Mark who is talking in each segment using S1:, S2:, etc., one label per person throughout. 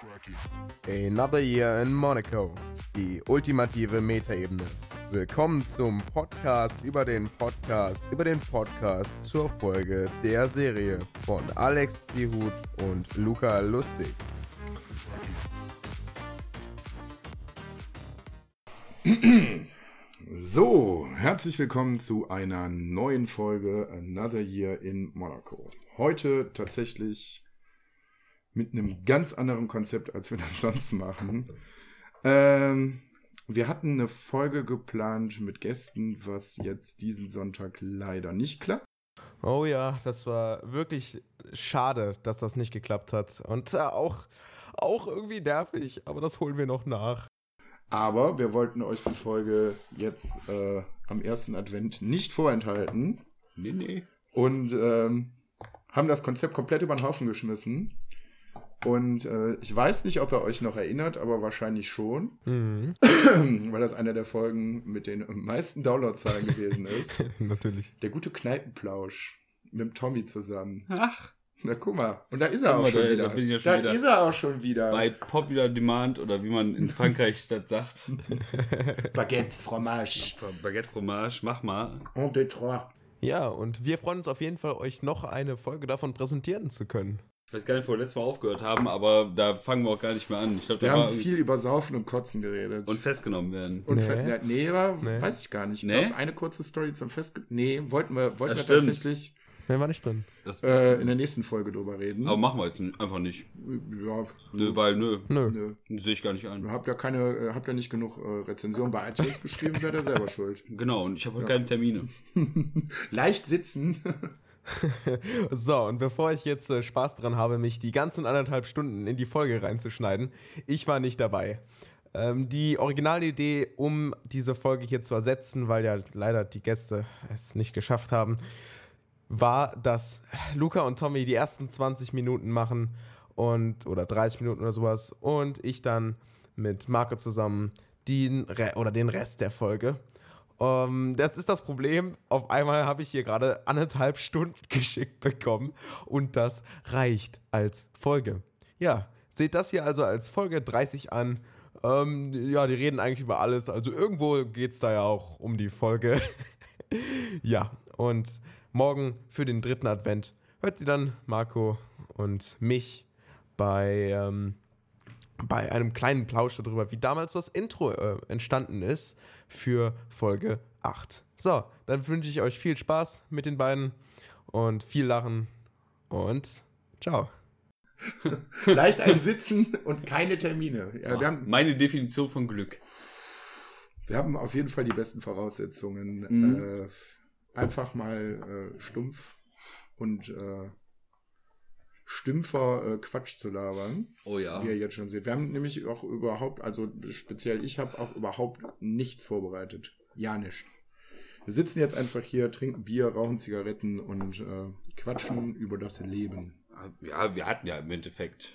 S1: Kentucky. Another Year in Monaco. Die ultimative Metaebene. Willkommen zum Podcast über den Podcast über den Podcast zur Folge der Serie von Alex Zihut und Luca Lustig.
S2: So, herzlich willkommen zu einer neuen Folge Another Year in Monaco. Heute tatsächlich mit einem ganz anderen Konzept, als wir das sonst machen. Ähm, wir hatten eine Folge geplant mit Gästen, was jetzt diesen Sonntag leider nicht klappt.
S1: Oh ja, das war wirklich schade, dass das nicht geklappt hat. Und äh, auch, auch irgendwie nervig, aber das holen wir noch nach.
S2: Aber wir wollten euch die Folge jetzt äh, am ersten Advent nicht vorenthalten.
S3: Nee, nee.
S2: und ähm, haben das Konzept komplett über den Haufen geschmissen. Und äh, ich weiß nicht, ob ihr euch noch erinnert, aber wahrscheinlich schon, weil das einer der Folgen mit den meisten Downloadzahlen gewesen ist.
S1: Natürlich.
S2: Der gute Kneipenplausch mit dem Tommy zusammen.
S3: Ach,
S2: Na guck mal, und da ist er
S3: Guck
S2: auch
S3: mal,
S2: schon
S3: da- da
S2: wieder.
S3: bin ich ja schon
S2: da
S3: wieder.
S2: ist er auch schon wieder.
S3: bei Popular Demand oder wie man in Frankreich das sagt.
S2: Baguette, Fromage,
S3: Baguette Fromage, mach mal.
S2: en Detroit.
S1: Ja, und wir freuen uns auf jeden Fall, euch noch eine Folge davon präsentieren zu können.
S3: Ich weiß gar nicht, wo wir letztes Mal aufgehört haben, aber da fangen wir auch gar nicht mehr an. Ich glaube,
S2: Wir
S3: da war
S2: haben viel über Saufen und Kotzen geredet.
S3: und festgenommen werden.
S2: Und
S1: Nee.
S2: nee. nee, war,
S1: Nee.
S2: weiß ich gar nicht. Ich
S3: Nee?
S2: glaub, eine kurze Story zum Fest. Nee, wollten wir, wollten wir
S3: Das stimmt.
S2: tatsächlich
S1: Ne, war nicht drin.
S3: Das,
S2: äh, in der nächsten Folge drüber reden.
S3: aber machen wir jetzt einfach nicht.
S2: ja,
S3: Nö, weil nö,
S1: Nö.
S2: nö.
S3: sehe ich gar nicht ein.
S2: Habt ja keine, äh, habt ja nicht genug äh, Rezensionen bei iTunes geschrieben, seid ihr selber schuld.
S3: Genau, und ich habe heute keine Termine.
S2: Leicht sitzen.
S1: So, und bevor ich jetzt äh, Spaß dran habe, mich die ganzen anderthalb Stunden in die Folge reinzuschneiden, ich war nicht dabei. Ähm, die Originalidee, um diese Folge hier zu ersetzen, weil ja leider die Gäste es nicht geschafft haben, war, dass Luca und Tommy die ersten 20 Minuten machen und oder 30 Minuten oder sowas und ich dann mit Marco zusammen den Re oder den Rest der Folge. Ähm, das ist das Problem. Auf einmal habe ich hier gerade anderthalb Stunden geschickt bekommen und das reicht als Folge. Ja, seht das hier also als Folge 30 an. Ähm, ja, die reden eigentlich über alles. Also irgendwo geht es da ja auch um die Folge. Ja, und morgen für den dritten Advent hört ihr dann Marco und mich bei, ähm, bei einem kleinen Plausch darüber, wie damals das Intro äh, entstanden ist für Folge 8. So, dann wünsche ich euch viel Spaß mit den beiden und viel Lachen und ciao.
S2: Leicht ein Sitzen und keine Termine. Ja, wir, haben,
S3: Meine Definition von Glück.
S2: wir haben auf jeden Fall die besten Voraussetzungen. Äh, einfach mal äh, stumpf und äh, stümpfer äh, Quatsch zu labern.
S3: Oh ja.
S2: wie ihr jetzt schon seht. Wir haben nämlich auch überhaupt, also speziell ich habe auch überhaupt nichts vorbereitet. Ja, nicht. Wir sitzen jetzt einfach hier, trinken Bier, rauchen Zigaretten und äh, quatschen über das Leben.
S3: Ja, wir hatten ja im Endeffekt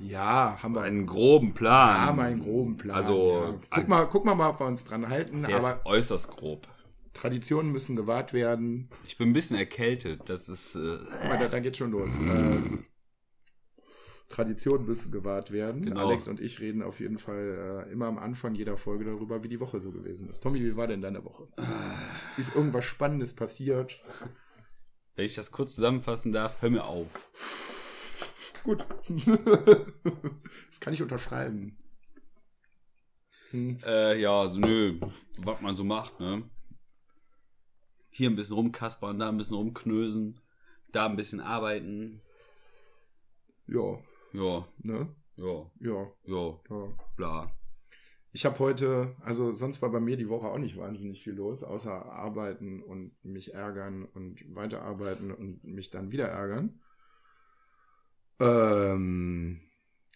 S2: Ja, haben wir einen,
S3: einen groben Plan.
S2: haben wir einen groben Plan.
S3: Also-
S2: ja. guck, mal, guck mal, mal, ob wir uns dran halten.
S3: Der
S2: aber
S3: ist äußerst grob.
S2: Traditionen müssen gewahrt werden.
S3: Ich bin ein bisschen erkältet. Das ist. Äh,
S2: Guck mal, da, da geht schon los. Äh, Traditionen müssen gewahrt werden.
S3: Genau.
S2: Alex und ich reden auf jeden Fall äh, immer am Anfang jeder Folge darüber, wie die Woche so gewesen ist. Tommy, wie war denn deine Woche? Ist irgendwas Spannendes passiert?
S3: wenn ich das kurz zusammenfassen darf, hör mir auf.
S2: Gut. das kann ich unterschreiben. Hm.
S3: Äh, ja, also nö, was man so macht, ne? Hier ein bisschen rumkaspern, da ein bisschen rumknösen, da ein bisschen arbeiten.
S2: Ja,
S3: Ja,
S2: ne?
S3: ja,
S2: Ja,
S3: ja,
S2: ja.
S3: bla.
S2: Ich habe heute, also sonst war bei mir die Woche auch nicht wahnsinnig viel los, außer arbeiten und mich ärgern und weiterarbeiten und mich dann wieder ärgern. Ähm,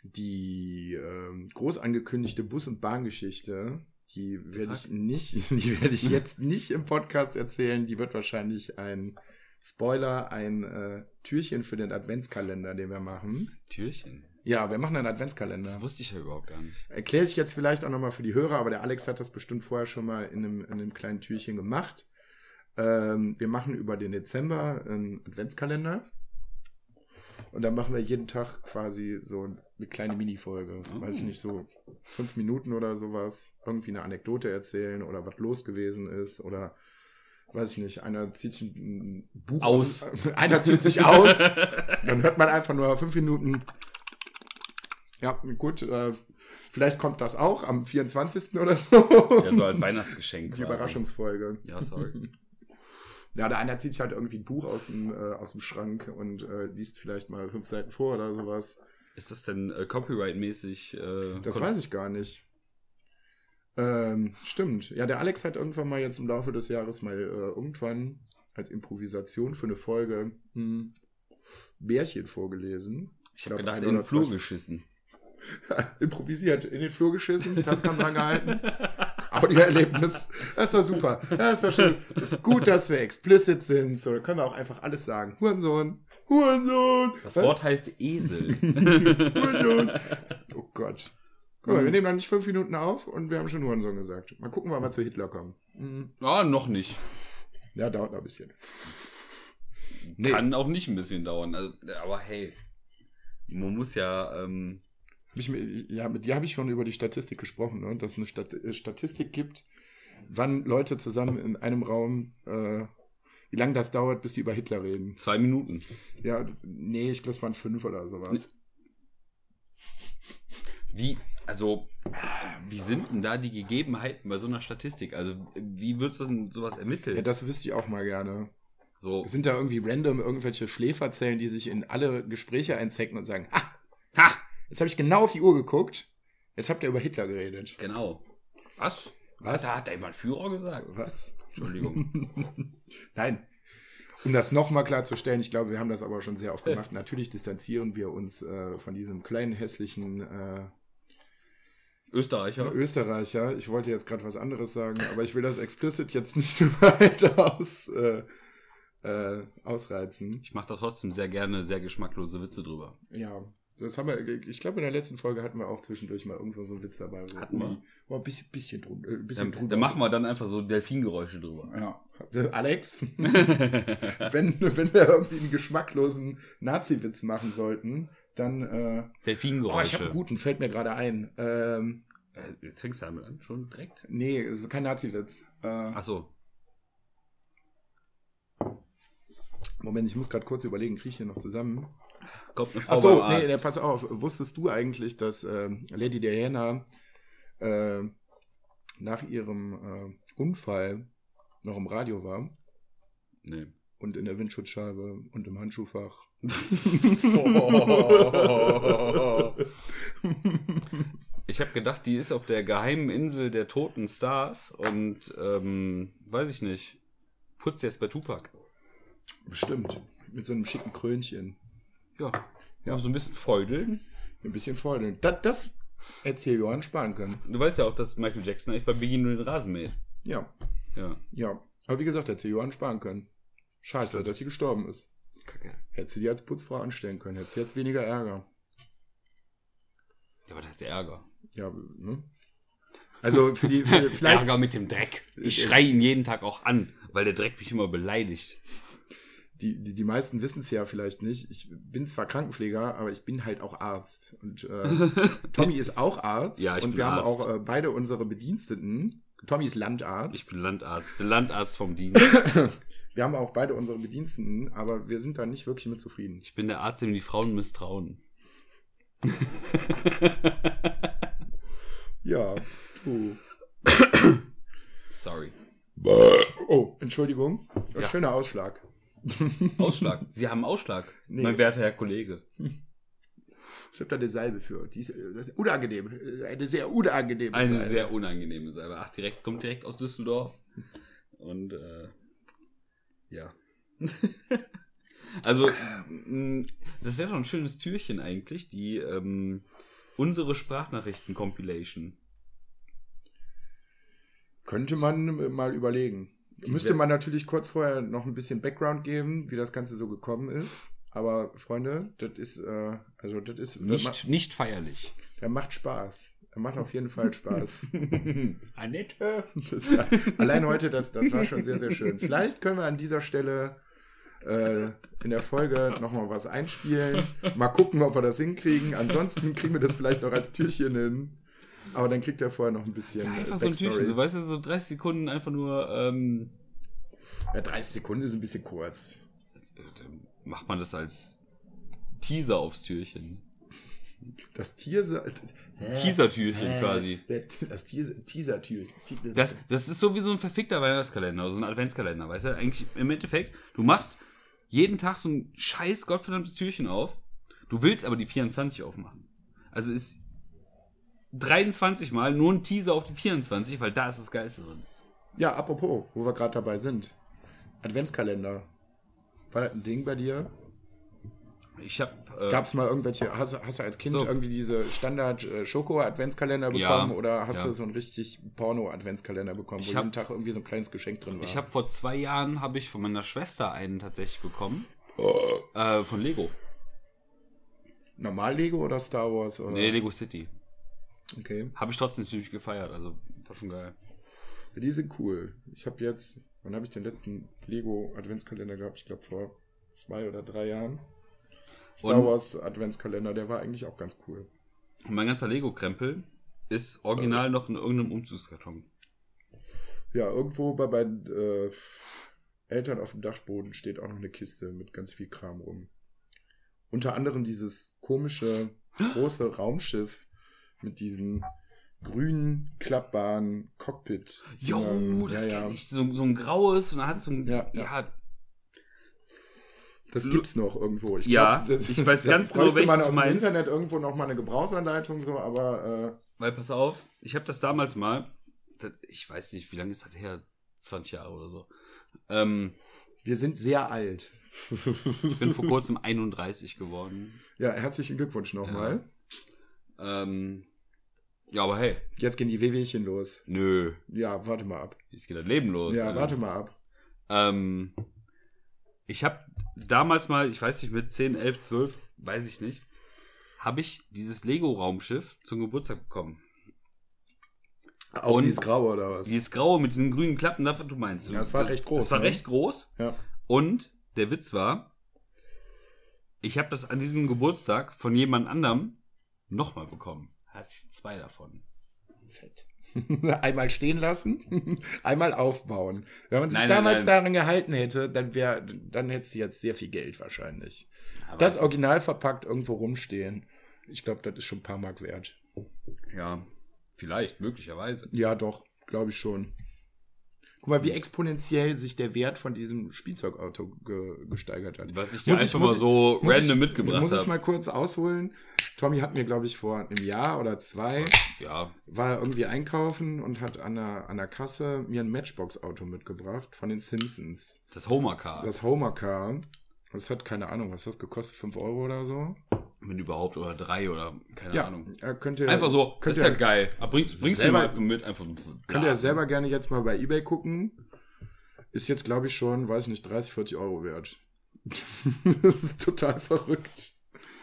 S2: die ähm, groß angekündigte Bus- und Bahngeschichte, die werde ich nicht, die werde ich jetzt nicht im Podcast erzählen. Die wird wahrscheinlich ein Spoiler, ein äh, Türchen für den Adventskalender, den wir machen.
S3: Türchen.
S2: Ja, wir machen einen Adventskalender.
S3: Das wusste ich ja überhaupt gar nicht.
S2: Erkläre ich jetzt vielleicht auch nochmal für die Hörer, aber der Alex hat das bestimmt vorher schon mal in einem, in einem kleinen Türchen gemacht. Ähm, wir machen über den Dezember einen Adventskalender. Und dann machen wir jeden Tag quasi so eine kleine Mini-Folge. Weiß nicht, so fünf Minuten oder sowas. Irgendwie eine Anekdote erzählen oder was los gewesen ist oder weiß ich nicht, einer zieht sich ein Buch
S3: Aus.
S2: Einer zieht sich aus. dann hört man einfach nur fünf Minuten. Ja, gut, äh, vielleicht kommt das auch am 24. oder so.
S3: Ja, so als Weihnachtsgeschenk.
S2: Die
S3: quasi.
S2: Überraschungsfolge.
S3: Ja, sorry.
S2: Ja, der einer zieht sich halt irgendwie ein Buch aus dem, äh, aus dem Schrank und äh, liest vielleicht mal fünf Seiten vor oder sowas.
S3: Ist das denn äh, copyright-mäßig? Äh,
S2: Das weiß ich gar nicht. Ähm, stimmt. Ja, der Alex hat irgendwann mal jetzt im Laufe des Jahres mal äh, irgendwann als Improvisation für eine Folge ein Bärchen vorgelesen.
S3: Ich habe
S2: glaub,
S3: gedacht,
S2: ein
S3: in den
S2: oder
S3: Flur
S2: zwei-
S3: geschissen.
S2: Improvisiert, in den Flur geschissen, Tasten angehalten. Audioerlebnis. Das ist doch super. Das ist doch schön. Ist gut, dass wir explicit sind. So, da können wir auch einfach alles sagen. Hurensohn. Hurensohn.
S3: Das
S2: Was?
S3: Wort heißt Esel.
S2: Hurensohn. Oh Gott. Guck
S3: Hm.
S2: mal, wir nehmen dann nicht fünf Minuten auf und wir haben schon Hurensohn gesagt. Mal gucken, wann wir zu Hitler kommen. Mhm.
S3: Ah, noch nicht.
S2: Ja, dauert noch ein bisschen. Nee, hab
S3: Kann auch nicht ein bisschen dauern. Also, aber hey, man muss ja. Ähm,
S2: ich, mir- ja, mit dir habe ich schon über die Statistik gesprochen, ne? dass es eine Stat äh, Statistik gibt, wann Leute zusammen in einem Raum, äh, wie lange das dauert, bis die über Hitler reden.
S3: zwei Minuten.
S2: Ja, nee, ich glaube, es waren fünf oder sowas.
S3: Wie, also, wie sind denn da die Gegebenheiten bei so einer Statistik? Also, wie wird das denn sowas ermittelt?
S2: Ja, das wüsste ich auch mal gerne.
S3: so,
S2: Sind da irgendwie random irgendwelche Schläferzellen, die sich in alle Gespräche einzecken und sagen, "Ah, ha,
S3: ha!
S2: jetzt habe ich genau auf die Uhr geguckt, jetzt habt ihr über Hitler geredet.
S3: Genau. Was?
S2: Was?
S3: Da hat da jemand Führer gesagt.
S2: Was?
S3: Entschuldigung.
S2: Nein. Um das nochmal klarzustellen, ich glaube, wir haben das aber schon sehr oft
S3: Äh.
S2: gemacht. Natürlich distanzieren wir uns äh, von diesem kleinen, hässlichen äh,
S3: Österreicher.
S2: Österreicher. Ich wollte jetzt gerade was anderes sagen, aber ich will das explicit jetzt nicht so weit aus, äh, äh, ausreizen.
S3: Ich mache da trotzdem sehr gerne sehr geschmacklose Witze drüber.
S2: Ja, das haben wir, ich glaube, in der letzten Folge hatten wir auch zwischendurch mal irgendwo so einen Witz dabei. Wo,
S3: Hatten wir?
S2: Ui, War ein bisschen, bisschen, drun, äh, ein bisschen
S3: Dann,
S2: drüber.
S3: dann machen wir dann einfach so Delfingeräusche drüber.
S2: Ja. Alex, wenn, wenn wir irgendwie einen geschmacklosen Nazi-Witz machen sollten, dann. Äh, oh, ich
S3: Delfingeräusche.
S2: habe einen guten, fällt mir gerade ein. Ähm,
S3: Äh, Jetzt fängst du damit an, schon direkt?
S2: nee, es war kein Nazi-Witz. Äh,
S3: Achso.
S2: Moment, ich muss gerade kurz überlegen, kriege ich den noch zusammen?
S3: Kommt eine Frau
S2: Achso,
S3: beim
S2: nee, nee,
S3: Arzt.
S2: pass auf. Wusstest du eigentlich, dass ähm, Lady Diana äh, nach ihrem äh, Unfall noch im Radio war
S3: Nee.
S2: und in der Windschutzscheibe und im Handschuhfach?
S3: Ich habe gedacht, die ist auf der geheimen Insel der toten Stars und ähm, weiß ich nicht. Putzt jetzt bei Tupac.
S2: Bestimmt. Mit so einem schicken Krönchen.
S3: Ja. Ja, so ein bisschen feudeln.
S2: Ein bisschen feudeln. Das, das hätte hier Johann sparen können.
S3: Du weißt ja auch, dass Michael Jackson eigentlich bei Biggie nur den Rasen mäht.
S2: Ja,
S3: Ja.
S2: ja. Aber wie gesagt, hätte sie Johann sparen können. Scheiße, dass sie gestorben ist.
S3: Kacke.
S2: Hätte sie die als Putzfrau anstellen können. Hätte sie jetzt weniger Ärger.
S3: Ja, aber das ist Ärger.
S2: Ja, ne? Also für die, für, vielleicht,
S3: Ärger mit dem Dreck. Ich schreie ihn jeden Tag auch an, weil der Dreck mich immer beleidigt.
S2: die, die, die meisten wissen es ja vielleicht nicht. Ich bin zwar Krankenpfleger, aber ich bin halt auch Arzt. Und äh, Tommy ist auch Arzt.
S3: Ja, ich
S2: Und
S3: bin
S2: wir haben
S3: Arzt.
S2: auch äh, beide unsere Bediensteten. Tommy ist Landarzt.
S3: Ich bin Landarzt, der Landarzt vom Dienst.
S2: Wir haben auch beide unsere Bediensteten, aber wir sind da nicht wirklich mit zufrieden.
S3: Ich bin der Arzt, dem die Frauen misstrauen.
S2: Ja, du.
S3: Sorry.
S2: Oh, Entschuldigung. Ein
S3: Ja.
S2: Schöner Ausschlag.
S3: Ausschlag. Sie haben Ausschlag,
S2: Nee.
S3: mein werter Herr Kollege.
S2: Ich habe da eine Salbe für. Die ist äh, unangenehm. Äh, Eine sehr unangenehme
S3: Eine
S2: Salbe.
S3: sehr unangenehme Salbe. Ach, direkt, kommt direkt aus Düsseldorf. Und äh, ja. also, mh, das wäre doch ein schönes Türchen eigentlich, die ähm, unsere Sprachnachrichten-Compilation.
S2: Könnte man äh, mal überlegen. Müsste man natürlich kurz vorher noch ein bisschen Background geben, wie das Ganze so gekommen ist. Aber Freunde, das ist, äh, also das ist, das macht,
S3: Nicht, nicht feierlich.
S2: der macht Spaß. Er macht auf jeden Fall Spaß.
S3: Annette.
S2: Allein heute, das, das war schon sehr, sehr schön. Vielleicht können wir an dieser Stelle äh, in der Folge nochmal was einspielen. Mal gucken, ob wir das hinkriegen. Ansonsten kriegen wir das vielleicht noch als Türchen hin. Aber dann kriegt er vorher noch ein bisschen.
S3: Ja,
S2: äh,
S3: einfach so ein
S2: Backstory.
S3: Türchen, so, weißt du, so 30 Sekunden einfach nur, ähm,
S2: Ja, 30 Sekunden ist ein bisschen kurz.
S3: das- äh, dann macht man das als Teaser aufs Türchen.
S2: Das Tier.
S3: Teaser-Türchen äh, quasi.
S2: Das Tier- Teaser-Türchen.
S3: Das, das ist so wie so ein verfickter Weihnachtskalender, so ein Adventskalender, weißt du? Eigentlich im Endeffekt, du machst jeden Tag so ein scheiß gottverdammtes Türchen auf, du willst aber die 24 aufmachen. Also ist 23 Mal nur ein Teaser auf die 24, weil da ist das Geilste drin.
S2: Ja, apropos, wo wir gerade dabei sind. Adventskalender. War das ein Ding bei dir?
S3: Ich hab, äh,
S2: Gab es mal irgendwelche, hast, du- hast du als Kind
S3: So.
S2: irgendwie diese Standard-Schoko-Adventskalender
S3: Ja,
S2: bekommen oder hast
S3: ja.
S2: du so einen richtig Porno-Adventskalender bekommen, wo
S3: hab-
S2: jeden Tag irgendwie so ein kleines Geschenk drin war?
S3: ich hab vor zwei Jahren habe ich von meiner Schwester einen tatsächlich bekommen. Äh, von Lego.
S2: Normal Lego oder Star Wars? Oder?
S3: Nee, Lego City.
S2: Okay.
S3: Habe ich trotzdem natürlich gefeiert, also war schon geil.
S2: Die sind cool. Ich habe jetzt, wann habe ich den letzten Lego-Adventskalender gehabt? Ich glaube vor zwei oder drei Jahren. Star
S3: Und-
S2: Wars-Adventskalender, der war eigentlich auch ganz cool.
S3: Und mein ganzer Lego-Krempel ist original noch in irgendeinem Umzugskarton.
S2: Ja, irgendwo bei meinen äh, Eltern auf dem Dachboden steht auch noch eine Kiste mit ganz viel Kram rum. Unter anderem dieses komische, große Raumschiff mit diesen grünen, klappbaren Cockpit.
S3: Jo, das
S2: ja,
S3: kenn
S2: ja.
S3: ich. So, so ein graues und dann hat so ein. Ja,
S2: Ja,
S3: ja.
S2: Das gibt's noch irgendwo. Ich
S3: Ja,
S2: glaub, das-
S3: ich weiß
S2: da
S3: ganz genau,
S2: bräuchte man
S3: welches du
S2: aus
S3: meinst.
S2: dem Internet irgendwo noch mal eine Gebrauchsanleitung so, aber äh,
S3: weil pass auf, ich habe das damals mal. Das, ich weiß nicht, wie lange ist das her? 20 Jahre oder so. Ähm,
S2: äh, wir sind sehr alt.
S3: ich bin vor kurzem 31 geworden.
S2: Ja, herzlichen Glückwunsch nochmal.
S3: Ähm, ja, aber hey,
S2: Jetzt gehen die Wehwehchen los.
S3: nö,
S2: Ja, warte mal ab.
S3: jetzt geht das Leben los. äh,
S2: ja,
S3: Alter.
S2: warte mal ab.
S3: Ähm, ich habe damals mal, ich weiß nicht, mit 10, 11, 12, weiß ich nicht, habe ich dieses Lego-Raumschiff zum Geburtstag bekommen.
S2: Auch
S3: Und-
S2: die ist grau oder was?
S3: Dieses graue mit diesen grünen Klappen, das, was du meinst.
S2: Ja, es war recht groß,
S3: Das war
S2: ne?
S3: recht groß.
S2: ja.
S3: Und der Witz war, ich habe das an diesem Geburtstag von jemand anderem nochmal bekommen. Hatte ich zwei davon.
S2: Fett. Einmal stehen lassen, einmal aufbauen. Wenn man sich
S3: Nein, nein,
S2: damals
S3: nein.
S2: daran gehalten hätte, dann wäre, dann hättest du jetzt sehr viel Geld wahrscheinlich.
S3: Aber
S2: das Original verpackt irgendwo rumstehen. Ich glaube, das ist schon ein paar Mark wert.
S3: Ja, vielleicht, möglicherweise.
S2: Ja, doch, glaube ich schon. Guck mal, wie exponentiell sich der Wert von diesem Spielzeugauto ge gesteigert hat.
S3: Was ich dir
S2: Muss ich-
S3: einfach
S2: muss
S3: mal
S2: ich-
S3: so
S2: Muss
S3: random
S2: ich,
S3: mitgebracht
S2: Muss ich
S3: habe.
S2: mal kurz ausholen. Tommy hat mir, glaube ich, vor einem Jahr oder zwei
S3: Ja,
S2: war er irgendwie einkaufen und hat an der, an der Kasse mir ein Matchbox-Auto mitgebracht von den Simpsons.
S3: das Homer-Car.
S2: Das Homer Car. Das hat keine Ahnung, was hat das gekostet? 5 Euro oder so?
S3: Wenn überhaupt, oder drei oder keine
S2: ja,
S3: Ahnung.
S2: äh, könnt ihr.
S3: Einfach so,
S2: Könnt
S3: das ist ja
S2: ihr,
S3: geil. Aber bringst bringst du
S2: selber-
S3: mal einfach mit, einfach so.
S2: Könnt
S3: ja.
S2: ihr selber gerne jetzt mal bei eBay gucken. Ist jetzt, glaube ich, schon, weiß nicht, 30, 40 Euro wert. das ist total verrückt.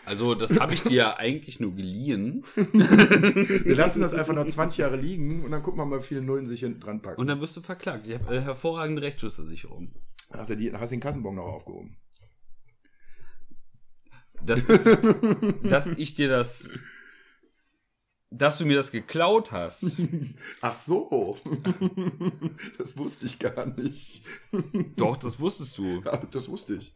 S3: Also, das habe ich dir ja eigentlich nur geliehen.
S2: Wir lassen das einfach noch 20 Jahre liegen und dann gucken wir mal, wie viele Nullen sich hinten dran packen.
S3: Und dann wirst du verklagt. Ich habe eine hervorragende Rechtsschutzversicherung.
S2: hast du die, hast den Kassenbon noch aufgehoben?
S3: Das ist, dass ich dir das, dass du mir das geklaut hast.
S2: Ach so. das wusste ich gar nicht.
S3: Doch, das wusstest du.
S2: Ja, das wusste ich.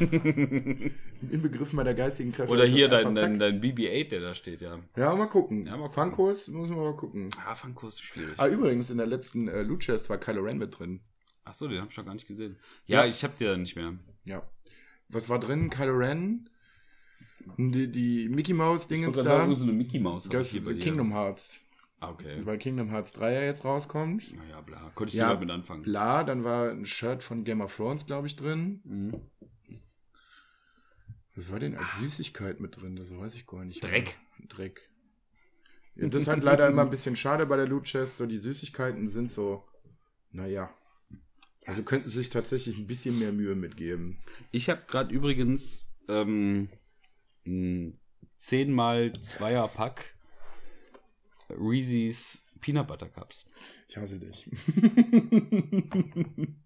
S2: Im Inbegriff meiner geistigen Kräfte.
S3: Oder
S2: ist das
S3: hier
S2: einfach
S3: dein,
S2: zack.
S3: dein, dein BB-8, der da steht, ja.
S2: Ja, mal gucken.
S3: Ja, mal gucken.
S2: Funkos müssen wir mal gucken.
S3: Ah, Funko ist schwierig.
S2: Ah, übrigens, in der letzten äh, Loot Chest war Kylo Ren mit drin.
S3: Ach so, den hab ich doch gar nicht gesehen. Ja,
S2: Ja.
S3: ich hab dir nicht mehr.
S2: Ja. Was war drin? Kylo Ren? Die, die Mickey Mouse Dingens
S3: Ich wollte gerade
S2: da.
S3: sagen, so eine Mickey Maus.
S2: Das Kingdom Hearts.
S3: Ah, okay.
S2: Weil Kingdom Hearts 3 ja jetzt rauskommt.
S3: Naja, bla. Konnte ich
S2: Ja.
S3: ja. damit anfangen.
S2: Bla, dann war ein Shirt von Game of Thrones, glaube ich, drin.
S3: Mhm.
S2: Was war denn als Süßigkeit mit drin? Das weiß ich gar nicht.
S3: Dreck.
S2: Dreck. Ja, das ist halt leider immer ein bisschen schade bei der Loot Chest. So die Süßigkeiten sind so, naja. Also könnten sie sich tatsächlich ein bisschen mehr Mühe mitgeben.
S3: Ich habe gerade übrigens ähm, ein 10 mal 2er Pack Reese's Peanut Butter Cups.
S2: Ich hasse dich.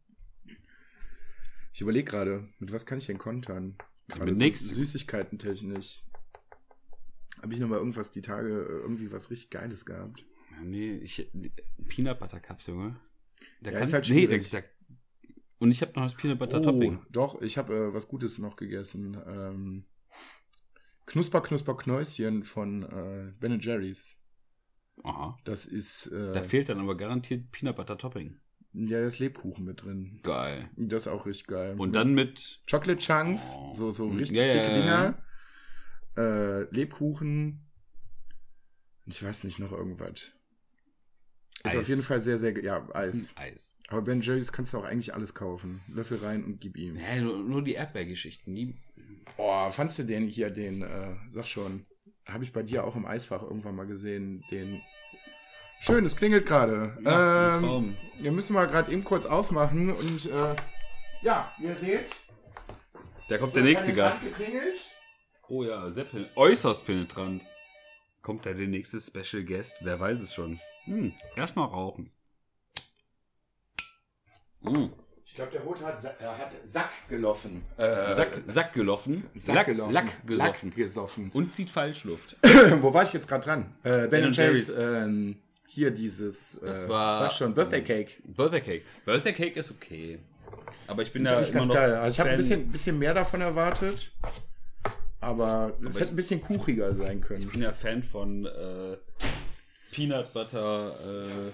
S2: Ich überlege gerade, mit was kann ich denn kontern? Gerade
S3: mit
S2: so
S3: nix.
S2: Süßigkeiten technisch. Habe ich noch mal irgendwas die Tage äh, irgendwie was richtig Geiles gehabt?
S3: Ja, nee, ich. Peanut Butter Cups, Junge. Da
S2: Ja, ist
S3: kannst
S2: halt
S3: nee, da,
S2: schwierig.
S3: da, Und ich habe noch das Peanut Butter
S2: Oh,
S3: Topping.
S2: doch, ich habe äh, was Gutes noch gegessen. Ähm, Knusper, Knusper, Knäuschen von äh, Ben Jerry's.
S3: Aha.
S2: Das ist, äh,
S3: Da fehlt dann aber garantiert Peanut Butter Topping.
S2: ja, das Lebkuchen mit drin.
S3: Geil.
S2: Das ist auch richtig geil.
S3: Und dann mit.
S2: Chocolate Chunks,
S3: Oh.
S2: so, so
S3: Mm,
S2: richtig
S3: ja, ja,
S2: dicke
S3: ja, ja.
S2: Dinger. Äh, Lebkuchen. Und Ich weiß nicht, noch irgendwas. Ist
S3: Eis.
S2: auf jeden Fall sehr, sehr, ge- ja, Eis.
S3: Eis.
S2: Aber Ben Jerry's kannst du auch eigentlich alles kaufen. Löffel rein und gib ihm.
S3: Nee, nur, nur die Erdbeergeschichten. Die,
S2: Oh, fandst du den hier, den, äh, sag schon, habe ich bei dir auch im Eisfach irgendwann mal gesehen, den. Schön, es klingelt gerade.
S3: Ja, ein
S2: ähm,
S3: Traum.
S2: wir müssen mal gerade eben kurz aufmachen und, äh, ja, ihr seht.
S3: da kommt
S2: es
S3: der
S2: hat
S3: nächste
S2: jetzt
S3: Gast.
S2: angeklingelt.
S3: Oh ja, sehr pen äußerst penetrant. Kommt da der nächste Special Guest? Wer weiß es schon. Hm, erstmal rauchen. Hm.
S2: Ich glaube, der Rote hat, Sa- er hat Sack geloffen. Äh,
S3: Sack, Sack gelaufen.
S2: Sack
S3: Lack,
S2: geloffen.
S3: Lack gesoffen.
S2: Lack gesoffen.
S3: Und zieht Falschluft.
S2: Wo war ich jetzt gerade dran? Äh, ben,
S3: Ben
S2: Jerry's,
S3: Jerry's.
S2: ähm, hier dieses, äh,
S3: Das war-
S2: sag schon, Birthday Cake.
S3: Birthday Cake. Birthday Cake ist okay. Aber ich bin
S2: Ist
S3: da
S2: eigentlich
S3: immer
S2: ganz
S3: noch
S2: geil. Also ich habe ein
S3: Fan.
S2: bisschen, bisschen mehr davon erwartet, aber es hätte ein bisschen kuchiger sein
S3: Ich
S2: können.
S3: bin ja Fan von äh, Peanut Butter. Äh,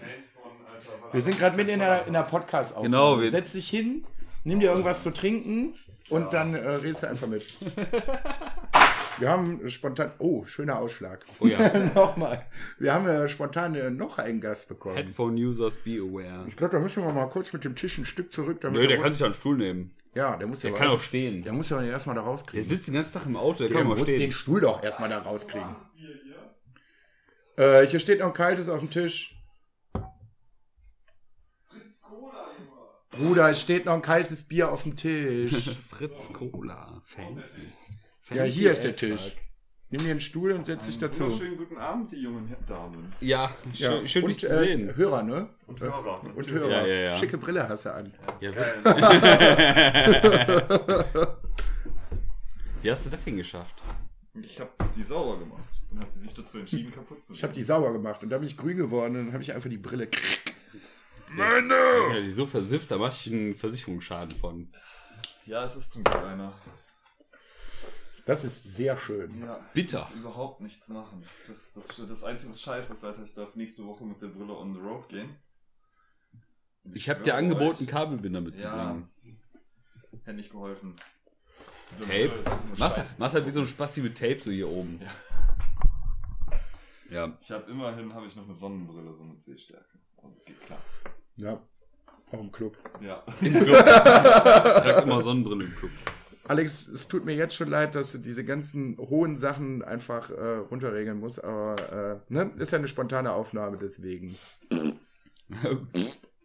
S2: Wir sind gerade mit in der, in der podcast auf.
S3: Genau, wir-
S2: Setz dich hin, nimm dir irgendwas zu trinken und dann äh, redest du einfach mit. Wir haben spontan, oh, schöner Ausschlag.
S3: oh ja.
S2: Nochmal. Wir haben ja spontan äh, noch einen Gast bekommen.
S3: Headphone Users be aware.
S2: Ich glaube, da müssen wir mal kurz mit dem Tisch ein Stück zurück. Damit
S3: Nö, der kann sich ja einen Stuhl nehmen.
S2: ja, der muss ja
S3: Der kann
S2: raus-
S3: auch stehen.
S2: Der muss ja erstmal da
S3: Der
S2: rauskriegen.
S3: sitzt den ganzen Tag im Auto, der,
S2: Der
S3: kann mal
S2: muss den
S3: stehen.
S2: Stuhl doch erstmal da rauskriegen. Äh, hier steht noch ein kaltes auf dem Tisch. Bruder, es steht noch ein kaltes Bier auf dem Tisch.
S3: Fritz Cola. Fancy. Fancy
S2: Ja, hier ist der
S3: as
S2: Tisch.
S3: fuck.
S2: Nimm dir einen Stuhl und setz dich dazu.
S4: Wunderschönen guten Abend, die jungen Damen.
S3: Ja, schön, schön
S2: und,
S3: dich zu
S2: äh,
S3: sehen.
S2: Hörer, ne?
S4: Und Hörer.
S2: Und Hörer.
S3: Ja, ja, ja.
S2: Schicke Brille hast du an.
S3: Ja,
S4: Geil.
S3: wie hast du das denn geschafft?
S4: Ich habe die sauber gemacht. Dann hat sie sich dazu entschieden, kaputt zu
S2: Ich habe die sauber gemacht und dann bin ich grün geworden und dann habe ich einfach die Brille.
S3: Männer! Ja, die so versifft, da mach ich einen Versicherungsschaden von.
S4: Ja, es ist zum Glück einer.
S2: Das ist sehr schön.
S4: Ja,
S3: Bitter.
S4: Ich muss überhaupt nichts machen. Das, das, das Einzige, was scheiße ist, Alter, ich darf nächste Woche mit der Brille on the road gehen. Und
S3: Ich habe dir
S4: schwöre
S3: angeboten,
S4: euch-
S3: Kabelbinder
S4: Ja.
S3: mitzubringen.
S4: Hätte nicht geholfen. Diese Brille
S3: Tape?
S4: ist einfach nur
S3: Machst
S4: scheiße.
S3: machst halt wie so ein Spasti mit Tape so hier oben.
S4: Ja.
S3: Ja,
S4: Ich habe immerhin hab ich noch eine Sonnenbrille, so mit Sehstärke. Also geht klar.
S2: Ja. Auch im Club.
S4: Ja.
S3: im Club. Trag immer Sonnenbrille im Club.
S2: Alex, es tut mir jetzt schon leid, dass du diese ganzen hohen Sachen einfach äh, runterregeln musst, aber äh, ne? ist ja eine spontane Aufnahme, deswegen.
S4: äh,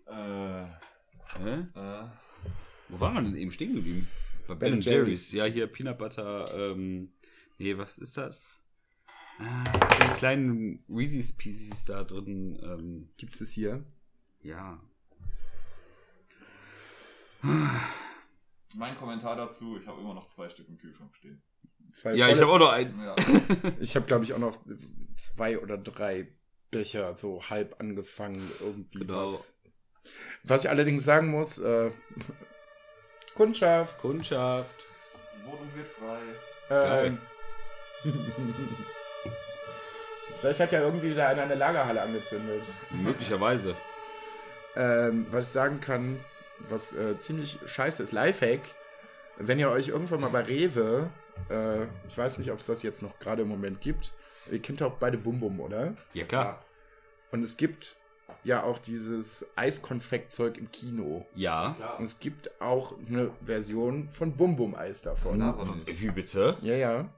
S3: Hä?
S4: äh,
S3: Wo waren wir denn eben stehen geblieben? Bei
S2: Ben
S3: Ben,
S2: Jerry's.
S3: Jerry's. Ja, hier Peanut Butter. Ähm, nee, was ist das? Ah, die kleinen Reese's Pieces da drin. Ähm,
S2: Gibt's das hier?
S3: ja.
S4: mein Kommentar dazu, ich habe immer noch zwei Stück im Kühlschrank stehen.
S2: Zwei
S3: Ja, ich habe auch noch eins.
S4: Ja.
S2: ich hab, glaube ich, auch noch zwei oder drei Becher so halb angefangen, irgendwie
S3: Genau.
S2: was. Was ich allerdings sagen muss, äh, Kundschaft,
S3: Kundschaft.
S4: Wohnung wird frei.
S2: ähm, Vielleicht hat ja irgendwie wieder einer eine Lagerhalle angezündet.
S3: Möglicherweise.
S2: Ähm, was ich sagen kann, was äh, ziemlich scheiße ist, Lifehack, wenn ihr euch irgendwann mal bei Rewe, äh, ich weiß nicht, ob es das jetzt noch gerade im Moment gibt, ihr kennt auch beide Bum Bum, oder?
S3: Ja, klar.
S2: Und es gibt ja auch dieses Eiskonfektzeug im Kino.
S3: Ja.
S2: Und es gibt auch eine Version von Bum Bum Eis davon.
S4: Aber noch nicht.
S3: Wie bitte?
S2: Ja, ja.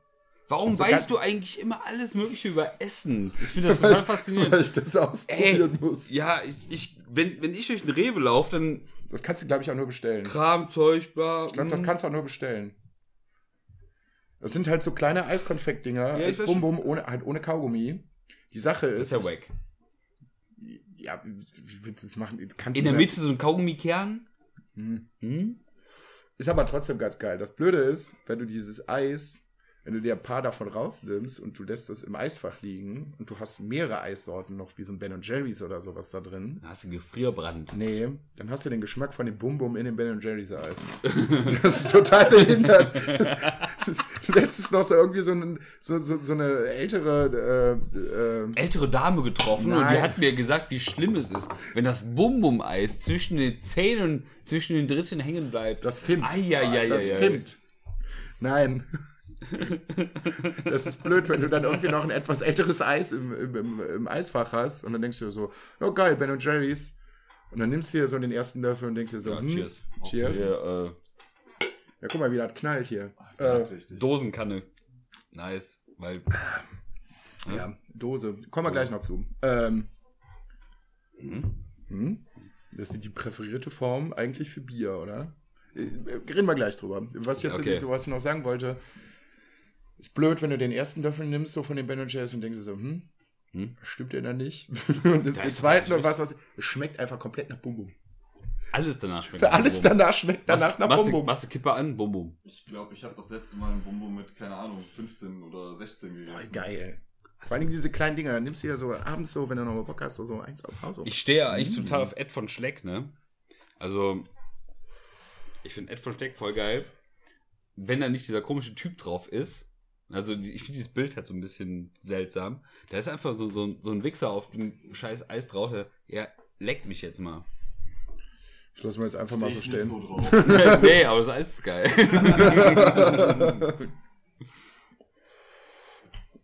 S3: Warum
S2: So Also ganz-
S3: weißt du eigentlich immer alles Mögliche über Essen? Ich finde das total
S2: Weil
S3: faszinierend.
S2: ich das ausprobieren muss.
S3: Ja, ich, ich wenn, wenn ich durch den Rewe laufe, dann
S2: Das kannst du, glaube ich, auch nur bestellen.
S3: Kram, Zeug, bla. mm,
S2: Ich glaube, das kannst du auch nur bestellen. Das sind halt so kleine Eiskonfekt-Dinger,
S3: Ja, ich
S2: als
S3: weiß
S2: Bum Bum, ohne, halt ohne Kaugummi. Die Sache
S3: Das ist
S2: ist.
S3: ja weg.
S2: Ja, wie willst du das machen? Kannst
S3: In
S2: du
S3: der
S2: da-
S3: Mitte so ein Kaugummikern.
S2: Hm.
S3: Hm?
S2: Ist aber trotzdem ganz geil. Das Blöde ist, wenn du dieses Eis, wenn du dir ein paar davon rausnimmst und du lässt das im Eisfach liegen und du hast mehrere Eissorten noch, wie so ein Ben Jerry's oder sowas da drin.
S3: Dann hast du einen Gefrierbrand.
S2: Nee, dann hast du den Geschmack von dem Bum-Bum in dem Ben Jerry's Eis. Das ist total behindert. Letztens noch so irgendwie so, ein, so, so, so eine ältere. Äh, äh,
S3: Ältere Dame getroffen und die
S2: Nein.
S3: hat mir gesagt, wie schlimm es ist, wenn das Bum-Bum-Eis zwischen den Zähnen, zwischen den Dritten hängen bleibt.
S2: das filmt.
S3: Eieieiei.
S2: das filmt. Nein. Das ist blöd, wenn du dann irgendwie noch ein etwas älteres Eis im, im, im, im Eisfach hast und dann denkst du dir so, oh geil, Ben Jerry's. Und dann nimmst du dir so den ersten Löffel und denkst dir so,
S3: Ja,
S2: hm,
S3: cheers.
S2: cheers. Ja.
S3: Hier, äh,
S2: guck mal, wie das knallt hier.
S4: Ja,
S2: Äh,
S4: richtig.
S3: Dosenkanne. Nice. Weil
S2: Ja, Dose. Kommen wir gleich noch zu. Ähm,
S3: Mhm.
S2: hm? Das ist die präferierte Form eigentlich für Bier, oder? Äh, Reden wir gleich drüber. Was ich jetzt
S3: Okay.
S2: so, was ich noch sagen wollte, ist blöd, wenn du den ersten Löffel nimmst, so von den Ben Jerry's und denkst dir so, hm,
S3: Hm?
S2: stimmt denn da nicht? und nimmst
S3: Ja,
S2: den
S3: ist
S2: zweiten
S3: doch
S2: und was, was. Es schmeckt einfach komplett nach Bum Bum.
S3: alles danach schmeckt.
S2: Alles
S3: nach Bum-Bum.
S2: danach schmeckt danach
S3: Machst-
S2: nach
S3: machst
S2: Bum
S3: du-
S2: Bum.
S3: Machst du Kippe an, Bum-Bum.
S4: Ich glaube, ich habe das letzte Mal ein Bonbon mit, keine Ahnung, 15 oder 16
S2: Voll
S4: gegessen.
S2: Geil. Vor allem diese kleinen Dinger, dann nimmst du ja so abends so, wenn du noch mal Bock hast, so- so eins auf Hause.
S3: Ich stehe ja eigentlich
S2: Mhm.
S3: total auf Ed von Schleck, ne? Also, ich finde Ed von Schleck voll geil. Wenn da nicht dieser komische Typ drauf ist. Also, die- ich finde dieses Bild halt so ein bisschen seltsam. Da ist einfach so, so, so ein Wichser auf dem scheiß Eis drauf, der, ja, leck mich jetzt mal.
S2: Ich lass mir jetzt einfach mal so
S4: Ich
S2: stellen.
S4: nicht so drauf.
S3: nee, aber das Eis ist geil.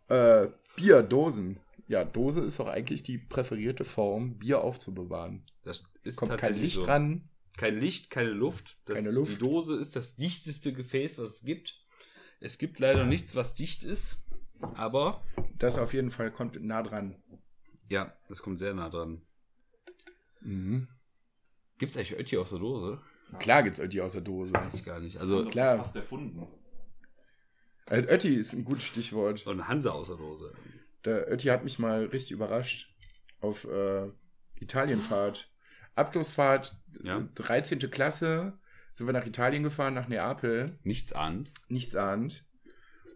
S2: Äh, Bierdosen. Ja, Dose ist doch eigentlich die präferierte Form, Bier aufzubewahren.
S3: Das ist
S2: Kommt kein
S3: tatsächlich
S2: Licht
S3: so.
S2: ran.
S3: Kein Licht, keine Luft. Das
S2: Keine
S3: ist-
S2: Luft.
S3: Die Dose ist das dichteste Gefäß, was es gibt. Es gibt leider nichts, was dicht ist. Aber
S2: Das auf jeden Fall kommt nah dran.
S3: ja, das kommt sehr nah dran. Gibt es Mhm. eigentlich Ötti aus der Dose?
S2: Klar gibt's Ötti aus der Dose.
S3: Weiß ich gar nicht.
S4: Ich
S3: Also,
S4: hab das
S2: Klar.
S4: fast erfunden.
S2: Äh, Ötti ist ein gutes Stichwort.
S3: und Hansa aus der Dose.
S2: Der Ötti hat mich mal richtig überrascht auf äh, Italienfahrt. Abschlussfahrt,
S3: Ja.
S2: äh, 13. Klasse, sind wir nach Italien gefahren, nach Neapel.
S3: Nichts ahnt.
S2: nichts ahnt.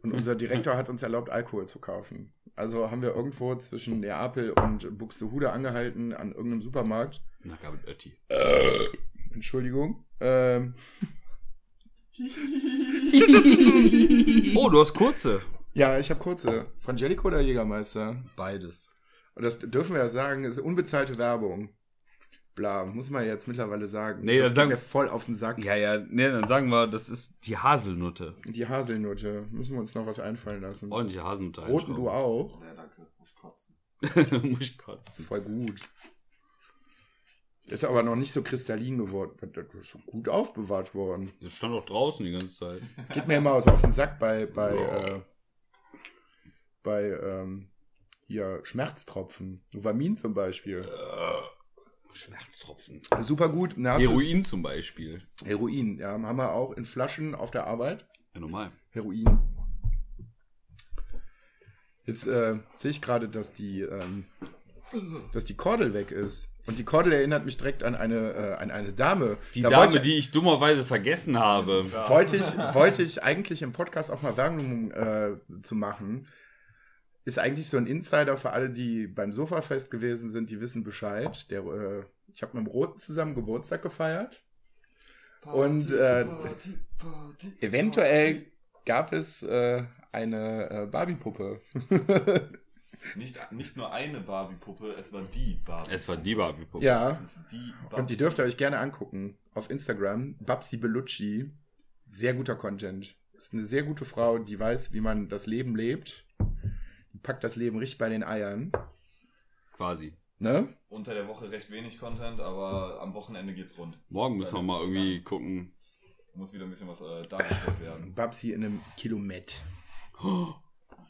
S2: Und unser Direktor hat uns erlaubt, Alkohol zu kaufen. Also haben wir irgendwo zwischen Neapel und Buxtehude angehalten an irgendeinem Supermarkt.
S3: Na, gab es Ötti.
S2: Entschuldigung. Ähm,
S3: Oh, du hast kurze.
S2: ja, ich habe kurze. Frangelico oder Jägermeister?
S3: Beides.
S2: Und das dürfen wir ja sagen, ist unbezahlte Werbung. Bla, muss man jetzt mittlerweile sagen.
S3: Nee, dann
S2: das
S3: sagen-
S2: wir voll auf den Sack.
S3: Ja, ja, ne, dann sagen wir, das ist die Haselnutte.
S2: Die Haselnutte, müssen wir uns noch was einfallen lassen.
S3: Ordentliche Haselnutte.
S2: Roten du
S3: einschrauben.
S2: auch.
S4: Ja, danke. Muss ich kotzen.
S3: Muss ich kotzen.
S2: Voll gut. Ist aber noch nicht so kristallin geworden. Das ist schon gut aufbewahrt worden.
S3: Das stand auch draußen die ganze Zeit.
S2: Das geht mir immer so auf den Sack bei, bei, äh, bei ähm, hier Schmerztropfen. Novamin zum Beispiel.
S3: Schmerztropfen.
S2: Super gut. Na, hast du-
S3: Heroin zum Beispiel.
S2: Heroin, ja. Haben wir auch in Flaschen auf der Arbeit.
S3: Ja, normal.
S2: Heroin. Jetzt äh, sehe ich gerade, dass die, ähm, dass die Kordel weg ist. Und die Kordel erinnert mich direkt an eine, äh, an eine Dame.
S3: Die
S2: Da
S3: Dame,
S2: wollte-
S3: die ich dummerweise vergessen habe.
S2: Wollte ich, wollte ich eigentlich im Podcast auch mal Werbung äh, zu machen. Ist eigentlich so ein Insider für alle, die beim Sofafest gewesen sind, die wissen Bescheid. Der, äh, ich habe mit dem Roten zusammen Geburtstag gefeiert. Und, äh,
S4: Party,
S2: Eventuell gab es äh, eine äh, Barbie-Puppe.
S4: Party. Nicht, nicht nur eine Barbie-Puppe, es war die Barbie.
S3: Es war die Barbie-Puppe.
S4: Es
S2: ja.
S4: ist die Barbie.
S2: Und die dürft ihr euch gerne angucken. Auf Instagram, Babsi Bellucci. Sehr guter Content. Ist eine sehr gute Frau, die weiß, wie man das Leben lebt. Die packt das Leben richtig bei den Eiern.
S3: Quasi.
S2: Ne?
S4: Unter der Woche recht wenig Content, aber am Wochenende geht's rund.
S3: Morgen müssen wir mal irgendwie gucken.
S4: Muss wieder ein bisschen was äh, dargestellt werden.
S2: Babsi in einem Kilomet.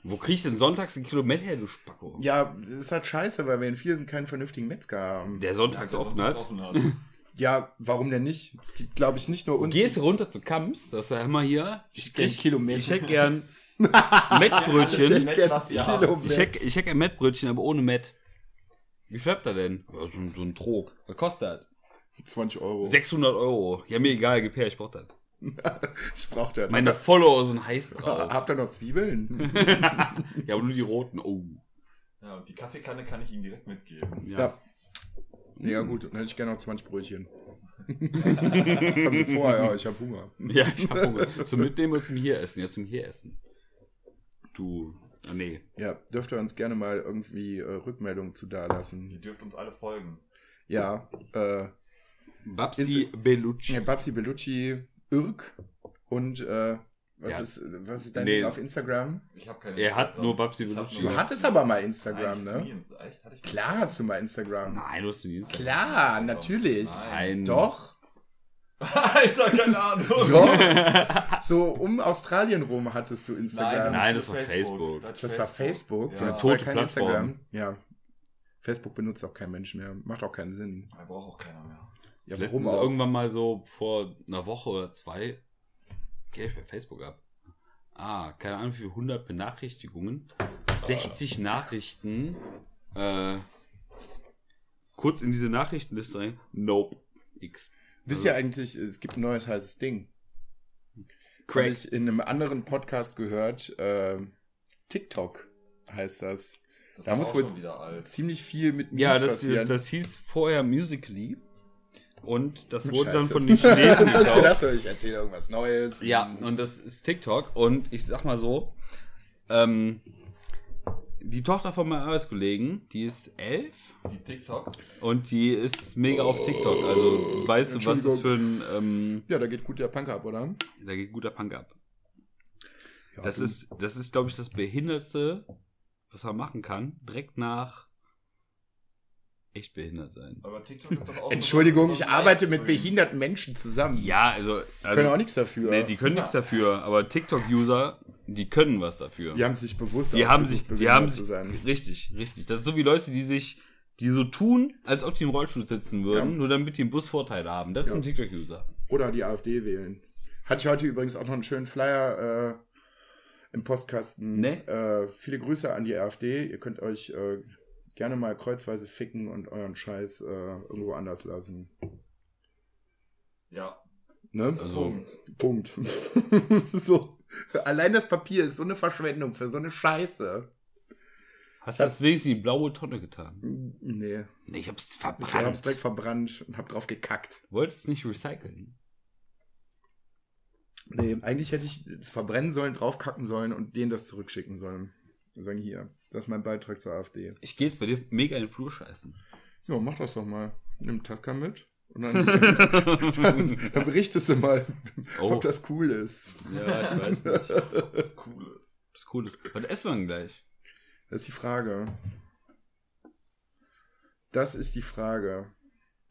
S3: Wo krieg ich denn sonntags einen Kilometer her, du Spacko?
S2: Ja, das ist halt scheiße, weil wir in Viersen keinen vernünftigen Metzger haben.
S3: Der sonntags ne? offen
S2: ne?
S4: Sonntags
S3: hat.
S4: offen hat.
S2: Ja, warum denn nicht? Es gibt, glaube ich, nicht nur uns.
S3: Gehst runter zu Kamps, das ist ja immer hier.
S2: Ich hätte gern Kilometer.
S3: Ich hätte gern
S2: ich
S3: Mettbrötchen.
S2: hätte gerne
S4: das ja.
S2: Kilomet.
S3: Ich hätte ich hätt gern Mettbrötchen, aber ohne Mett. Wie flappt er denn? Ja, so, ein- so ein Trog. Was kostet das?
S2: 20 Euro.
S3: 600 Euro. Ja, mir egal, gib her, ich brauch das.
S2: Ich brauchte ja.
S3: Meine Follower sind heiß drauf.
S2: Habt ihr noch Zwiebeln?
S3: ja, aber nur die roten. Oh.
S4: Ja, und die Kaffeekanne kann ich Ihnen direkt mitgeben.
S2: Ja. Mega gut. Dann hätte ich gerne noch 20 Brötchen. das haben sie vor, ja, ich habe Hunger.
S3: Ja, ich hab Hunger. Zum Mitnehmen oder zum Hieressen? Ja, zum Hieressen. Du. Ah, nee.
S2: Ja, dürft ihr uns gerne mal irgendwie äh, Rückmeldungen zu dalassen.
S4: Ihr dürft uns alle folgen.
S2: Ja, äh,
S3: Babsi
S2: Inse-
S3: Bellucci.
S2: ja, Babsi Bellucci, Irk und äh, was,
S3: Ja.
S2: ist, was ist dein
S3: Nee.
S2: Ding auf Instagram?
S4: Ich habe keine
S3: Er hat nur Babsi
S4: Ich hab
S3: Bellucci.
S2: Du
S4: nur-
S2: hattest aber mal Instagram,
S4: Nein, ich hatte nie
S2: ne?
S4: Insta- Echt? Hatte ich
S2: Klar hast du mal Instagram.
S3: Nein, du hast du nie gesagt.
S2: Klar, natürlich.
S3: Nein.
S2: Doch,
S4: Alter, keine Ahnung.
S2: doch. so um Australien rum hattest du Instagram.
S3: Nein, das war Facebook.
S2: Das war Facebook.
S4: Ja.
S2: Ja.
S3: Eine tote Plattform.
S2: Ja. Facebook benutzt auch kein Mensch mehr. Macht auch keinen Sinn.
S4: Da braucht auch keiner mehr.
S2: Ja,
S3: Letztens
S2: warum auch?
S3: irgendwann mal so vor einer Woche oder zwei gehe ich bei Facebook ab. Ah, keine Ahnung, wie viel 100 Benachrichtigungen, 60 Nachrichten, äh, kurz in diese Nachrichtenliste rein, nope, X.
S2: Wisst ihr eigentlich, es gibt ein neues heißes Ding. Habe
S3: Craig,
S2: ich in einem anderen Podcast gehört. Äh, TikTok heißt das.
S4: Das
S2: Da
S4: war
S2: muss
S4: auch
S2: wohl-
S4: schon wieder alt.
S2: Ziemlich viel mit
S3: ja,
S2: Memes
S3: das,
S2: passiert.
S3: das hieß vorher Musically und das
S2: Scheiße.
S3: wurde dann von den Chinesen
S2: Hab ich
S3: gekauft.
S2: gedacht, ich erzähle irgendwas Neues. Hm.
S3: Ja, und das ist TikTok. Und ich sag mal so, ähm, die Tochter von meinem Arbeitskollegen, die ist elf
S4: Die TikTok.
S3: und die ist mega auf TikTok. Also weißt du, was das
S2: Entschuldigung.
S3: für ein, ähm,
S2: ja, da geht gut der Punk ab, oder?
S3: da geht guter Punk ab.
S2: Ja,
S3: Das
S2: du-
S3: ist, das ist, glaube ich, das Behindertste, was man machen kann, direkt nach echt behindert sein.
S4: Aber TikTok ist doch auch.
S2: Entschuldigung,
S4: so ein
S2: ich arbeite mit
S4: Livestream.
S2: behinderten Menschen zusammen.
S3: Ja, also,
S2: Die können auch
S3: also
S2: nichts dafür.
S3: nee, die können nichts dafür, aber TikTok-User, die können was dafür.
S2: Die haben sich bewusst
S3: Die haben
S2: ausgesucht,
S3: sich, die
S2: behindert
S3: haben
S2: zu
S3: sich,
S2: sein.
S3: richtig, richtig. Das ist so wie Leute, die sich, die so tun, als ob die im Rollstuhl sitzen würden,
S2: Ja.
S3: nur damit die im Bus Vorteile haben. Das sind TikTok-User.
S2: Oder die AfD wählen. Hatte ich heute übrigens auch noch einen schönen Flyer äh, im Postkasten.
S3: Ne?
S2: Äh, viele Grüße an die AfD. Ihr könnt euch äh, gerne mal kreuzweise ficken und euren Scheiß äh, irgendwo anders lassen.
S4: Ja.
S2: Ne?
S3: Also,
S2: Punkt. so. Allein das Papier ist so eine Verschwendung für so eine Scheiße.
S3: hast du das wenigstens in die blaue Tonne getan?
S2: Nee.
S3: Nee, ich hab's
S2: Ich hab's
S3: verbrannt.
S2: direkt verbrannt und hab drauf gekackt.
S3: Wolltest es nicht recyceln?
S2: Nee, eigentlich hätte ich es verbrennen sollen, draufkacken sollen und denen das zurückschicken sollen. Sagen hier, das ist mein Beitrag zur AfD.
S3: Ich gehe jetzt bei dir mega in den Flur scheißen.
S2: Ja, mach das doch mal. Nimm Tatka mit und dann, dann, dann berichtest du mal,
S3: Oh,
S2: ob das cool ist.
S3: ja, ich weiß nicht.
S4: Das ist cool.
S3: Das cool ist. Was essen wir denn gleich?
S2: Das ist die Frage. Das ist die Frage.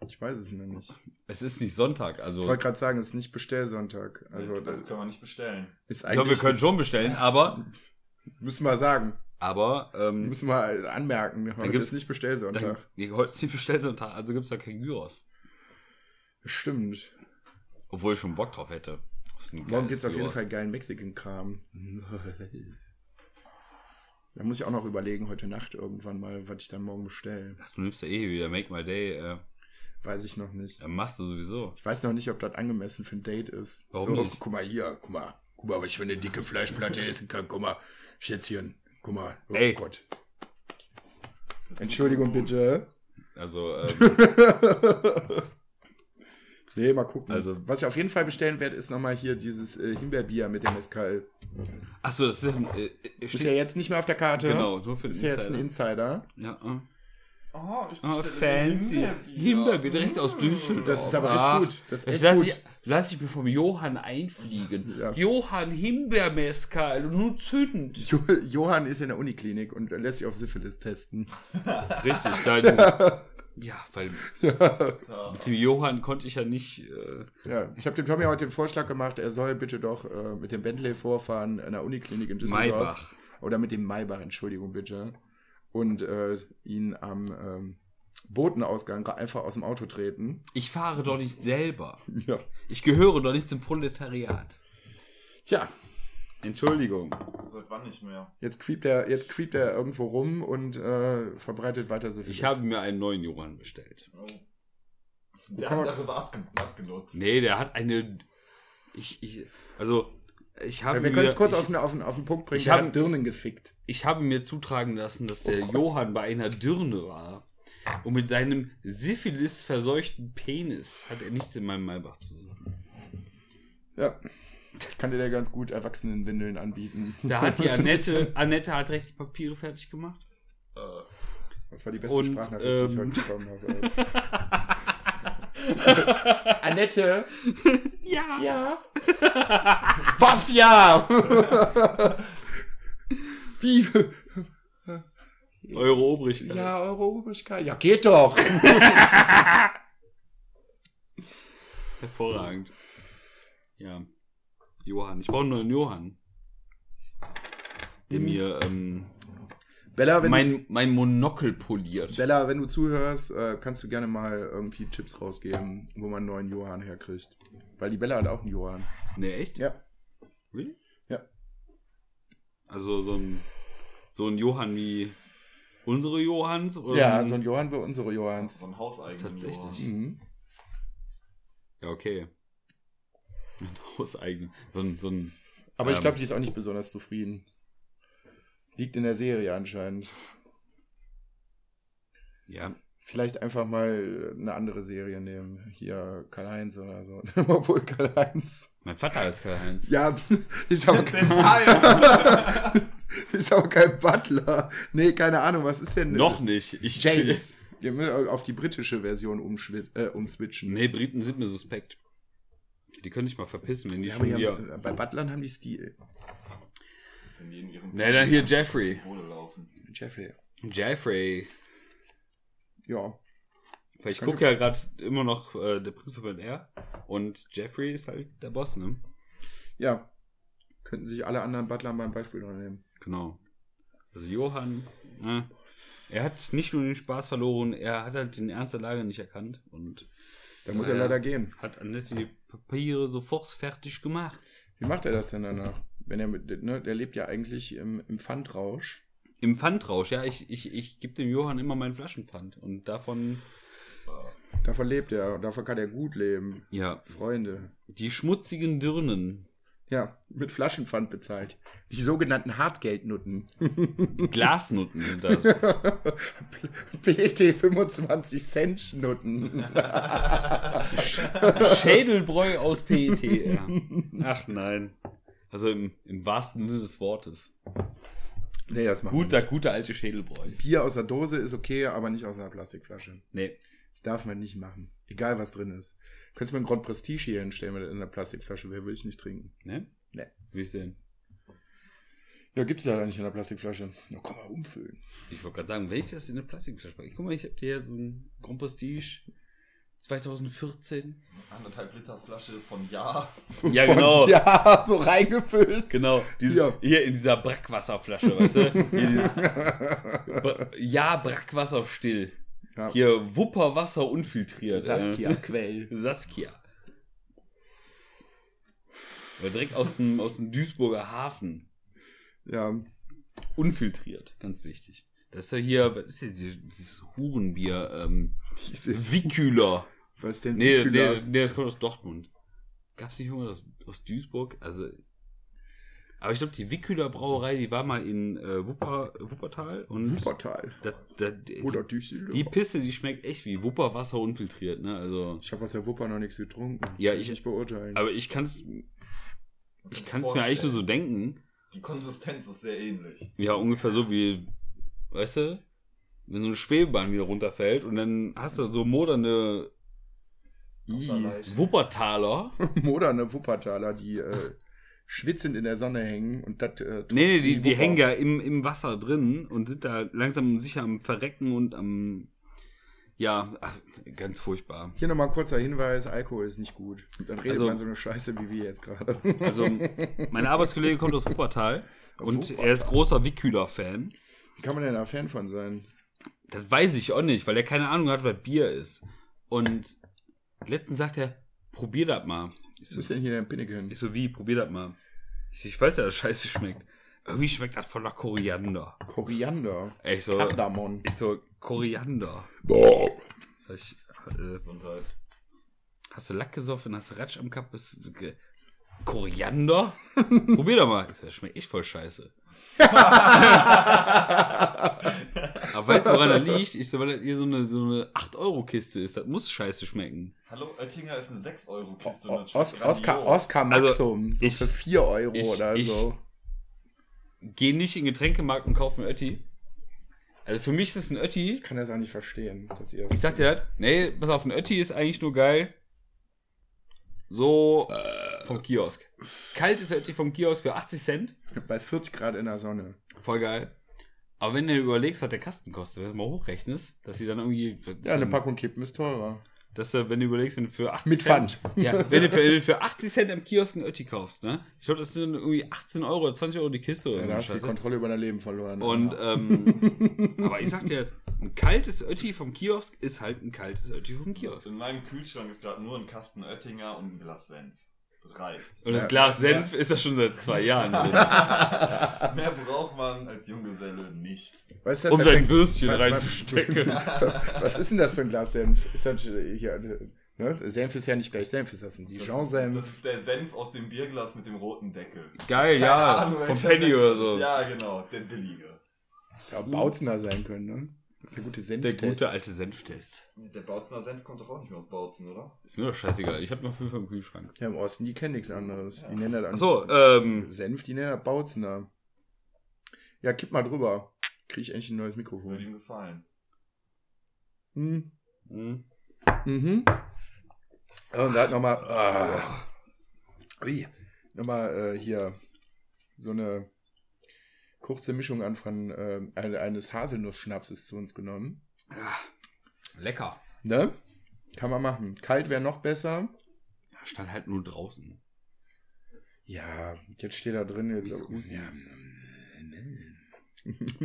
S2: Ich weiß es noch nicht.
S3: Es ist nicht Sonntag,
S2: Ich
S3: also.
S2: wollte gerade sagen, es ist nicht Bestellsonntag. Also,
S4: Also,
S2: das
S4: können wir nicht bestellen.
S2: ist
S3: Ich glaube, wir
S2: eigentlich.
S3: können schon bestellen, aber,
S2: müssen wir sagen.
S3: aber, ähm,
S2: Müssen wir anmerken. Heute
S3: gibt's-
S2: ist nicht
S3: dann,
S2: Bestellsonntag.
S3: nee, heute ist nicht Bestellsonntag, also gibt's da kein Gyros.
S2: Stimmt.
S3: Obwohl ich schon Bock drauf hätte. Auf so ein
S2: Morgen
S3: geiles
S2: gibt es auf jeden
S3: Gyros.
S2: Fall geilen Mexican-Kram. da muss ich auch noch überlegen, heute Nacht irgendwann mal, was ich dann morgen bestelle.
S3: Ach, du nimmst ja eh wieder Make My Day. Äh,
S2: Weiß ich noch nicht.
S3: dann machst du sowieso.
S2: Ich weiß noch nicht, ob das angemessen für ein Date ist.
S3: Warum
S2: so,
S3: nicht?
S2: guck mal hier, guck mal. Guck mal, was ich für eine dicke Fleischplatte essen kann. Guck mal, Schätzchen. Guck mal. Oh
S3: Ey.
S2: Gott. Entschuldigung bitte.
S3: Also, ähm,
S2: Nee, mal gucken.
S3: Also-
S2: was ich auf jeden Fall bestellen werde, ist nochmal hier dieses äh, Himbeerbier mit dem Mezcal.
S3: achso, das ist ja. Äh, äh,
S2: Ist ja
S3: steht,
S2: jetzt nicht mehr auf der Karte.
S3: genau, nur für den
S2: Ist ja jetzt ein
S3: Insider.
S2: Insider.
S3: Ja, äh.
S4: Oh, ich
S3: Oh, fancy. Himbeerbier direkt aus Düsseldorf.
S2: Ah. Das ist aber
S3: Ach,
S2: echt gut. Das ist
S3: Das
S2: echt
S3: lasse
S2: gut.
S3: ich, lass ich mir vom Johann einfliegen.
S2: Ja.
S3: Johann Himbeermescal, nur zündend.
S2: Jo Johann ist in der Uniklinik und lässt sich auf Syphilis testen.
S3: Richtig, dann. ja, weil
S4: Ja.
S3: mit dem Johann konnte ich ja nicht. Äh,
S2: Ja, ich habe dem Tommy heute den Vorschlag gemacht, er soll bitte doch äh, mit dem Bentley vorfahren in der Uniklinik in Düsseldorf.
S3: Maybach.
S2: Oder mit dem Maybach, Entschuldigung bitte. Und äh, ihn am ähm, Botenausgang einfach aus dem Auto treten.
S3: ich fahre doch nicht selber.
S2: Ja.
S3: Ich gehöre doch nicht zum Proletariat.
S2: Tja,
S3: Entschuldigung.
S4: Seit wann nicht mehr?
S2: jetzt creept er, jetzt creept er irgendwo rum und äh, verbreitet weiter Syphilis.
S3: Ich habe mir einen neuen Johann bestellt.
S4: Oh. Der andere war abge abgenutzt.
S3: Nee, der hat eine Ich, ich, also, ich habe
S2: Ja, wir können es kurz
S3: ich,
S2: auf, den- auf, den- auf den Punkt bringen.
S3: ich
S2: der
S3: hab-
S2: hat Dirnen gefickt.
S3: ich habe mir zutragen lassen, dass der Johann bei einer Dirne war. Und mit seinem Syphilis verseuchten Penis hat er nichts in meinem Maibach zu suchen.
S2: Ja. Ich kann dir da ganz gut Erwachsenenwindeln anbieten.
S3: Da hat die
S2: Also
S3: Annette, Annette hat direkt die Papiere fertig gemacht.
S2: Das war die beste
S3: Und,
S2: Sprachnachricht, die ich
S3: ähm,
S2: heute bekommen habe. Annette,
S3: Ja.
S2: ja. Was ja? Wie?
S3: Eure Obrigkeit.
S2: Ja, eure Obrigkeit. Ja, geht doch.
S3: Hervorragend. Ja. Johann. Ich brauche nur einen Johann. Der mir ähm,
S2: Bella, Mhm. wenn du,
S3: mein, mein Monokel poliert.
S2: Bella, wenn du zuhörst, äh, kannst du gerne mal irgendwie Tipps rausgeben, wo man einen neuen Johann herkriegt. Weil die Bella hat auch einen Johann.
S3: Ne, echt?
S2: Ja.
S3: Really?
S2: Ja.
S3: Also so ein, so ein Johann wie unsere Johanns? Oder
S2: Ja, so ein Johann wie unsere Johanns.
S4: So ein hauseigenen
S3: Tatsächlich.
S4: Johann.
S2: Mhm.
S3: Ja, okay. Ein Hauseigenen. So ein, so ein
S2: Aber ich
S3: Ähm.
S2: glaube, die ist auch nicht besonders zufrieden. Liegt in der Serie anscheinend.
S3: ja.
S2: Vielleicht einfach mal eine andere Serie nehmen. Hier Karl-Heinz oder so. Obwohl Karl-Heinz.
S3: Mein Vater ist Karl-Heinz.
S2: Ja, ist aber, kein, ist aber kein Butler. Nee, keine Ahnung, was ist denn?
S3: Noch nicht. Ich
S2: James. Wir müssen auf die britische Version umschwi- äh, umswitchen.
S3: Nee, Briten sind mir suspekt. Die können sich mal verpissen, wenn die
S2: Ja, aber
S3: schon
S2: die
S3: hier.
S2: haben, Bei Butlern haben die Stil.
S4: Wenn die in ihrem
S3: Nee, dann hier Jeffrey.
S4: Kohle laufen.
S2: Jeffrey.
S3: Jeffrey.
S2: Ja.
S3: Weil ich
S2: Könnte-
S3: gucke ja gerade immer noch äh, der Prinz von Bel Air und Jeffrey ist halt der Boss, ne?
S2: Ja. Könnten sich alle anderen Butler mal ein Beispiel dran nehmen.
S3: Genau. Also Johann, ne? er hat nicht nur den Spaß verloren, er hat halt den Ernst der Lage nicht erkannt und
S2: Da muss
S3: Ja,
S2: er
S3: ja.
S2: leider gehen.
S3: hat Annette die Papiere sofort fertig gemacht.
S2: Wie macht er das denn danach? Wenn er mit, ne, der lebt ja eigentlich im, im Pfandrausch.
S3: Im Pfandrausch, ja, ich, ich, ich gebe dem Johann immer meinen Flaschenpfand und davon,
S2: Davon lebt er, davon kann er gut leben.
S3: ja,
S2: Freunde.
S3: die schmutzigen Dirnen,
S2: Ja, mit Flaschenpfand bezahlt. Die sogenannten Hartgeldnutten.
S3: Glasnutten sind das.
S2: PT 25 Cent Nutten.
S3: Schädelbräu aus PET. Ja. Ach nein. Also im, im wahrsten Sinne des Wortes.
S2: Nee, das macht
S3: Guter, guter alte Schädelbräu.
S2: Bier aus der Dose ist okay, aber nicht aus einer Plastikflasche.
S3: Nee.
S2: Das darf man nicht machen. Egal was drin ist. Könntest du mir einen Grand Prestige hier hinstellen mit einer Plastikflasche? Wer will ich nicht trinken?
S3: Ne?
S2: Nee.
S3: Wie ist denn?
S2: Ja, gibt's leider nicht in der Plastikflasche. Na komm mal umfüllen.
S3: Ich wollte gerade sagen, wenn ich das in eine Plastikflasche packe. Guck mal, ich habe hier so ein Grand Prestige 2014.
S4: Anderthalb Liter Flasche von Ja.
S3: Ja,
S2: Von-
S3: genau.
S2: Ja, so reingefüllt.
S3: Genau, diese,
S2: Ja.
S3: hier in dieser Brackwasserflasche, weißt du? Hier diese, Bra- ja, Brackwasser still.
S2: Ja.
S3: Hier Wupperwasser unfiltriert. äh.
S2: Saskia Quell.
S3: Saskia. Oder direkt aus dem, aus dem Duisburger Hafen.
S2: Ja,
S3: Unfiltriert, ganz wichtig. Das ist ja hier, was ist jetzt hier, dieses Hurenbier? Ähm,
S2: dieses,
S3: Wikühler.
S2: was denn?
S3: Nee,
S2: Kühler-
S3: nee, nee, das kommt aus Dortmund. Gab's nicht irgendwas aus, aus Duisburg? Also. Aber ich glaube, die Wikühler Brauerei, die war mal in äh, Wupper, Wuppertal und.
S2: Wuppertal.
S3: Da, da, die,
S2: Oder
S3: die
S2: Düsseldorf.
S3: Pisse, die schmeckt echt wie Wupperwasser unfiltriert, ne? Also.
S2: Ich habe aus der Wupper noch nichts getrunken.
S3: Ja,
S2: Kann
S3: ich-
S2: nicht beurteilen.
S3: Aber ich kann's Ich kann es mir eigentlich nur so denken.
S4: Die Konsistenz ist sehr ähnlich.
S3: Ja, ungefähr so wie, weißt du, wenn so eine Schwebebahn wieder runterfällt und dann hast du so moderne
S2: I,
S3: Wuppertaler.
S2: moderne Wuppertaler, die äh, schwitzend in der Sonne hängen und das. Äh,
S3: Nee, nee, die, die
S2: Wupper.
S3: hängen ja im, im Wasser drin und sind da langsam und sicher am Verrecken und am. Ja, ach, ganz furchtbar.
S2: Hier nochmal ein kurzer Hinweis: Alkohol ist nicht gut. Dann redet
S3: Also-
S2: man so eine Scheiße wie wir jetzt gerade.
S3: Also, mein Arbeitskollege kommt aus Wuppertal und
S2: Wuppertal.
S3: er ist großer Wikühler-Fan.
S2: Wie kann man denn da Fan von sein?
S3: Das weiß ich auch nicht, weil er keine Ahnung hat, was Bier ist. Und letztens sagt er, probier das mal. Ich
S2: Was
S3: so,
S2: ist denn hier dein Pinniken?
S3: Ich so, wie, probier das mal. Ich, ich weiß ja, dass scheiße schmeckt. Irgendwie schmeckt das voller Koriander.
S2: Koriander.
S3: Ich so,
S2: Kardamon.
S3: ich so Koriander.
S2: Boah.
S3: Sag ich, äh,
S4: Gesundheit.
S3: hast du Lack gesoffen, hast du Ratsch am Kap, bist, du ge- Koriander? Probier doch mal. Ich sag, Das schmeckt echt voll scheiße. Aber weißt du, woran er liegt? Ich so, weil das hier so eine, so eine 8-Euro-Kiste ist. Das muss scheiße schmecken.
S4: Hallo, Oettinger ist eine 6-Euro-Kiste. und das
S2: Os
S4: schmeckt
S2: Oscar,
S4: grandios.
S2: Oscar
S3: Also,
S2: Maxum, so
S3: ich-
S2: für 4 Euro
S3: ich-
S2: oder
S3: ich-
S2: so.
S3: Geh nicht in den Getränkemarkt und kauf einen Ötti. Also für mich ist es ein Ötti.
S2: Ich kann das auch nicht verstehen, dass ihr
S3: Ich sag dir das. Nee, pass auf, ein Ötti ist eigentlich nur geil. So äh, vom Kiosk. Kaltes Ötti vom Kiosk für 80 Cent.
S2: bei 40 Grad in der Sonne.
S3: Voll geil. Aber wenn du überlegst, was der Kasten kostet, wenn du mal hochrechnest, dass sie dann irgendwie.
S2: Ja, eine Packung Kippen ist teurer.
S3: Dass du, wenn du überlegst, wenn du für 80
S2: Mit
S3: Cent.
S2: Pfand.
S3: Ja, wenn du für, wenn du für 80 Cent am Kiosk einen Ötti kaufst, ne? Ich glaube, das sind irgendwie 18 Euro oder 20 Euro die Kiste oder
S2: Ja,
S3: so
S2: da
S3: eine
S2: hast du die
S3: Scheiße.
S2: Kontrolle über dein Leben verloren.
S3: Und, ähm, aber ich sag dir, ein kaltes Ötti vom Kiosk ist halt ein kaltes Ötti vom Kiosk.
S4: In meinem Kühlschrank ist gerade nur ein Kasten Oettinger und ein Glas Senf. Das reicht.
S3: Und das Glas Senf ist ja schon seit zwei Jahren drin,
S4: Mehr braucht man als Junggeselle nicht.
S2: was, ist das
S3: um
S2: denn für
S3: sein
S2: ein-
S3: Würstchen
S2: was-
S3: reinzustecken.
S2: was ist denn das für ein Glas Senf? Ist das äh, hier, ne? Senf ist ja nicht gleich Senf, ist das ein
S3: Ähm,
S4: Das
S2: Dijon-Senf?
S4: ist der Senf aus dem Bierglas mit dem roten Deckel.
S3: Geil,
S4: Keine
S3: ja,
S4: Ahnung,
S3: Ah, vom
S4: welcher
S3: Penny
S4: Senf
S3: oder
S4: das
S3: so.
S4: ist. Ja, genau, der billige.
S2: Ja, Bautzener sein können, ne? Der gute Senf.
S3: Der gute alte Senftest.
S4: Der Bautzener Senf kommt doch auch nicht mehr aus Bautzen, oder?
S3: Ist mir doch scheißegal, ich habe noch fünf im Kühlschrank.
S2: Ja, im Osten, die kennen nichts anderes. Die nennen das
S3: Achso,
S2: anders.
S3: ähm,
S2: Senf, die nennen das Bautzener. Ja, kipp mal drüber. Krieg ich endlich ein neues
S4: Würde
S3: Mhm.
S2: Mikrofon.
S4: ihm gefallen.
S2: Hm.
S3: mh,
S2: Mhm. Ja, Und da hat nochmal. Äh, ui, nochmal äh, hier so eine kurze Mischung an von äh, ein- eines Haselnussschnapses zu uns genommen.
S3: lecker.
S2: Ne? Kann man machen. Kalt wäre noch besser.
S3: Ja, stand halt nur draußen.
S2: Ja, jetzt steht da drin jetzt.
S3: Wieso?
S2: ja.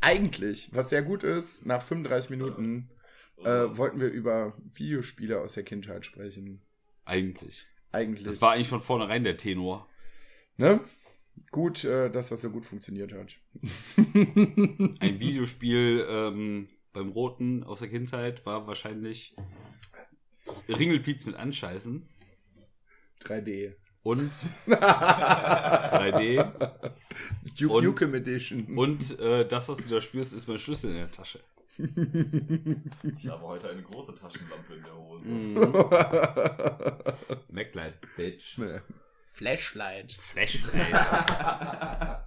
S2: Eigentlich, was sehr gut ist, nach 35 Minuten äh, wollten wir über Videospiele aus der Kindheit sprechen.
S3: Eigentlich.
S2: Eigentlich.
S3: Das war eigentlich von vornherein der Tenor.
S2: Ne? Gut, äh, dass das so gut funktioniert hat.
S3: Ein Videospiel ähm, beim Roten aus der Kindheit war wahrscheinlich Ringelpiez mit Anscheißen
S2: 3D.
S3: und 3D
S2: Duke
S3: Und-
S2: Nukem Edition.
S3: und äh, das, was du da spürst, ist mein Schlüssel in der Tasche.
S4: Ich habe heute eine große Taschenlampe in der Hose.
S3: Mhm. MacLight, Bitch.
S2: Flashlight.
S3: Flashlight.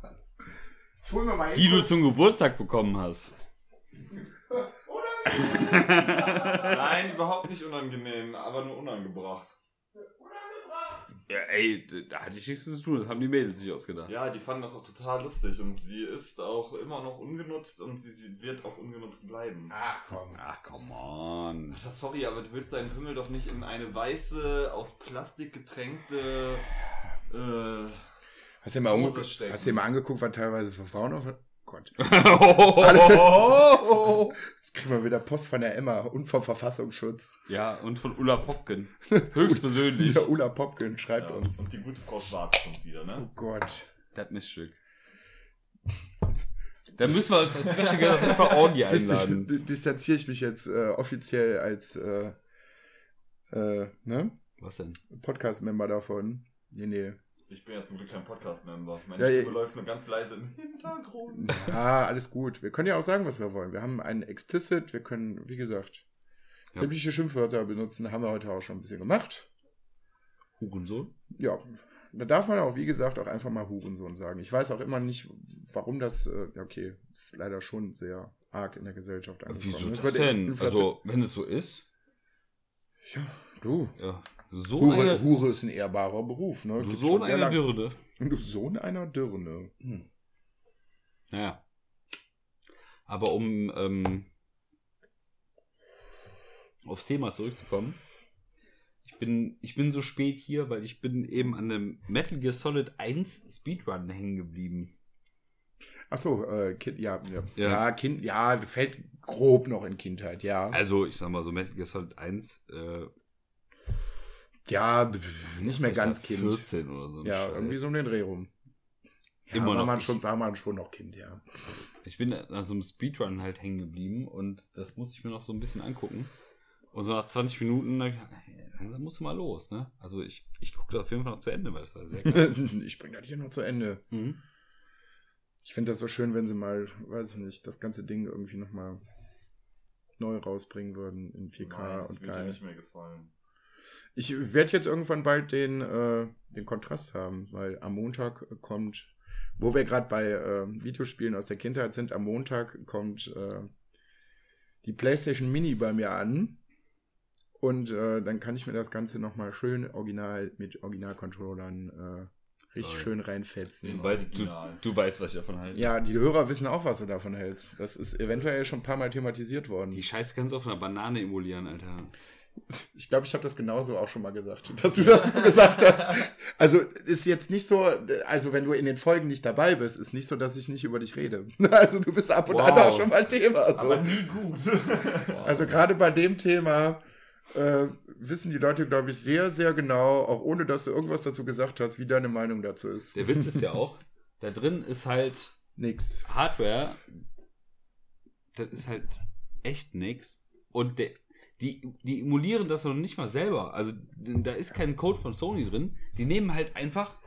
S2: Hol mir mal
S3: Die du zum Geburtstag bekommen hast.
S4: Nein, überhaupt nicht unangenehm, aber nur unangebracht.
S3: Ja, ey, da hatte ich nichts zu tun. Das haben die Mädels sich ausgedacht.
S4: Ja, die fanden das auch total lustig und sie ist auch immer noch ungenutzt und sie, sie wird auch ungenutzt bleiben.
S2: Ach komm.
S3: Ach, come on.
S4: Alter, sorry, aber du willst deinen Pimmel doch nicht in eine weiße, aus Plastik getränkte. Äh,
S2: Hast du dir mal,
S4: Hose
S2: umge-
S4: stecken.
S2: hast du dir mal angeguckt, was teilweise für Frauen auf. Gott. Jetzt kriegen wir wieder Post von der Emma und vom Verfassungsschutz.
S3: ja, und von Ulla Popken. Höchstpersönlich.
S2: Der Ulla Popkin schreibt
S4: ja,
S2: uns.
S4: Und die gute Frau Schwarz kommt wieder,
S2: Oh
S4: ne?
S2: Gott.
S3: Das Missstück. Da müssen wir uns als Special Guest auf jeden Fall Audi einladen.
S2: Distan- Distanziere ich mich jetzt äh, offiziell als äh, äh, ne?
S3: Was denn?
S2: Podcast-Member davon. Nee, nee.
S4: Ich bin ja zum Glück kein Podcast-Member. Meine
S2: Ja, ja.
S4: Stimme läuft nur ganz leise im Hintergrund.
S2: Ja, alles gut. Wir können ja auch sagen, was wir wollen. Wir haben einen Explicit, wir können, wie gesagt,
S3: Ja.
S2: sämtliche Schimpfwörter benutzen, haben wir heute auch schon ein bisschen gemacht.
S3: Hurensohn?
S2: Ja, da darf man auch, wie gesagt, auch einfach mal Hurensohn sagen. Ich weiß auch immer nicht, warum das, äh, ja, okay, ist leider schon sehr arg in der Gesellschaft angekommen.
S3: Wieso
S2: Es
S3: das
S2: wird
S3: denn?
S2: Inflation-
S3: Also, wenn es so ist,
S2: ja, du.
S3: ja. So
S2: Hure,
S3: eine, Also
S2: Hure ist ein ehrbarer Beruf, ne? Gibt's
S3: so
S2: schon sehr
S3: eine
S2: lang-
S3: Dürde.
S2: Du Sohn einer Dirne.
S3: Hm. Naja. Aber um ähm, aufs Thema zurückzukommen, ich bin, ich bin so spät hier, weil ich bin eben an einem Metal Gear Solid 1 Speedrun hängen geblieben.
S2: Achso, äh, Kind, ja, ja.
S3: Ja.
S2: Ja. Kind, ja, fällt grob noch in Kindheit, ja.
S3: Also, ich sag mal so, Metal Gear Solid 1, äh,
S2: Ja, b- b- nicht mehr
S3: vielleicht
S2: ganz
S3: ab
S2: Kind.
S3: 14 oder so. ein
S2: Ja,
S3: Scheiß.
S2: irgendwie so um den Dreh rum. Ja,
S3: Immer
S2: war
S3: noch
S2: Man
S3: nicht.
S2: schon, war man schon noch Kind, ja.
S3: Ich bin an so einem Speedrun halt hängen geblieben und das muss ich mir noch so ein bisschen angucken. Und so nach 20 Minuten, hab ich, gedacht, ey, langsam musst du mal los, ne? Also ich, ich gucke das auf jeden Fall noch zu Ende, weil das war sehr geil.
S2: ich bringe das hier noch zu Ende.
S3: mhm.
S2: Ich finde das so schön, wenn sie mal, weiß ich nicht, das ganze Ding irgendwie nochmal neu rausbringen würden in 4K
S4: Nein, das
S2: und
S4: wird dir
S2: geil.
S4: nicht mehr gefallen.
S2: Ich werde jetzt irgendwann bald den, äh, den Kontrast haben, weil am Montag kommt, wo wir gerade bei äh, Videospielen aus der Kindheit sind, am Montag kommt äh, die PlayStation Mini bei mir an. Und äh, dann kann ich mir das Ganze nochmal schön original mit Originalcontrollern äh, richtig
S3: Toll.
S2: schön reinfetzen.
S4: Den
S3: Weil du,
S4: Original.
S3: du weißt, was ich davon halte.
S2: Ja, die Hörer wissen auch, was du davon hältst. Das ist eventuell schon ein paar Mal thematisiert worden.
S3: Die Scheiße kannst du auf einer Banane emulieren, Alter.
S2: Ich glaube, ich habe das genauso auch schon mal gesagt, dass du das so gesagt hast. Also ist jetzt nicht so, also wenn du in den Folgen nicht dabei bist, ist nicht so, dass ich nicht über dich rede. Also du bist ab und
S3: Wow.
S2: an auch schon mal Thema. So.
S4: Aber nie gut.
S2: Also gerade bei dem Thema äh, wissen die Leute, glaube ich, sehr, sehr genau, auch ohne dass du irgendwas dazu gesagt hast, wie deine Meinung dazu ist.
S3: Der Witz ist ja auch, da drin ist halt
S2: Nix.
S3: Hardware, das ist halt echt nix. Und der, die, die emulieren das noch nicht mal selber. Also da ist kein Code von Sony drin. Die nehmen halt einfach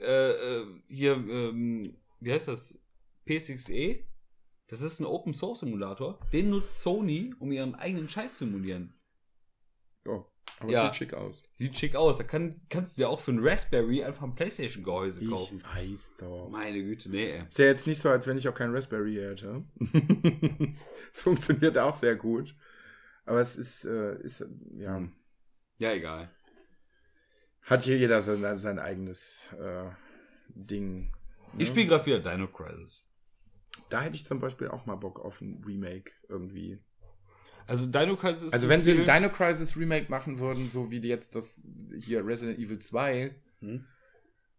S3: äh, äh, hier, ähm, wie heißt das? P6E. Das ist ein Open Source Simulator. Den nutzt Sony, um ihren eigenen Scheiß zu emulieren.
S2: Oh, aber
S3: Ja.
S2: sieht schick aus.
S3: Sieht schick aus. Da kann, kannst du dir auch für einen Raspberry einfach ein PlayStation-Gehäuse kaufen.
S2: weiß doch.
S3: Meine Güte, nee. ey.
S2: Ist ja jetzt nicht so, als wenn ich auch keinen Raspberry hätte. Es funktioniert auch sehr gut. Aber es ist, äh, ist äh, ja,
S3: Hm. Ja, egal.
S2: hat hier jeder sein, sein eigenes äh, Ding. ne?
S3: Ich spiele gerade wieder Dino Crisis.
S2: Da hätte ich zum Beispiel auch mal Bock auf ein Remake irgendwie.
S3: Also Dino Crisis ist
S2: Also
S3: ein
S2: wenn sie
S3: Spiel-
S2: ein Dino Crisis Remake machen würden, so wie die jetzt das hier Resident Evil 2,
S3: Hm.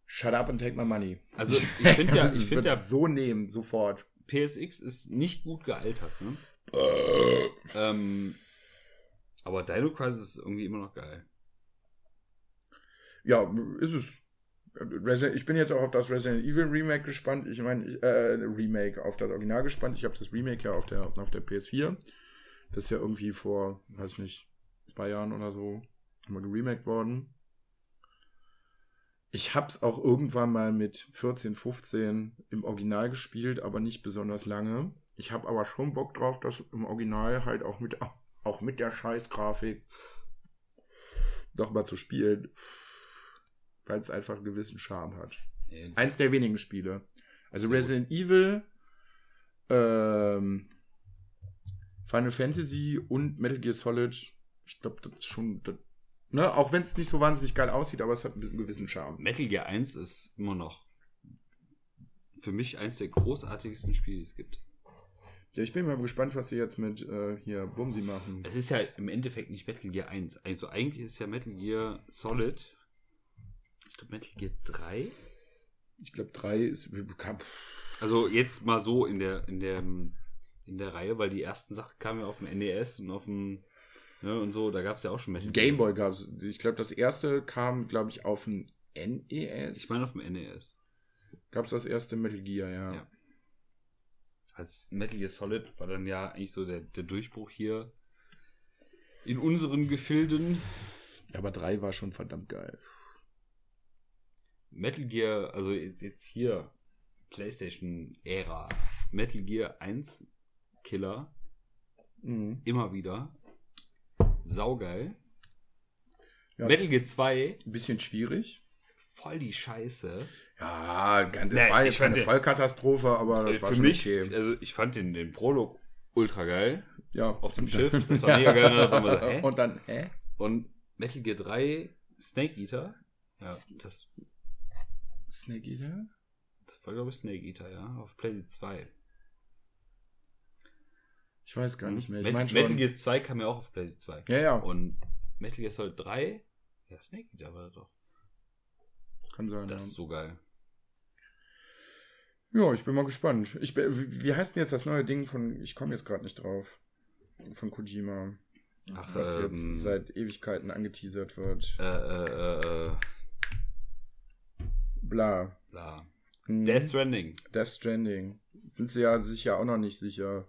S2: shut up and take my money.
S3: Also ich finde ja,
S2: Das
S3: ich
S2: wird
S3: finde ja,
S2: so nehmen, sofort.
S3: PSX ist nicht gut gealtert, ne?
S2: Äh.
S3: ähm, aber Dino Crisis ist irgendwie immer noch geil.
S2: Ja, ist es. Resi- Ich bin jetzt auch auf das Resident Evil Remake gespannt. Ich meine, ich- äh, Remake auf das Original gespannt. Ich habe das Remake ja auf der, auf der PS4. Das ist ja irgendwie vor, weiß nicht, zwei Jahren oder so mal geremaked worden. Ich hab's auch irgendwann mal mit 14, 15 im Original gespielt, aber nicht besonders lange. Ich habe aber schon Bock drauf, das im Original halt auch mit, auch mit der Scheißgrafik doch mal zu spielen weil es einfach einen gewissen Charme hat.
S3: Nee,
S2: Eins der wenigen Spiele. Also Resident Evil, ähm, Final Fantasy und Metal Gear Solid. Ich glaube, das ist schon. Das, ne? Auch wenn es nicht so wahnsinnig geil aussieht, aber es hat einen gewissen Charme.
S3: Metal Gear 1 ist immer noch für mich eins der großartigsten Spiele, die es gibt.
S2: Ja, ich bin mal gespannt, was sie jetzt mit äh, hier Bumsi machen.
S3: Es ist ja im Endeffekt nicht Metal Gear 1. Also eigentlich ist ja Metal Gear Solid. Ich glaube Metal Gear 3.
S2: Ich glaube, drei ist.
S3: Also jetzt mal so in der, in der, in der Reihe, weil die ersten Sachen kamen ja auf dem NES und auf dem, ne, und so, da gab es ja auch schon Metal Gear.
S2: Gameboy gab es. Ich glaube, das erste kam, glaube ich, auf ein NES.
S3: Ich meine auf dem E NES.
S2: gab es das erste Metal Gear, ja.
S3: Ja. Also Metal Gear Solid war dann ja eigentlich so der, der Durchbruch hier in unseren Gefilden.
S2: Aber drei war schon verdammt geil.
S3: Metal Gear, also jetzt, jetzt hier, Playstation-Ära, Metal Gear 1 Killer,
S2: Mhm.
S3: immer wieder. Saugeil.
S2: Ja,
S3: Metal Gear 2,
S2: ein bisschen schwierig.
S3: voll die Scheiße.
S2: Ja, ganz- das
S3: Nee,
S2: war
S3: ich
S2: jetzt
S3: fand
S2: keine
S3: den-
S2: Vollkatastrophe, aber das
S3: Äh,
S2: war
S3: für
S2: schon
S3: mich,
S2: okay.
S3: also ich fand den, den Prolog ultra geil
S2: Ja.
S3: auf dem Schiff. Das war mega geil. ne? Da war man so, hä?
S2: Und dann, hä?
S3: Und Metal Gear 3 Snake Eater. Ja, das,
S2: Snake Eater?
S3: das war, glaube ich, Snake Eater, ja. Auf PlayStation 2.
S2: Ich weiß gar nicht mehr. Ich
S3: Hm. Met-
S2: meine
S3: Mhm. Metal
S2: schon.
S3: Gear Oh, 2 kam ja auch auf PlayStation 2.
S2: Ja, ja,
S3: Und Metal Gear Solid 3, ja, Snake Eater war das doch.
S2: kann sein.
S3: Das ist so geil.
S2: ja. ja, ich bin mal gespannt. Ich bin, wie wie heißt denn jetzt das neue Ding von, ich komme jetzt gerade nicht drauf, von Kojima,
S3: Ach,
S2: was
S3: ähm,
S2: jetzt seit Ewigkeiten angeteasert wird.
S3: äh, äh, äh, äh,
S2: Bla.
S3: bla.
S2: Hm.
S3: Death Stranding.
S2: Death Stranding. Sind sie ja sich ja auch noch nicht sicher.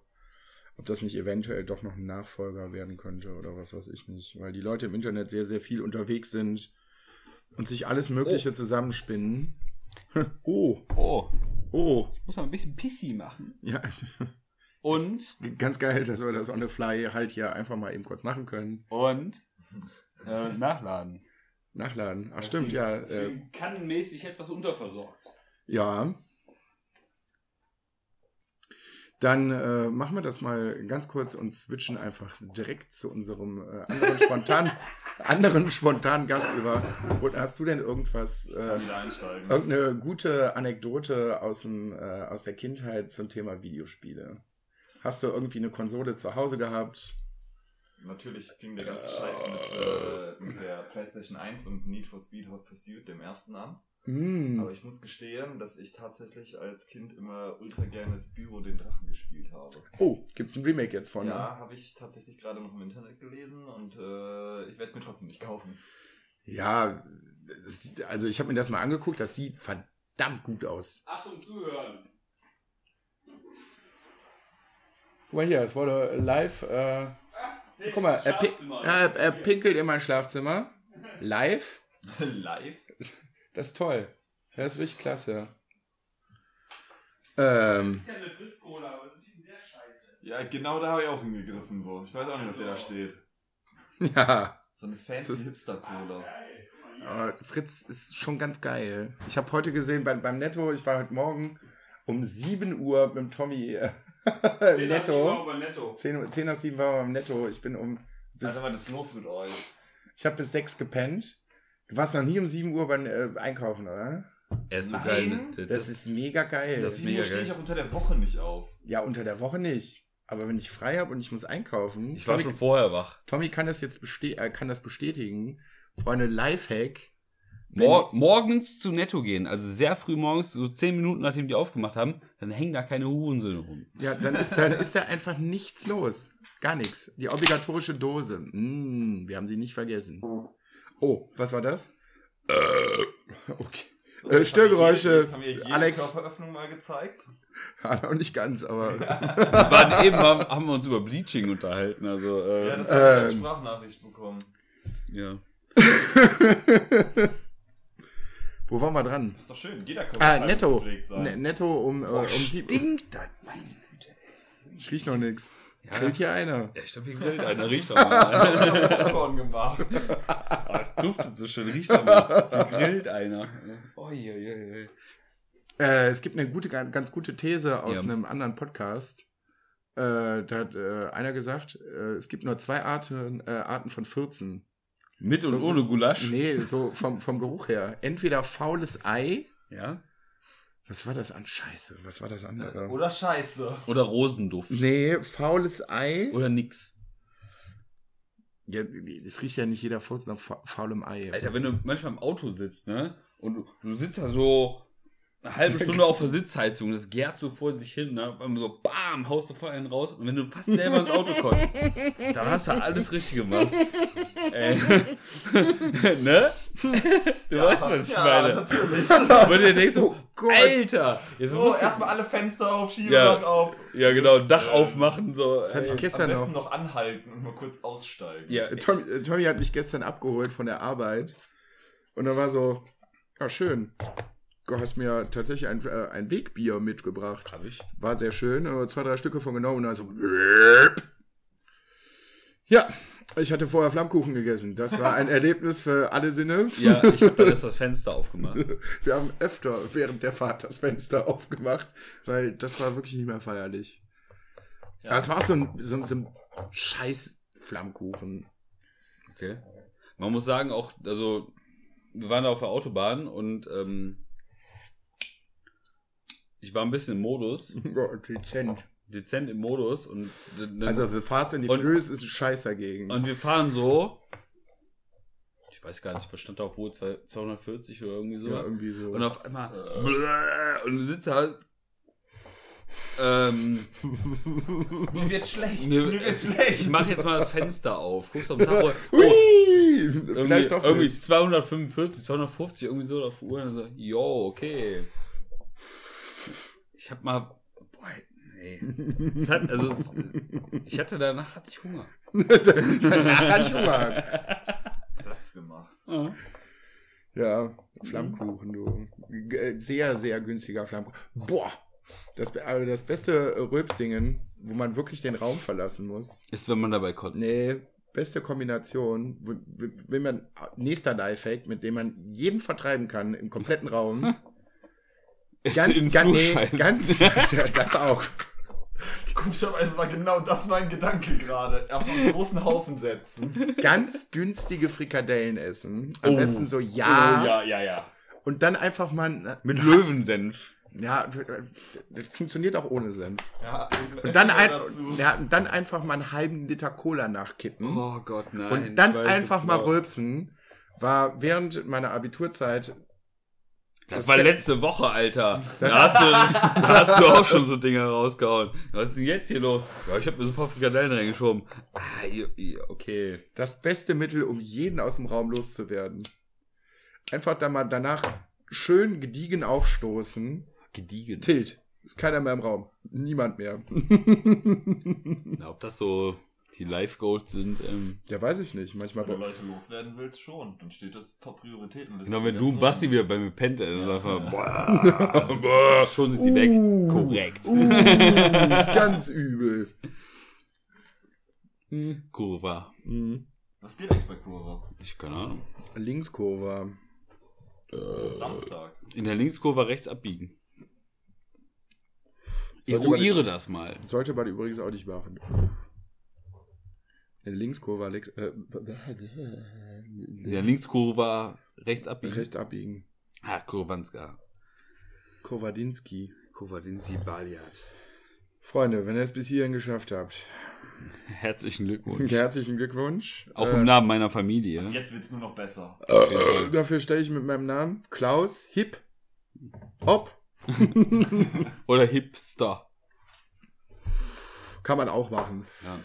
S2: ob das nicht eventuell doch noch ein Nachfolger werden könnte oder was weiß ich nicht, weil die Leute im Internet sehr, sehr viel unterwegs sind und sich alles Mögliche zusammenspinnen. oh,
S3: Oh,
S2: oh,
S3: ich muss mal ein bisschen Pissi machen.
S2: ja,
S3: Und,
S2: ganz geil, dass wir das on the fly halt hier einfach mal eben kurz machen können.
S3: und, äh, nachladen.
S2: Nachladen. Ach stimmt, ja,
S3: Ich
S2: äh,
S3: bin kannenmäßig etwas unterversorgt.
S2: ja. Dann äh, machen wir das mal ganz kurz und switchen einfach direkt zu unserem äh, anderen spontan anderen spontanen Gast über. Und hast du denn irgendwas äh,
S4: Wieder einsteigen.
S2: Irgendeine gute Anekdote aus, dem, äh, aus der Kindheit zum Thema Videospiele. Hast du irgendwie eine Konsole zu Hause gehabt?
S4: Natürlich fing der ganze Scheiß mit, äh, mit der PlayStation 1 und Need for Speed Hot Pursuit, dem ersten, an.
S2: Hm.
S4: Aber ich muss gestehen, dass ich tatsächlich als Kind immer ultra gerne Spyro den Drachen gespielt habe.
S2: Oh, gibt's ein Remake jetzt von? ne?
S4: Ja, habe ich tatsächlich gerade noch im Internet gelesen und äh, ich werde es mir trotzdem nicht kaufen.
S2: ja es sieht- also ich habe mir das mal angeguckt, das sieht verdammt gut aus.
S3: Achtung, zuhören.
S2: Guck mal hier, es wurde live. Äh, guck mal, äh, er, pi
S3: Schlafzimmer.
S2: er, er pinkelt in mein Schlafzimmer. Live?
S4: Live?
S2: Das ist toll. Das ist richtig klasse. Ähm,
S3: Das ist ja eine Fritz-Cola, aber das ist sehr scheiße.
S4: Ja, genau da habe ich auch hingegriffen so. Ich weiß auch nicht, ob der da steht.
S2: ja.
S4: So eine
S2: So-
S4: fancy Hipster-Cola.
S3: Geil. Guck mal hier.
S2: Aber Fritz ist schon ganz geil. Ich habe heute gesehen bei, beim Netto, ich war heute Morgen um 7 Uhr mit dem Tommy äh, im
S3: Zehn nach sieben Also, Euro
S2: Netto.
S3: bei Netto.
S2: 10, Uhr- 10 nach 7 war beim Netto. Ich bin um. Bis,
S4: Alter, was ist los mit euch?
S2: ich habe bis 6 gepennt. Du warst noch nie um 7 Uhr beim äh, Einkaufen, oder?
S3: Er ist so
S4: Nein,
S3: geil. ne?
S2: Das, ist mega geil.
S3: Das ist
S4: Sieben Uhr
S3: mega
S4: stehe ich
S3: geil.
S4: auch unter der Woche nicht auf.
S2: ja, unter der Woche nicht. Aber wenn ich frei habe und ich muss einkaufen.
S3: ich war
S2: Tommy,
S3: schon vorher wach.
S2: Tommy kann das jetzt beste äh, kann das bestätigen. Freunde, Lifehack.
S3: Mor morgens zu Netto gehen, also sehr früh morgens, so zehn Minuten nachdem die aufgemacht haben, dann hängen da keine Hurensöhne rum.
S2: Ja, dann ist, dann ist da einfach nichts los. Gar nichts. Die obligatorische Dose. Mm, wir haben sie nicht vergessen. Oh, was war das? Äh, okay.
S4: So,
S2: Äh,
S4: jetzt
S2: Störgeräusche.
S4: Haben wir, hier- jetzt haben wir jede
S2: Alex.
S4: Körperöffnung mal gezeigt.
S2: Ja, noch nicht ganz, aber.
S3: Wir waren eben haben, haben wir uns über Bleaching unterhalten, also äh,
S4: Ja,
S3: ja.
S4: das habe ich als
S2: Ähm.
S4: Sprachnachricht bekommen.
S2: Wo waren wir dran?
S4: Ist doch schön, jeder Körper
S2: Ah,
S4: muss
S2: Netto.
S4: gepflegt sein. Oh,
S2: Ne, netto um, äh, um sieben.
S3: Ding, da, meine Güte.
S2: Ich riech noch nichts.
S3: Ja.
S2: Grillt hier einer.
S3: Ja, ich glaube, hier grillt einer, riecht doch mal.
S4: Popcorn gemacht.
S3: Ah, Es duftet so schön, riecht doch mal. Hier grillt einer. Oi, oi, oi, oi.
S2: Äh, es gibt eine gute, ga- ganz gute These aus
S3: Ja.
S2: einem anderen Podcast. Äh, da hat äh, einer gesagt, äh, es gibt nur zwei Arten, äh, Arten von Fürzen.
S3: Mit und
S2: So-
S3: ohne Gulasch.
S2: Nee, so vom, vom Geruch her. Entweder faules Ei.
S3: Ja.
S2: Was war das an Scheiße? Was war das andere?
S4: Oder Scheiße.
S3: Oder Rosenduft.
S2: Nee, faules Ei.
S3: Oder nix.
S2: Ja, es riecht ja nicht jeder Furz nach fa faulem Ei.
S3: Alter, wenn du manchmal im Auto sitzt, ne? Und du, du sitzt da so eine halbe Stunde auf der Sitzheizung, das gärt so vor sich hin, ne? Auf einmal so bam, haust du voll einen raus und wenn du fast selber ins Auto kotzt, dann hast du alles richtig gemacht. Ey. ne? Du weißt, was ich
S4: ja,
S3: meine.
S4: natürlich.
S3: Und du denkst so,
S2: Oh Gott.
S3: Alter, jetzt
S4: So,
S3: musst du,
S4: erstmal alle Fenster auf,
S3: Ja.
S4: Schiebedach auf.
S3: ja genau, Dach aufmachen, so.
S2: das hatte
S3: ey.
S2: ich
S4: Am
S2: gestern
S4: besten
S2: noch.
S4: noch anhalten und mal kurz aussteigen.
S3: Ja,
S2: Äh, Tommy, äh, Tommy hat mich gestern abgeholt von der Arbeit. Und dann war so, ja schön. Du hast mir tatsächlich ein, äh, ein Wegbier mitgebracht.
S3: hab ich.
S2: War sehr schön. äh, Zwei, drei Stücke von genommen und dann so. blöp. Ja, ich hatte vorher Flammkuchen gegessen. Das war ein Erlebnis für alle Sinne.
S3: Ja, ich hab da erst das Fenster aufgemacht.
S2: Wir haben öfter während der Fahrt das Fenster aufgemacht, weil das war wirklich nicht mehr feierlich.
S4: Ja.
S2: Aber es war auch so ein, so, so ein scheiß Flammkuchen.
S3: Okay. Man muss sagen, auch, also, wir waren da auf der Autobahn und ähm, ich war ein bisschen im Modus, dezent im Modus und, dann-
S2: Also The Fast and the
S3: Und-
S2: Furious ist ein Scheiß dagegen.
S3: und wir fahren so. Ich weiß gar nicht, was stand da auf wohl 240 oder irgendwie so.
S2: ja, irgendwie so.
S3: und auf einmal und du sitzt halt. Ähm,
S4: Mir wird schlecht.
S3: mir-
S4: Mir wird
S3: ich
S4: schlecht.
S3: mach jetzt mal das Fenster auf. Guckst auf den Tacho. Oh,
S2: Hui!
S3: Irgendwie,
S2: Vielleicht doch
S3: irgendwie
S2: nicht.
S3: 245, 250, irgendwie so auf die Uhr. Und dann so, yo, okay. Ich hab mal, boah, Nee. Es hat, also es, ich hatte danach hatte ich Hunger.
S2: Danach hatte ich Hunger.
S4: Platz gemacht.
S2: Ja, Flammkuchen, du. G- äh, Sehr, sehr günstiger Flammkuchen. Boah, das, be- also das beste Röpsdingen, wo man wirklich den Raum verlassen muss.
S3: Ist, wenn man dabei kotzt.
S2: Nee, beste Kombination, w- w- wenn man ah, nächster Lifehack, mit dem man jeden vertreiben kann im kompletten Raum.
S3: Ist
S2: Ganz,
S3: im
S2: ganz,
S3: Flur
S2: nee,
S3: scheißen.
S2: ganz, das auch.
S4: Komischerweise war genau das mein Gedanke gerade. Auf einen großen Haufen setzen.
S2: Ganz günstige Frikadellen essen. Am
S3: Oh.
S2: besten so ja,
S3: Oh, ja, ja, ja.
S2: Und dann einfach mal, äh,
S3: Mit Löwensenf.
S2: ja, das funktioniert auch ohne Senf.
S4: Ja,
S2: Und dann, ein,
S4: dazu.
S2: ja, und dann einfach mal einen halben Liter Cola nachkippen.
S3: Oh Gott, nein.
S2: und dann
S3: Weil
S2: einfach
S3: das
S2: mal
S3: war-
S2: rülpsen. War während meiner Abiturzeit
S3: Das war letzte Woche, Alter.
S2: Das-
S3: da, hast du, da hast du auch schon so Dinge rausgehauen. Was ist denn jetzt hier los? Ja, ich habe mir so ein paar Frikadellen reingeschoben. Ah, i- i- okay.
S2: das beste Mittel, um jeden aus dem Raum loszuwerden. Einfach dann mal danach schön gediegen aufstoßen.
S3: Gediegen.
S2: Tilt. Ist keiner mehr im Raum. Niemand mehr.
S3: Na, ob das so die Live-Goals sind. Ähm,
S2: Ja, weiß ich nicht. Manchmal.
S4: Wenn du Leute loswerden willst, schon. Dann steht das Top-Prioritätenliste.
S3: genau, wenn du und
S4: Ganz
S3: Basti
S4: oben.
S3: wieder bei mir pennt, äh, dann sagt man, boah, boah, schon sind die weg. Korrekt.
S2: Uh, ganz übel. Hm,
S3: Kurva.
S2: hm.
S4: Was geht eigentlich bei Kurve?
S3: Ich keine Ahnung.
S2: Linkskurve.
S4: Samstag.
S3: In der Linkskurve rechts abbiegen.
S2: Sollte man-
S3: Eruiere das mal.
S2: Sollte man übrigens auch nicht machen. Eine Linkskurve links, äh,
S3: In der Linkskurve rechts abbiegen.
S2: rechts abbiegen.
S3: Ah, Kurbanska.
S2: Kowadinski.
S3: Kowadinsi Baliat.
S2: Freunde, wenn ihr es bis hierhin geschafft habt,
S3: Herzlichen Glückwunsch.
S2: herzlichen Glückwunsch.
S3: Auch um im Namen meiner Familie.
S4: Jetzt wird's nur noch besser.
S2: äh, dafür stelle ich mit meinem Namen Klaus Hip Hopp.
S3: Oder Hipster.
S2: Kann man auch machen.
S3: Ja.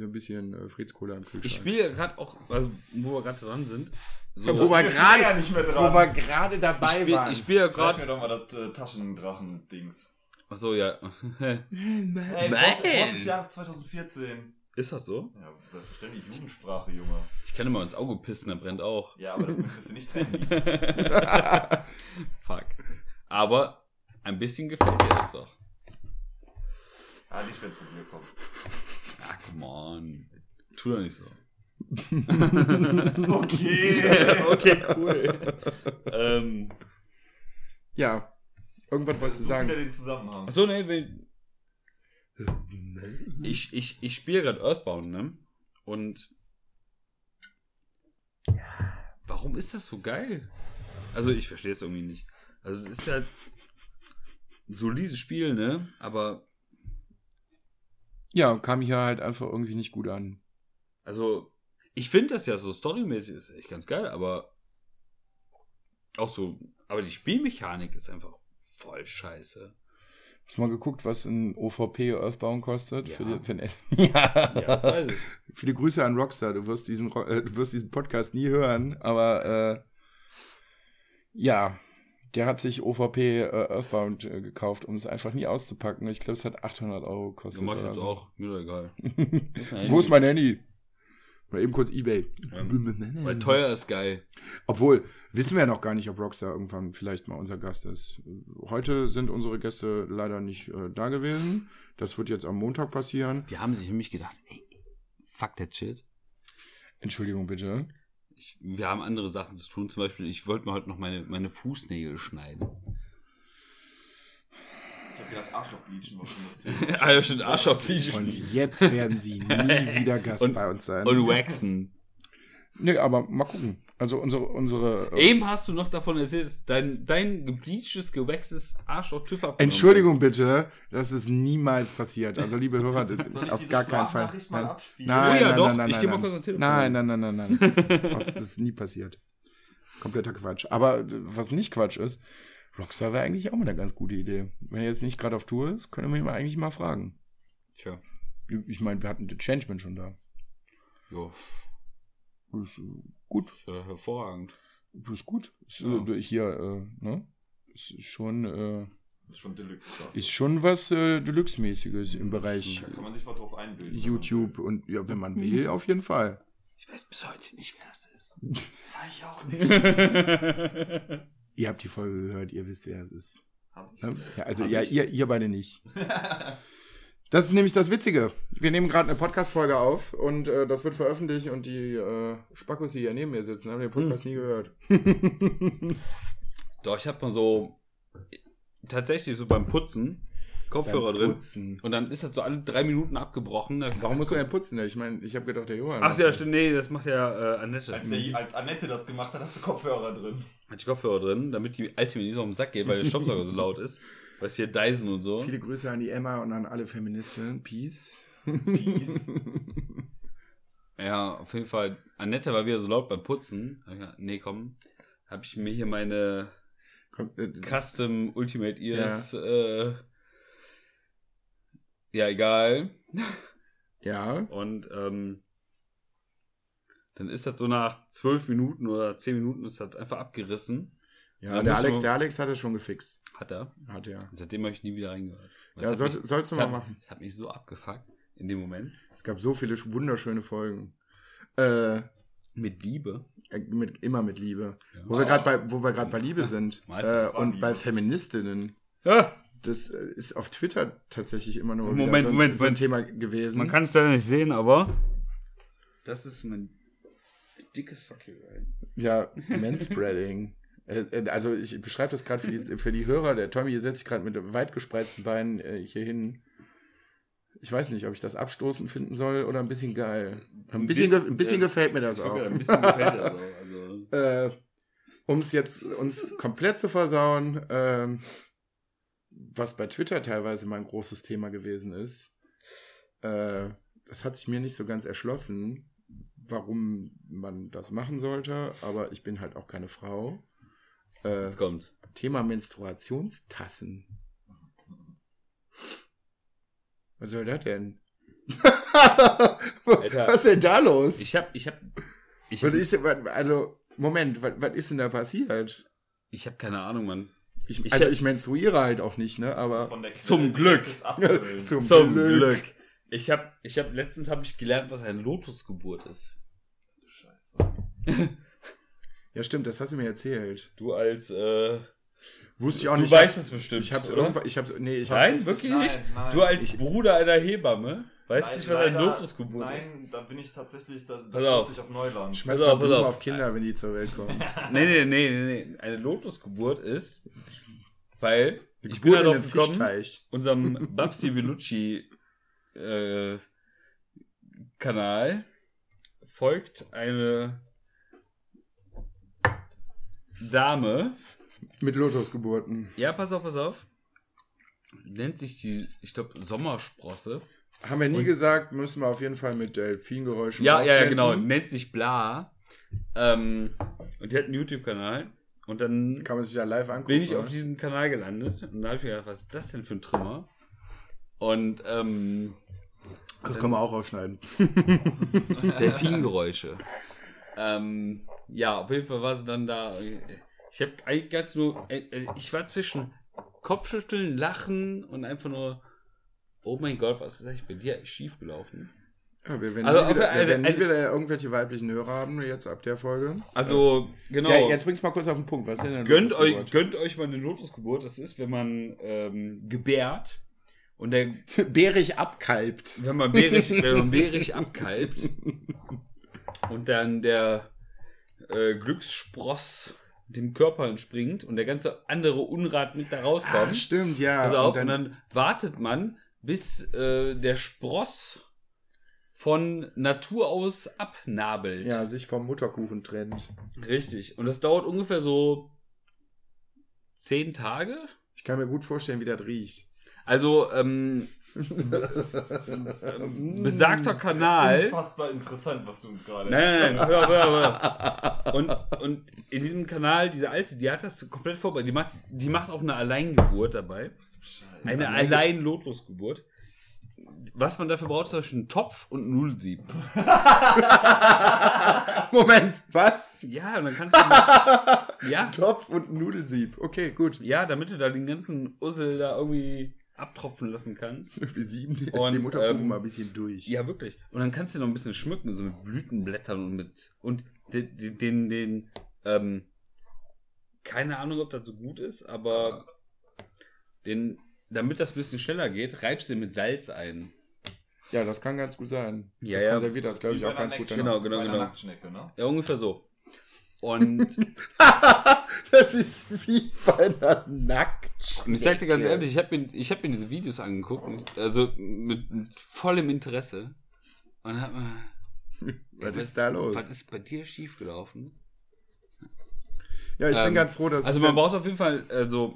S2: So ein bisschen äh, Fritz Cola im Kühlschrank.
S3: Ich spiele ja gerade auch, also, wo wir gerade dran sind. So,
S2: Wo wir
S4: Wir stehen ja
S2: gerade
S4: nicht mehr
S2: wo
S4: dran.
S2: wir gerade
S3: ich
S2: dabei
S3: spiele
S2: waren.
S3: ich spiel ja
S4: Greif mir
S3: gerade.
S4: doch mal das äh, Taschendrachen-Dings.
S3: Achso, ja.
S4: Hey, Wort Wort des Jahres 2014.
S3: Ist das so?
S4: Ja, selbstverständlich Jugendsprache, Junge.
S3: Ich kann immer ins Auge pissen, da brennt auch.
S4: Ja, aber damit bist du nicht trendy.
S3: Fuck. Aber ein bisschen gefällt dir das doch.
S4: Ah, nicht, wenn's von mir kommt.
S3: Ah, come on. Tu doch nicht so.
S4: Okay.
S3: okay, cool. ähm,
S2: ja. Irgendwas wolltest du
S3: Äh,
S4: So wieder
S2: sagen.
S4: den Zusammenhang.
S3: achso, nee, will, ich, ich, ich spiele gerade Earthbound, ne? Und warum ist das so geil? Also ich verstehe es irgendwie nicht. Also es ist ja ein solides Spiel, ne? Aber
S2: Ja, kam hier halt einfach irgendwie nicht gut an.
S3: also ich finde das ja so storymäßig ist echt ganz geil, aber auch so, aber die Spielmechanik ist einfach voll scheiße.
S2: Hast du mal geguckt, was ein OVP Earthbound kostet?
S3: Ja.
S2: Für die, für den, ja.
S3: Ja, das weiß ich.
S2: Viele Grüße an Rockstar. Du wirst diesen, Ro- äh, du wirst diesen Podcast nie hören, aber äh, ja, der hat sich OVP äh, Earthbound äh, gekauft, um es einfach nie auszupacken. Ich glaube, es hat 800 Euro
S3: Das
S2: gekostet.
S3: mach ich
S2: oder
S3: jetzt
S2: so.
S3: auch. Mir doch egal.
S2: Wo ist mein Handy? Mal eben kurz eBay.
S3: Ähm, Weil teuer ist geil.
S2: Obwohl, wissen wir ja noch gar nicht, ob Rockstar irgendwann vielleicht mal unser Gast ist. Heute sind unsere Gäste leider nicht äh, da gewesen. Das wird jetzt am Montag passieren.
S3: Die haben sich nämlich gedacht, ey, fuck that shit.
S2: Entschuldigung bitte.
S3: Ich, wir haben andere Sachen zu tun. Zum Beispiel, ich wollte mir heute noch meine, meine Fußnägel schneiden.
S4: Ich hab gedacht, Arschloch bleachen war schon das Thema.
S3: ah, ja, stimmt, Arsch auf die
S2: Und
S3: und,
S2: jetzt werden sie nie wieder Gast
S3: Und-
S2: bei uns sein.
S3: und waxen.
S2: nee, aber mal gucken. Also unsere, unsere. äh,
S3: Eben hast du noch davon erzählt, dass dein, dein gebleachtes, gewachstes Arsch auf TÜV abgenommen
S2: Entschuldigung
S3: ist.
S2: bitte, das ist niemals passiert. Also liebe Hörer, das-
S4: Soll ich
S2: auf
S4: diese
S2: gar keinen Fall.
S4: Sprachnachricht mal
S2: Nein,
S4: abspielen?
S2: nein,
S3: Oh ja,
S2: nein,
S3: doch,
S2: nein, nein,
S3: ich geh mal
S2: nein.
S3: kurz ans Telefon.
S2: Nein, nein, nein, nein, nein. Auf- das ist nie passiert. Das ist kompletter Quatsch. Aber äh, was nicht Quatsch ist, Rockstar wäre eigentlich auch mal eine ganz gute Idee. Wenn er jetzt nicht gerade auf Tour ist, können wir ihn eigentlich mal fragen.
S3: Tja,
S2: Ich meine, wir hatten The Changeman schon da.
S3: jo,
S2: Ist äh, gut.
S3: ist ja hervorragend.
S2: Das ist gut. Ist,
S3: Ja.
S2: äh, Hier, äh, ne? Ist schon äh,
S4: Das ist schon Deluxe. krass.
S2: Ist schon was äh, Deluxe-mäßiges im Bereich
S4: Da kann man sich mal drauf einbilden.
S2: YouTube und ja, wenn man will, auf jeden Fall.
S3: Ich weiß bis heute nicht, wer das ist.
S4: ich auch nicht.
S2: Ihr habt die Folge gehört, ihr wisst, wer es ist.
S4: Hab ich.
S2: Ne? Ja, also
S3: Hab
S2: ja,
S3: ich.
S2: ihr, ihr beide nicht. Das ist nämlich das Witzige. Wir nehmen gerade eine Podcast-Folge auf und äh, das wird veröffentlicht und die äh, Spackos, die hier neben mir sitzen, haben den Podcast
S3: Hm.
S2: nie gehört.
S3: Doch, ich hab mal so tatsächlich so beim Putzen Kopfhörer
S2: Beim
S3: drin.
S2: Putzen.
S3: Und dann ist das so alle drei Minuten abgebrochen. Da-
S2: Warum musst du denn putzen? Ich meine, ich habe gedacht, der Johann.
S3: Ach
S2: macht
S3: so, ja,
S2: das.
S3: stimmt, nee, das macht ja äh, Annette.
S4: Als,
S3: Hat
S4: der, als Annette das gemacht hat, hat sie Kopfhörer drin.
S3: die Kopfhörer drin, damit die alte mir nicht so auf den Sack geht, weil der Staubsauger so laut ist. Weißt du, hier Dyson und so.
S2: Viele Grüße an die Emma und an alle Feministinnen. Peace.
S3: Ja, auf jeden Fall. Annette war wieder so laut beim Putzen. Hab ich gedacht, nee, komm. Hab ich mir hier meine
S2: Kommt, äh,
S3: Custom Ultimate Ears. Ja, äh, ja egal.
S2: ja.
S3: Und ähm, dann ist das so nach zwölf Minuten oder zehn Minuten ist das einfach abgerissen.
S2: Ja,
S3: Da
S2: der
S3: muss
S2: Alex,
S3: man-
S2: der Alex hat das schon gefixt.
S3: Hat er.
S2: Hat er.
S3: Und seitdem habe ich nie wieder reingehört. Was
S2: Ja,
S3: hat
S2: sollte,
S3: mich-
S2: sollst du
S3: das
S2: mal
S3: hat-
S2: machen.
S3: Das hat mich so abgefuckt in dem Moment.
S2: Es gab so viele sch- wunderschöne Folgen. Äh,
S3: Mit Liebe.
S2: äh, mit, immer mit Liebe.
S3: Ja.
S2: Wo wir gerade bei, wo wir gerade bei Liebe sind.
S3: Mahlzeit,
S2: Äh,
S4: das war
S2: und
S4: Liebe.
S2: bei Feministinnen.
S3: Ah,
S2: Das äh, ist auf Twitter tatsächlich immer nur
S3: Moment,
S2: wieder so, ein-
S3: Moment,
S2: so ein
S3: Moment.
S2: Thema gewesen.
S3: Man kann es leider nicht sehen, aber. Das ist mein dickes Fuck you, ey.
S2: Ja, Manspreading. Äh, äh, Also ich beschreibe das gerade für die, für die Hörer. Der Tommy setzt sich gerade mit weit gespreizten Beinen äh, hier hin. Ich weiß nicht, ob ich das abstoßend finden soll oder ein bisschen geil. Ein bisschen,
S3: Ein bisschen,
S2: ge- ein bisschen
S3: äh,
S2: gefällt mir das
S3: Das war
S2: auch.
S3: mir ein bisschen gefällt das auch. Also.
S2: Äh, um es jetzt uns komplett zu versauen, ähm, was bei Twitter teilweise mal ein großes Thema gewesen ist, äh, das hat sich mir nicht so ganz erschlossen, warum man das machen sollte, aber ich bin halt auch keine Frau. Äh,
S3: Jetzt kommt.
S2: Thema Menstruationstassen. Was soll das denn? Was ist denn da los?
S3: Ich hab, ich hab. Ich
S2: Was
S3: hab,
S2: ist, denn- was- also, Moment, was, was ist denn da passiert?
S3: ich hab keine Ahnung, Mann.
S2: Ich,
S3: Ich
S2: also
S3: hab-
S2: ich menstruiere halt auch nicht, ne?
S4: Das ist
S2: Aber
S4: von der Quelle
S3: Zum Glück.
S4: des Apfels.
S2: Zum-
S3: Zum
S2: Glück.
S3: Glück. Ich hab, ich hab, letztens habe ich gelernt, was eine Lotusgeburt ist.
S4: Scheiße.
S2: ja, stimmt, das hast du mir erzählt.
S3: Du als, äh,
S2: Wusste ich auch
S3: du
S2: nicht.
S3: weißt
S2: ich
S3: es bestimmt.
S2: hab's, ich hab's
S3: oder?
S2: irgendwann, ich hab's, nee, ich hab's.
S3: Nein, wirklich
S4: Nein,
S3: nicht?
S4: nein.
S3: du als
S2: Ich-
S3: Bruder einer Hebamme weißt
S4: Nein,
S3: nicht, was eine
S4: leider-
S3: Lotusgeburt ist.
S4: Nein, da bin ich tatsächlich, da, da
S3: Pass auf.
S4: stoß ich auf Neuland.
S2: Schmeiß
S3: Pass
S2: mal
S3: auf, pass
S2: Blumen auf.
S3: auf.
S2: Kinder, wenn die zur Welt kommen.
S3: Nee, nee, nee, nee, nee. Eine Lotusgeburt ist, weil ich bin
S2: Geburt in
S3: darauf
S2: einem
S3: gekommen,
S2: Fischteich.
S3: unserem Babsi Bellucci äh, Kanal folgt eine Dame.
S2: Mit Lotusgeburten.
S3: Ja, pass auf, pass auf. Nennt sich die, ich glaube, Sommersprosse.
S2: Haben wir nie gesagt, müssen wir auf jeden Fall mit äh, Delfingeräuschen
S3: Ja, ja, ja,
S2: rausfinden.
S3: genau. Nennt sich Bla. Ähm, und die hat einen YouTube-Kanal. Und dann
S2: Kann man sich ja live angucken.
S3: bin ich auf
S2: oder?
S3: diesen Kanal gelandet. Und da habe ich mir gedacht, was ist das denn für ein Trümmer? Und ähm,
S2: Das kann man auch rausschneiden.
S3: Delfingeräusche. ähm, ja, auf jeden Fall war sie dann da. Ich habe eigentlich ganz nur. äh, äh, Ich war zwischen Kopfschütteln, Lachen und einfach nur. Oh mein Gott, was ist eigentlich bei dir schief gelaufen?
S2: Ja, wir werden,
S3: Also
S2: nie,
S3: auf-
S2: wieder, wir
S3: eine-
S2: werden nie
S3: eine-
S2: wieder irgendwelche weiblichen Hörer haben, jetzt ab der Folge.
S3: Also, genau.
S2: Ja, jetzt bring's mal kurz auf den Punkt. Was ist denn eine
S3: Gönnt euch,
S2: Lotusgeburt?
S3: gönnt euch mal eine Lotusgeburt. Das ist, wenn man ähm, gebärt und der,
S2: Bärig abkalbt.
S3: wenn man bärig, wenn man bärig abkalbt und dann der äh, Glücksspross dem Körper entspringt und der ganze andere Unrat mit da
S2: Ah,
S3: rauskommt.
S2: stimmt, ja.
S3: also auf, und dann, wartet man, bis äh, der Spross von Natur aus abnabelt.
S2: Ja, sich vom Mutterkuchen trennt.
S3: Richtig. Und das dauert ungefähr so zehn Tage.
S2: Ich kann mir gut vorstellen, wie das riecht.
S3: Also, ähm, ähm, besagter Kanal.
S4: Unfassbar interessant, was du uns gerade
S3: Nein, nein, nein, hör, hör, hör. Und, und in diesem Kanal, diese alte, die hat das komplett vorbei. Die macht, die macht auch eine Alleingeburt dabei. Eine Allein-Lotusgeburt. Was man dafür braucht, ist zum Beispiel ein Topf und ein Nullsieb.
S2: Moment, was?
S3: Ja, und dann kannst du. Ja,
S2: Topf und ein Nudelsieb. Okay, gut.
S3: ja, damit du da den ganzen Ussel da irgendwie abtropfen lassen kannst.
S2: Wir sieben jetzt
S3: Und,
S2: den Mutterkuchen
S3: ähm,
S2: mal ein bisschen durch.
S3: Ja, wirklich. Und dann kannst du noch ein bisschen schmücken, so mit Blütenblättern und mit und den, den, den, den ähm, keine Ahnung, ob das so gut ist, aber den, damit das ein bisschen schneller geht, reibst du den mit Salz ein.
S2: Ja, das kann ganz gut sein.
S3: Ja,
S2: das
S3: ja.
S2: konserviert das, glaube ich, auch ganz gut. danach.
S3: Genau, genau, genau.
S4: Nacktschnecke, ne?
S3: Ja, ungefähr so. Und
S2: das ist wie bei einer Nackt.
S3: Und ich sag dir ganz ehrlich, ich habe mir, ich hab mir diese Videos angeguckt, und, also mit, mit vollem Interesse. Und hab mir,
S2: Was ist da los?
S3: Was ist bei dir schiefgelaufen?
S2: Ja, ich
S3: Ähm,
S2: bin ganz froh, dass
S3: Also man braucht auf jeden Fall, also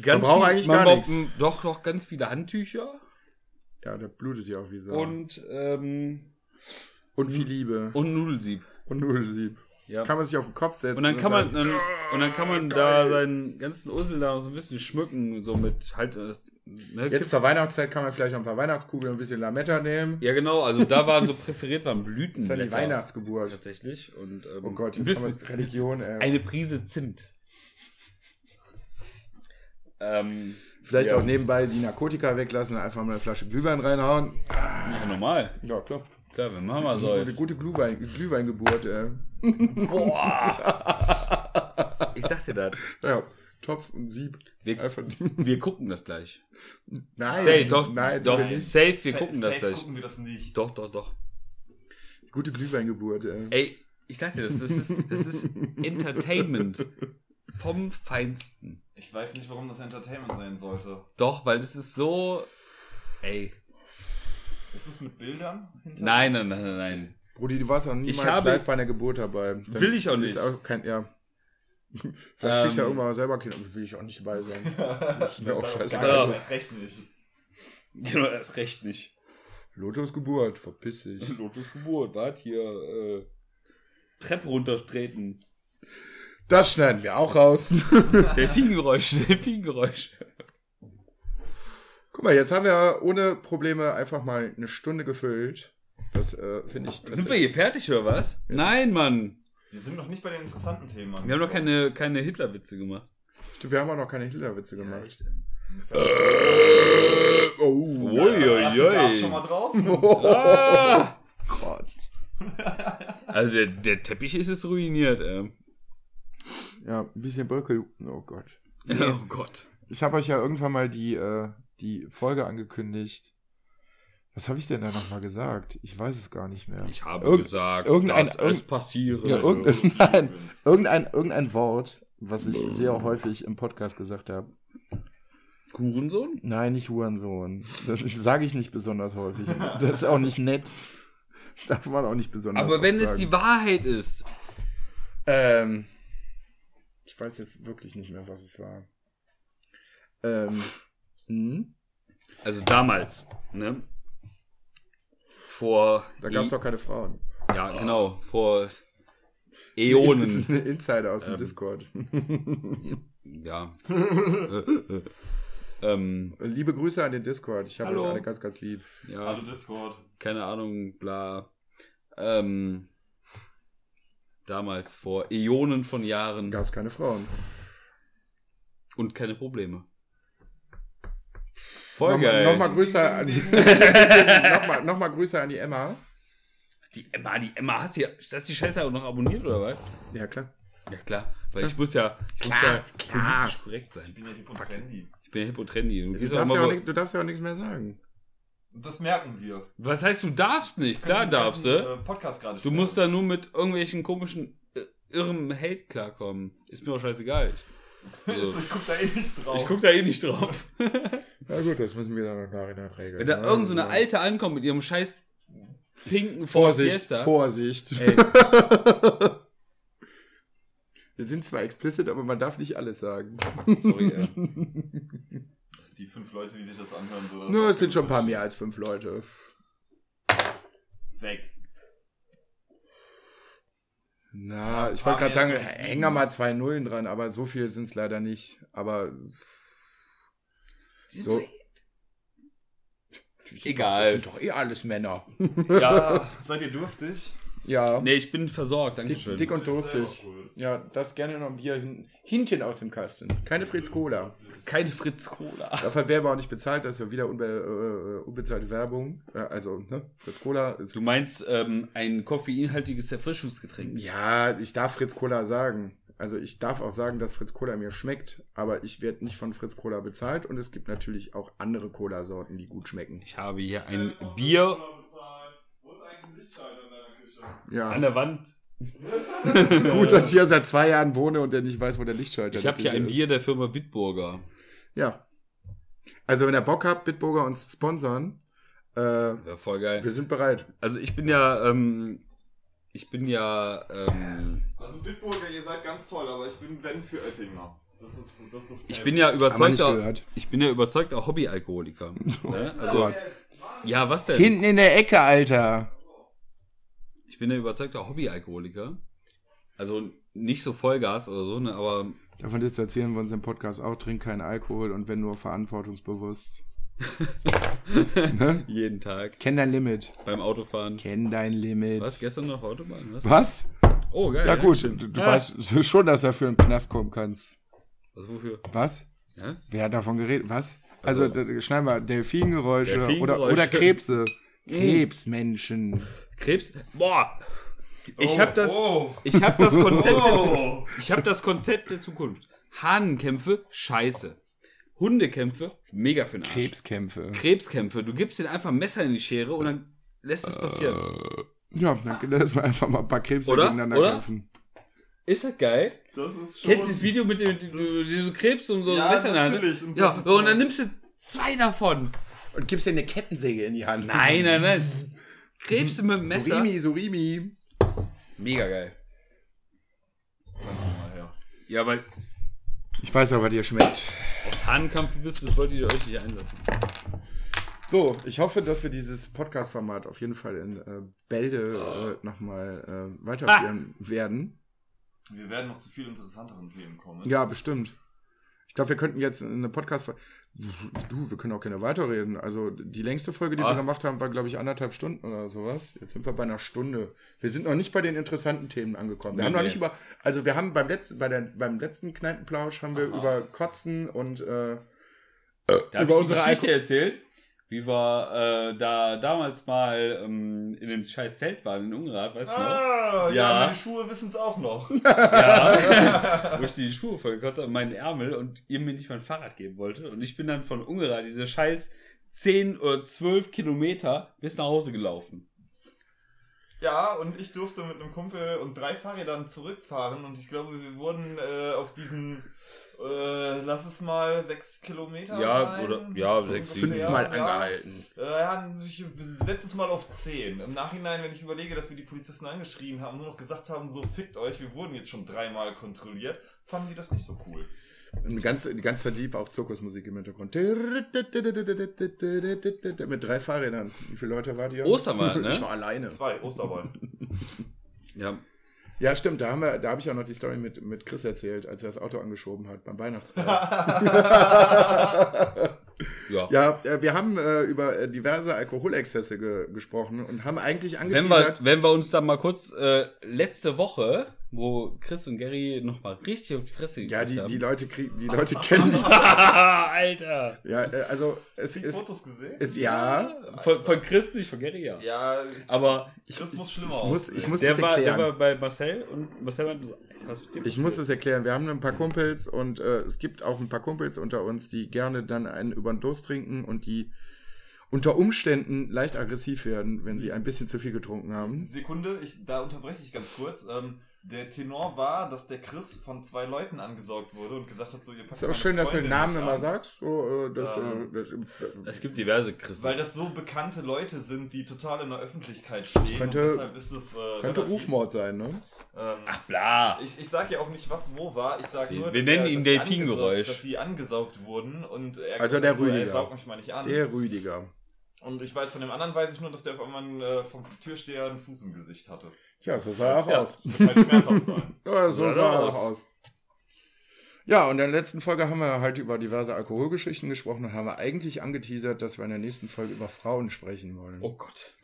S3: ganz
S2: braucht eigentlich
S3: man
S2: gar
S3: braucht
S2: nichts.
S3: m- Doch, doch, ganz viele Handtücher
S2: ja, da blutet ja auch wie Sau.
S3: und, ähm,
S2: und viel Liebe und,
S3: und Nudelsieb.
S2: Nudelsieb.
S3: Ja.
S2: Kann man sich auf den Kopf setzen.
S3: Und dann kann man,
S2: sagen,
S3: dann, und dann kann man da seinen ganzen Ursel da noch so ein bisschen schmücken, so mit halt das, ne,
S2: jetzt
S3: Kipf-
S2: zur Weihnachtszeit kann man vielleicht noch ein paar Weihnachtskugeln und ein bisschen Lametta nehmen.
S3: Ja genau, also da waren so präferiert waren
S2: Das ist ja
S3: Blütenblätter.
S2: die Weihnachtsgeburt.
S3: tatsächlich. Und, ähm,
S2: Oh Gott,
S3: ein
S2: jetzt haben
S3: bisschen
S2: wir Religion, ey.
S3: eine Prise Zimt. Ähm,
S2: Vielleicht
S3: ja.
S2: auch nebenbei die Narkotika weglassen und einfach mal eine Flasche Glühwein reinhauen.
S3: Ja, normal.
S2: Ja, klar.
S3: Klar, wenn Mama
S2: Eine
S3: säuft.
S2: gute Glühwein, Glühweingeburt, ey.
S3: Boah! Ich sag dir das.
S2: Ja, Topf und Sieb.
S3: Wir-
S2: Einfach-
S3: Wir gucken das gleich.
S2: nein,
S3: safe, doch,
S2: nein,
S3: doch,
S2: wir nicht.
S3: safe, wir
S4: Sa-
S3: gucken das
S4: safe
S3: gleich.
S4: gucken wir das nicht.
S3: Doch, doch, doch.
S2: Gute Glühweingeburt, ey.
S3: Ey, ich sag dir das, das ist, das ist Entertainment vom Feinsten.
S4: Ich weiß nicht, warum das Entertainment sein sollte.
S3: Doch, weil es ist so. Ey.
S4: Ist es mit Bildern? hinter-
S3: Nein, nein, nein, nein, nein.
S2: Brudi, du warst auch niemals
S3: habe-
S2: live bei einer Geburt dabei. Dann
S3: Will ich auch nicht.
S2: Ist auch kein, ja. Vielleicht kriegst du ja
S3: Ähm.
S2: irgendwann mal selber Kinder. Will ich auch nicht dabei sein. Ist mir auch
S4: Darauf
S2: scheißegal. Also,
S4: gar
S3: Ja.
S4: nicht, erst recht nicht.
S3: Genau, das recht nicht.
S2: Lotus Geburt, verpiss dich.
S3: Lotus Geburt, wart hier. Äh, Treppe runtertreten.
S2: Das schneiden wir auch raus.
S3: Delfingeräusche, Delfingeräusche.
S2: Guck mal, jetzt haben wir ohne Probleme einfach mal eine Stunde gefüllt. Das äh, finde ich.
S3: Sind wir hier fertig oder was? Nein, Mann.
S4: Wir sind noch nicht bei den interessanten Themen.
S3: Wir haben noch keine, keine Hitlerwitze gemacht.
S2: tatsächlich- wir haben auch noch keine Hitlerwitze gemacht. Äh, oh,
S4: also Uiuiui. Das
S3: Uiuiui.
S4: schon mal draußen.
S3: Ah!
S2: Gott.
S3: Also der, der Teppich ist jetzt ruiniert. Ähm.
S2: Ja, ein bisschen Bröckel. Oh Gott.
S3: Oh Gott.
S2: Ich habe euch ja irgendwann mal die, äh, die Folge angekündigt. Was habe ich denn da nochmal gesagt? Ich weiß es gar nicht mehr.
S3: Ich habe
S2: Irgend-
S3: gesagt,
S2: irgendein-
S3: dass es
S2: irgend-
S3: passiere.
S2: Ja, irgendein, nein, irgendein, irgendein Wort, was ich sehr häufig im Podcast gesagt habe.
S3: Kurensohn?
S2: Nein, nicht Hurensohn. Das sage ich nicht besonders häufig. Das ist auch nicht nett. Das darf man auch nicht besonders
S3: Aber
S2: oft
S3: wenn es
S2: sagen.
S3: die Wahrheit ist.
S2: Ähm, ich weiß jetzt wirklich nicht mehr, was es war. Ähm, hm?
S3: Also damals, ne? Vor. E-
S2: Da gab es doch keine Frauen.
S3: Ja, genau. Vor
S2: Das ist
S3: Äonen.
S2: eine Insider aus dem
S3: Ähm.
S2: Discord.
S3: Ja. ähm,
S2: Liebe Grüße an den Discord. Ich habe
S3: Hallo.
S2: euch alle ganz, ganz lieb.
S3: ja.
S4: Hallo
S2: Also
S4: Discord.
S3: keine Ahnung, bla. Ähm, damals vor Äonen von Jahren
S2: Gab es keine Frauen.
S3: und keine Probleme. Voll
S2: Nochmal,
S3: geil.
S2: nochmal, Grüße an die, nochmal, nochmal Grüße an die Emma.
S3: Die Emma, die Emma, hast du, hast du die Scheiße auch noch abonniert oder was?
S2: Ja, klar.
S3: Ja klar, weil ich muss ja, ich muss ja politisch korrekt
S4: Ich
S3: sein.
S4: bin ja die Trendy.
S3: Ich bin ja hippotrendy. Du
S2: Du
S3: gehst auch
S2: darfst,
S3: mal
S2: ja auch
S3: so-
S2: nix, du darfst ja auch nichts mehr sagen.
S4: Das merken wir.
S3: was heißt, du darfst nicht?
S2: Also,
S3: Klar darfst
S4: Kannst den
S3: du.
S4: ganzen, äh, Podcast gerade
S3: Du musst da nur mit irgendwelchen komischen, äh, irrem Hate klarkommen. Ist mir auch scheißegal. Ich, so.
S4: Ich guck da eh nicht drauf.
S3: ich guck da eh nicht drauf.
S2: Na gut, das müssen wir dann noch nachhinein regeln.
S3: Wenn da
S2: Ja,
S3: irgend so eine
S2: also-
S3: Alte ankommt mit ihrem scheiß pinken Ford
S2: Vorsicht,
S3: Fiesta.
S2: Vorsicht.
S3: Ey,
S2: Wir sind zwar explicit, aber man darf nicht alles sagen.
S3: sorry, äh. ey.
S4: die fünf Leute, die sich das anhören. So, das
S2: Nur,
S4: ist
S2: es sind schon ein paar
S4: wirklich
S2: mehr als fünf Leute.
S4: Sechs.
S2: Na,
S4: Ja,
S2: ich wollte gerade
S4: paar
S2: sagen,
S4: mehr als
S2: häng
S4: sieben.
S2: da mal zwei Nullen dran, aber so viel sind es leider nicht. Aber So.
S3: Egal.
S2: doch eh alles Männer.
S3: Ja,
S4: Seid ihr durstig?
S2: Ja.
S3: Nee, ich bin versorgt,
S2: Dick,
S3: Dankeschön.
S2: dick und durstig.
S4: Selber cool.
S2: Ja, darfst gerne noch ein Bier hin, hinten aus dem Kasten. Keine Fritz Cola.
S3: Keine Fritz Cola.
S2: Dafür werden wir auch nicht bezahlt, das ist ja wieder unbe äh, unbezahlte Werbung. Äh, also, ne? Fritz Cola ist.
S3: Du meinst ähm, ein koffeinhaltiges Erfrischungsgetränk?
S2: Ja, ich darf Fritz Cola sagen. Also ich darf auch sagen, dass Fritz Cola mir schmeckt, aber ich werde nicht von Fritz Cola bezahlt und es gibt natürlich auch andere Cola-Sorten, die gut schmecken.
S3: Ich habe hier ein Bier
S4: Wo ist eigentlich ein Lichtschalter in deiner Küche?
S2: Ja,
S3: an der Wand.
S2: gut, dass ich hier seit zwei Jahren wohne und der nicht weiß, wo der Lichtschalter
S3: äh, Ich habe hier ein
S2: wirklich
S3: Bier
S2: ist.
S3: der Firma Bitburger.
S2: Ja. Also wenn ihr Bock habt, Bitburger uns sponsern, äh,
S3: Wäre voll geil.
S2: wir sind bereit.
S3: Also ich bin ja, ähm, ich bin ja, ähm,
S4: Also Bitburger, ihr seid ganz toll, aber ich bin Ben für Oettinger. Das ist das, ist das
S3: ich
S4: Faible.
S3: bin ja
S2: Haben wir nicht
S3: überzeugter,
S2: gehört. Oh
S3: ich bin ja überzeugter Hobbyalkoholiker. ne? Also,
S2: Gott.
S3: ja, was denn?
S2: Hinten in der Ecke, Alter.
S3: Ich bin ja überzeugter Hobbyalkoholiker. Also nicht so Vollgas oder so, ne, aber
S2: Davon distanzieren wir uns im Podcast auch. Trink keinen Alkohol und wenn nur verantwortungsbewusst. ne?
S3: jeden Tag
S2: Kenn dein Limit.
S3: beim Autofahren.
S2: Kenn dein Limit.
S3: Was gestern noch auf Autobahn? Was?
S2: Was?
S3: Oh geil.
S2: Ja, gut, du,
S3: stimmt.
S2: du
S3: Ah.
S2: weißt schon, dass du dafür in den Knast kommen kannst.
S3: Was wofür?
S2: Was?
S3: Ja?
S2: Wer hat davon geredet? Was? Also, da- schneiden wir Delfingeräusche, Oder,
S3: Delfingeräusche.
S2: oder Krebse. Krebsmenschen.
S3: Krebs? Boah. Ich
S4: Oh,
S3: habe das,
S4: Oh,
S3: ich hab das Konzept,
S4: oh.
S3: der, ich hab das Konzept der Zukunft. Hahnenkämpfe, scheiße. Hundekämpfe, mega für den Arsch.
S2: Krebskämpfe.
S3: Krebskämpfe, du gibst denen einfach ein Messer in die Schere und dann lässt es passieren.
S2: Ja, dann lassen wir einfach mal ein paar Krebse
S3: Oder?
S2: gegeneinander
S3: Oder?
S2: kämpfen.
S3: Ist das geil?
S4: Das ist schon.
S3: Kennst du das Video mit dem, dem, diesem Krebs und so
S4: Ja,
S3: Messer in der
S4: natürlich.
S3: Hand? Ja, und dann nimmst du zwei davon.
S2: Und gibst dir eine Kettensäge in die Hand.
S3: Nein, nein, nein. Krebse mit dem Messer.
S2: Surimi, Surimi.
S3: Mega geil.
S4: Mal her.
S3: Ja, weil
S2: Ich weiß auch, was dir schmeckt.
S3: aus Hahnenkampf bist, das wolltet ihr euch nicht einlassen.
S2: So, ich hoffe, dass wir dieses Podcast-Format auf jeden Fall in äh, Bälde äh, nochmal äh, weiterführen
S3: Ah!
S2: werden.
S4: Wir werden noch zu viel interessanteren Themen kommen.
S2: Ja, bestimmt. Ich glaube, wir könnten jetzt eine Podcast. Du, wir können auch gerne weiterreden. Also die längste Folge, die
S3: Ah.
S2: wir gemacht haben, war, glaube ich, anderthalb Stunden oder sowas. Jetzt sind wir bei einer Stunde. Wir sind noch nicht bei den interessanten Themen angekommen. Wir
S3: Nee,
S2: haben noch
S3: nee.
S2: nicht über. Also wir haben beim letzten, bei der, beim letzten Kneipenplausch haben wir über Kotzen und äh,
S3: Da hab
S2: Über
S3: ich
S2: unsere
S3: die Geschichte erzählt, wie wir äh, da damals mal ähm, in dem scheiß Zelt waren in Ungarn, weißt du noch?
S4: Ah, ja,
S3: Ja.
S4: meine Schuhe wissen es auch noch.
S2: Ah.
S3: Ja. Wo ich die Schuhe vollgekotzt habe, meinen Ärmel und ihr mir nicht mein Fahrrad geben wollte. Und ich bin dann von Ungarn diese scheiß 10 oder 12 Kilometer bis nach Hause gelaufen.
S4: Ja, und ich durfte mit einem Kumpel und drei Fahrrädern zurückfahren und ich glaube, wir wurden äh, auf diesen, äh, lass es mal sechs Kilometer
S3: Ja,
S4: sein.
S3: oder- ja, sechs, sieben.
S4: Ungefähr,
S2: fünfmal
S4: ja.
S2: angehalten.
S4: Äh, ja, ich setze es mal auf zehn. Im Nachhinein, wenn ich überlege, dass wir die Polizisten angeschrien haben, nur noch gesagt haben, so fickt euch, wir wurden jetzt schon dreimal kontrolliert, fanden die das nicht so cool.
S2: Und ganz, ganz lieb auch Zirkusmusik im Hintergrund. Mit drei Fahrrädern. Wie viele Leute wart ihr?
S3: Ostern war, ne?
S2: Ich war alleine.
S4: Zwei, Osterball.
S3: Ja.
S2: Ja, stimmt, da, haben wir- da habe ich auch noch die Story mit, mit Chris erzählt, als er das Auto angeschoben hat beim äh, Weihnachtsball.
S3: Ja.
S2: ja, äh, wir haben äh, über äh, diverse Alkoholexzesse ge gesprochen und haben eigentlich
S3: Wenn wir,
S2: angeteasert,
S3: wenn wir uns dann mal kurz äh, letzte Woche, wo Chris und Gary nochmal richtig auf die Fresse
S2: ja, die,
S3: haben.
S2: die Leute kriegen, die Leute kennen die.
S3: Alter!
S2: Ja, äh, also es
S4: Hast du die
S2: ist,
S4: Fotos gesehen?
S2: ist ja.
S3: Von, von Chris nicht, von Gary ja.
S4: ja, ich,
S3: Aber
S4: das muss schlimmer
S2: Ich muss, ich
S4: aussehen.
S2: muss das
S3: der war, der
S2: erklären.
S3: war bei Marcel und Marcel hat so, Alter, was ist mit dem
S2: Ich muss das erklären. Wir haben ein paar Kumpels und äh, es gibt auch ein paar Kumpels unter uns, die gerne dann einen über den Durst trinken und die unter Umständen leicht aggressiv werden, wenn sie ein bisschen zu viel getrunken haben.
S4: Sekunde, ich, da unterbreche ich ganz kurz. Ähm, der Tenor war, dass der Chris von zwei Leuten angesaugt wurde und gesagt hat, so, ihr packt
S2: Ist auch
S4: meine
S2: schön, dass du den
S4: Freundin
S2: Namen
S4: nicht
S2: immer
S4: an.
S2: sagst. So, äh, das,
S4: Ja.
S2: äh, das,
S3: Es gibt diverse Chris.
S4: Weil das so bekannte Leute sind, die total in der Öffentlichkeit stehen.
S2: könnte-
S4: und deshalb ist es. Äh,
S2: könnte
S4: relativ.
S2: Rufmord sein, ne?
S4: Ähm,
S3: Bla!
S4: ich ich sage ja auch nicht, was wo war. Ich sage
S3: Wir
S4: nur,
S3: nennen
S4: er-
S3: ihn
S4: sie
S3: Delfingeräusch.
S4: angesaugt- Dass sie angesaugt wurden und er
S2: Also
S4: gesagt
S2: der
S4: hat, so, ey,
S2: Rüdiger.
S4: Saug mich mal nicht an.
S2: Der Rüdiger.
S4: Und ich weiß von dem anderen, weiß ich nur, dass der auf einmal einen, äh, vom Türsteher einen Fuß im Gesicht hatte.
S2: Tja, so sah er auch aus.
S4: Das kann schmerzhaft sein.
S2: Ja, so
S3: Ja,
S2: sah er
S3: aus.
S2: auch aus. Ja, und in der letzten Folge haben wir halt über diverse Alkoholgeschichten gesprochen und haben wir eigentlich angeteasert, dass wir in der nächsten Folge über Frauen sprechen wollen.
S3: Oh Gott.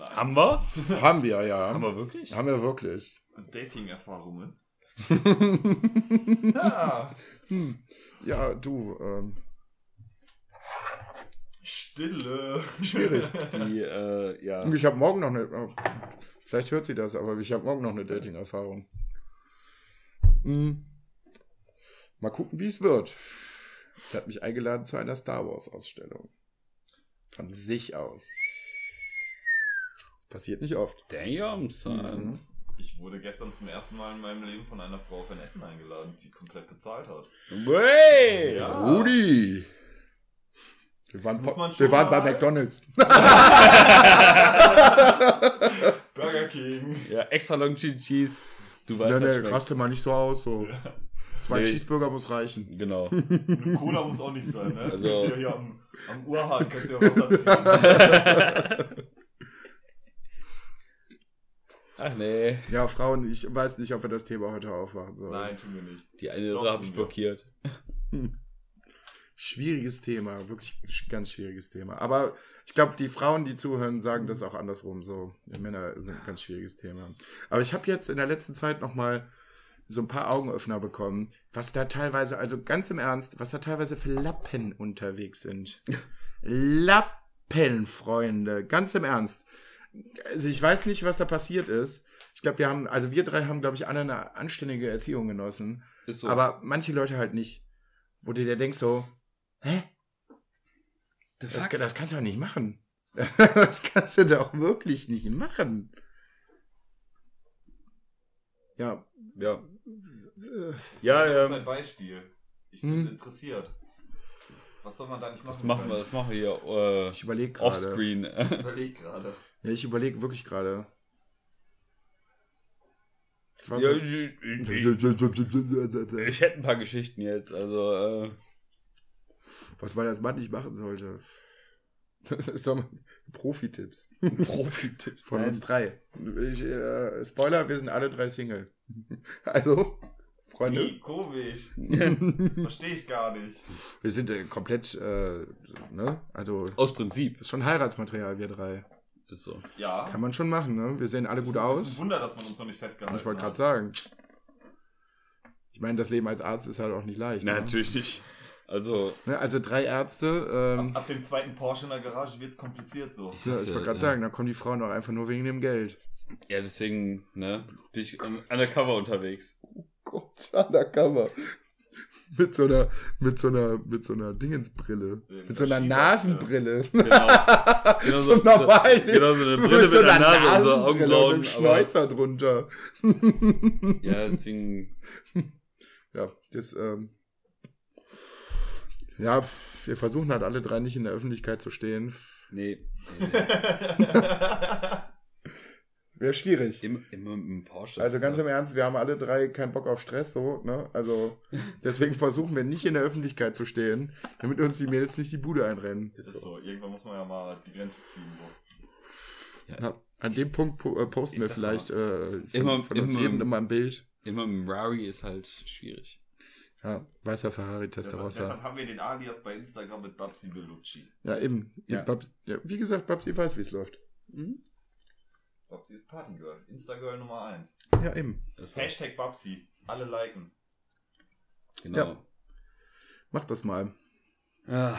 S3: Haben wir?
S2: Haben wir, ja.
S3: Haben wir wirklich?
S2: Haben wir wirklich.
S4: Dating-Erfahrungen. ja,
S2: Ja, du, ähm,
S4: Stille.
S2: schwierig.
S3: Die, äh, ja.
S2: Ich habe morgen noch eine. oh, Vielleicht hört sie das, aber ich habe morgen noch eine Dating-Erfahrung. Hm. Mal gucken, wie es wird. Sie hat mich eingeladen zu einer Star Wars-Ausstellung. Von sich aus. Das passiert nicht oft.
S3: Damn, son.
S2: Mhm.
S4: Ich wurde gestern zum ersten Mal in meinem Leben von einer Frau auf ein Essen eingeladen, die komplett bezahlt hat.
S2: Mhm.
S3: Wey!
S4: Ja.
S2: Rudi! Wir waren,
S4: Das Ah. muss
S2: po-
S4: man schon
S2: wir waren bei
S4: mal-
S2: McDonalds.
S4: Burger King.
S3: Ja, extra long Chili Cheese. Du weißt,
S2: Ja,
S3: das
S2: ne,
S3: schmeckt.
S2: raste mal nicht so aus. So. Zwei
S3: Nee.
S2: Cheeseburger muss reichen.
S3: Genau.
S4: Eine Cola muss auch nicht sein, ne?
S3: Also-
S4: kannst du ja hier am, am Urhahn kannst du ja was erzählen.
S3: Ach nee,
S2: Ja, Frauen, ich weiß nicht, ob wir das Thema heute aufmachen sollen.
S4: Nein, tun wir nicht.
S3: die eine
S4: Doch,
S3: Sache habe ich
S4: ja.
S3: blockiert.
S2: Schwieriges Thema, wirklich sch- ganz schwieriges Thema. Aber ich glaube, die Frauen, die zuhören, sagen das auch andersrum. So, Die Männer sind ein ganz schwieriges Thema. Aber ich habe jetzt in der letzten Zeit nochmal so ein paar Augenöffner bekommen, was da teilweise, also ganz im Ernst, was da teilweise für Lappen unterwegs sind. Lappen, Freunde, ganz im Ernst. Also ich weiß nicht, was da passiert ist. Ich glaube, wir haben, also wir drei haben, glaube ich, alle eine anständige Erziehung genossen.
S3: Ist so.
S2: Aber manche Leute halt nicht. Wo du dir denkst so, hä? Das, das kannst du doch nicht machen. das kannst du doch wirklich nicht machen. Ja.
S3: ja.
S2: äh,
S3: Ja,
S4: Das ist
S3: ja.
S4: ein Beispiel. Ich bin
S2: Hm.
S4: interessiert. Was soll man da nicht machen?
S3: Das machen wir, das machen wir hier
S2: Ich überlege
S3: äh,
S2: gerade.
S3: offscreen.
S4: Ich überleg gerade.
S2: Ja, ich überlege wirklich gerade. Das war
S3: Ja,
S2: so-
S3: ich, ich, ich, ich hätte ein paar Geschichten jetzt, also äh,
S2: Was man als Mann nicht machen sollte. Das ist doch mal Profi-Tipps
S3: Profi-Tipps.
S2: von
S3: Nein.
S2: uns drei. Ich, äh, Spoiler, wir sind alle drei Single. Also, Freunde.
S4: Wie komisch. Verstehe ich gar nicht.
S2: Wir sind äh, komplett, äh, ne? Also,
S3: Aus Prinzip.
S2: ist schon Heiratsmaterial, wir drei.
S3: Ist so.
S4: Ja.
S2: Kann man schon machen, ne? Wir sehen alle gut
S4: Es ist ein
S2: aus.
S4: Wunder, dass man uns noch nicht festgehalten
S2: Ich wollte gerade
S4: hat.
S2: sagen. Ich meine, das Leben als Arzt ist halt auch nicht leicht.
S3: Na,
S2: ne?
S3: natürlich nicht. Also,
S2: Ne? Also drei Ärzte, ähm,
S4: Ab dem zweiten Porsche in der Garage wird's kompliziert so.
S2: so, ich wollte gerade sagen, da kommen die Frauen auch einfach nur wegen dem Geld.
S3: ja, deswegen, ne, bin ich ähm, undercover unterwegs.
S2: Gott, undercover. Mit so einer, mit so einer, mit so einer Dingensbrille. Mit so einer Nasenbrille.
S3: Genau. genau
S2: So normal.
S3: Genau so eine Brille mit, einer Nase und so
S2: Nasenbrille und genau, einem
S3: Augenbrauen. aber-
S2: Schnäuzer drunter.
S3: Ja, deswegen,
S2: Ja, das, ähm, ja, wir versuchen halt alle drei nicht in der Öffentlichkeit zu stehen.
S3: nee.
S2: Wäre schwierig.
S3: Im, im, im Porsche.
S2: Also
S3: ist
S2: ganz
S3: so.
S2: im Ernst, wir haben alle drei keinen Bock auf Stress, so, ne? Also deswegen versuchen wir nicht in der Öffentlichkeit zu stehen, damit uns die Mädels nicht die Bude einrennen.
S4: Ist so. Irgendwann muss man ja mal die Grenze ziehen. So.
S2: Ja, an dem Punkt po äh, posten
S3: ich
S2: wir
S3: sag
S2: vielleicht äh, von,
S3: immer-
S2: von uns
S3: immer-
S2: jedem immer ein Bild.
S3: Immer mit dem Rari ist halt schwierig.
S2: Ja, weißer Ferrari
S4: Deshalb,
S2: Testarossa.
S4: deshalb haben wir den Alias bei Instagram mit Babsi Bellucci.
S2: Ja, eben.
S3: Ja.
S2: Babs, ja, wie gesagt, Babsi weiß, wie es läuft.
S3: Mhm.
S4: Babsi ist Partygirl. Instagirl Nummer 1.
S2: Ja, eben.
S3: Ist halt so.
S4: Hashtag Babsi. Alle liken.
S3: Genau.
S2: Mach das mal.
S3: Ah.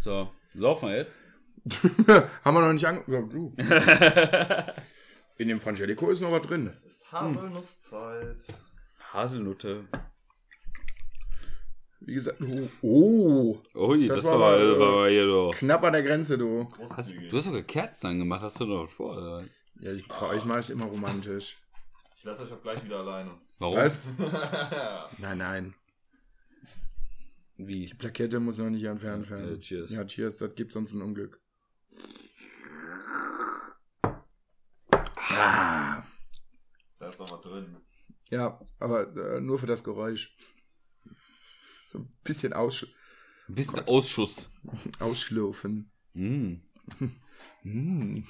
S3: So, laufen wir jetzt.
S2: haben wir noch nicht ange... Ja, du. In dem Frangelico ist noch was drin.
S4: Es ist Haselnusszeit.
S3: Haselnutte.
S2: Wie gesagt, oh, oh
S3: Ui, das,
S2: Das war
S3: war, mal,
S2: mal,
S3: das war
S2: äh,
S3: mal hier doch.
S2: knapp an der Grenze, du.
S3: Hast,
S4: Großzügig.
S3: du hast sogar Kerzen angemacht, hast du noch was vor? Oder?
S2: Ja, ich, für euch mache ich immer romantisch.
S4: Ich lasse euch auch gleich wieder alleine.
S3: Warum?
S2: Was?
S4: ja,
S2: Nein, nein.
S3: Wie?
S2: Die Plakette muss noch nicht entfernt werden.
S3: Äh, cheers.
S2: Ja, cheers, das gibt sonst ein Unglück. Ah.
S4: da ist noch was drin.
S2: Ja, aber äh, nur für das Geräusch. So ein bisschen aussch
S3: Ein bisschen Ausschuss.
S2: ausschlürfen.
S3: Mm.
S2: Mm.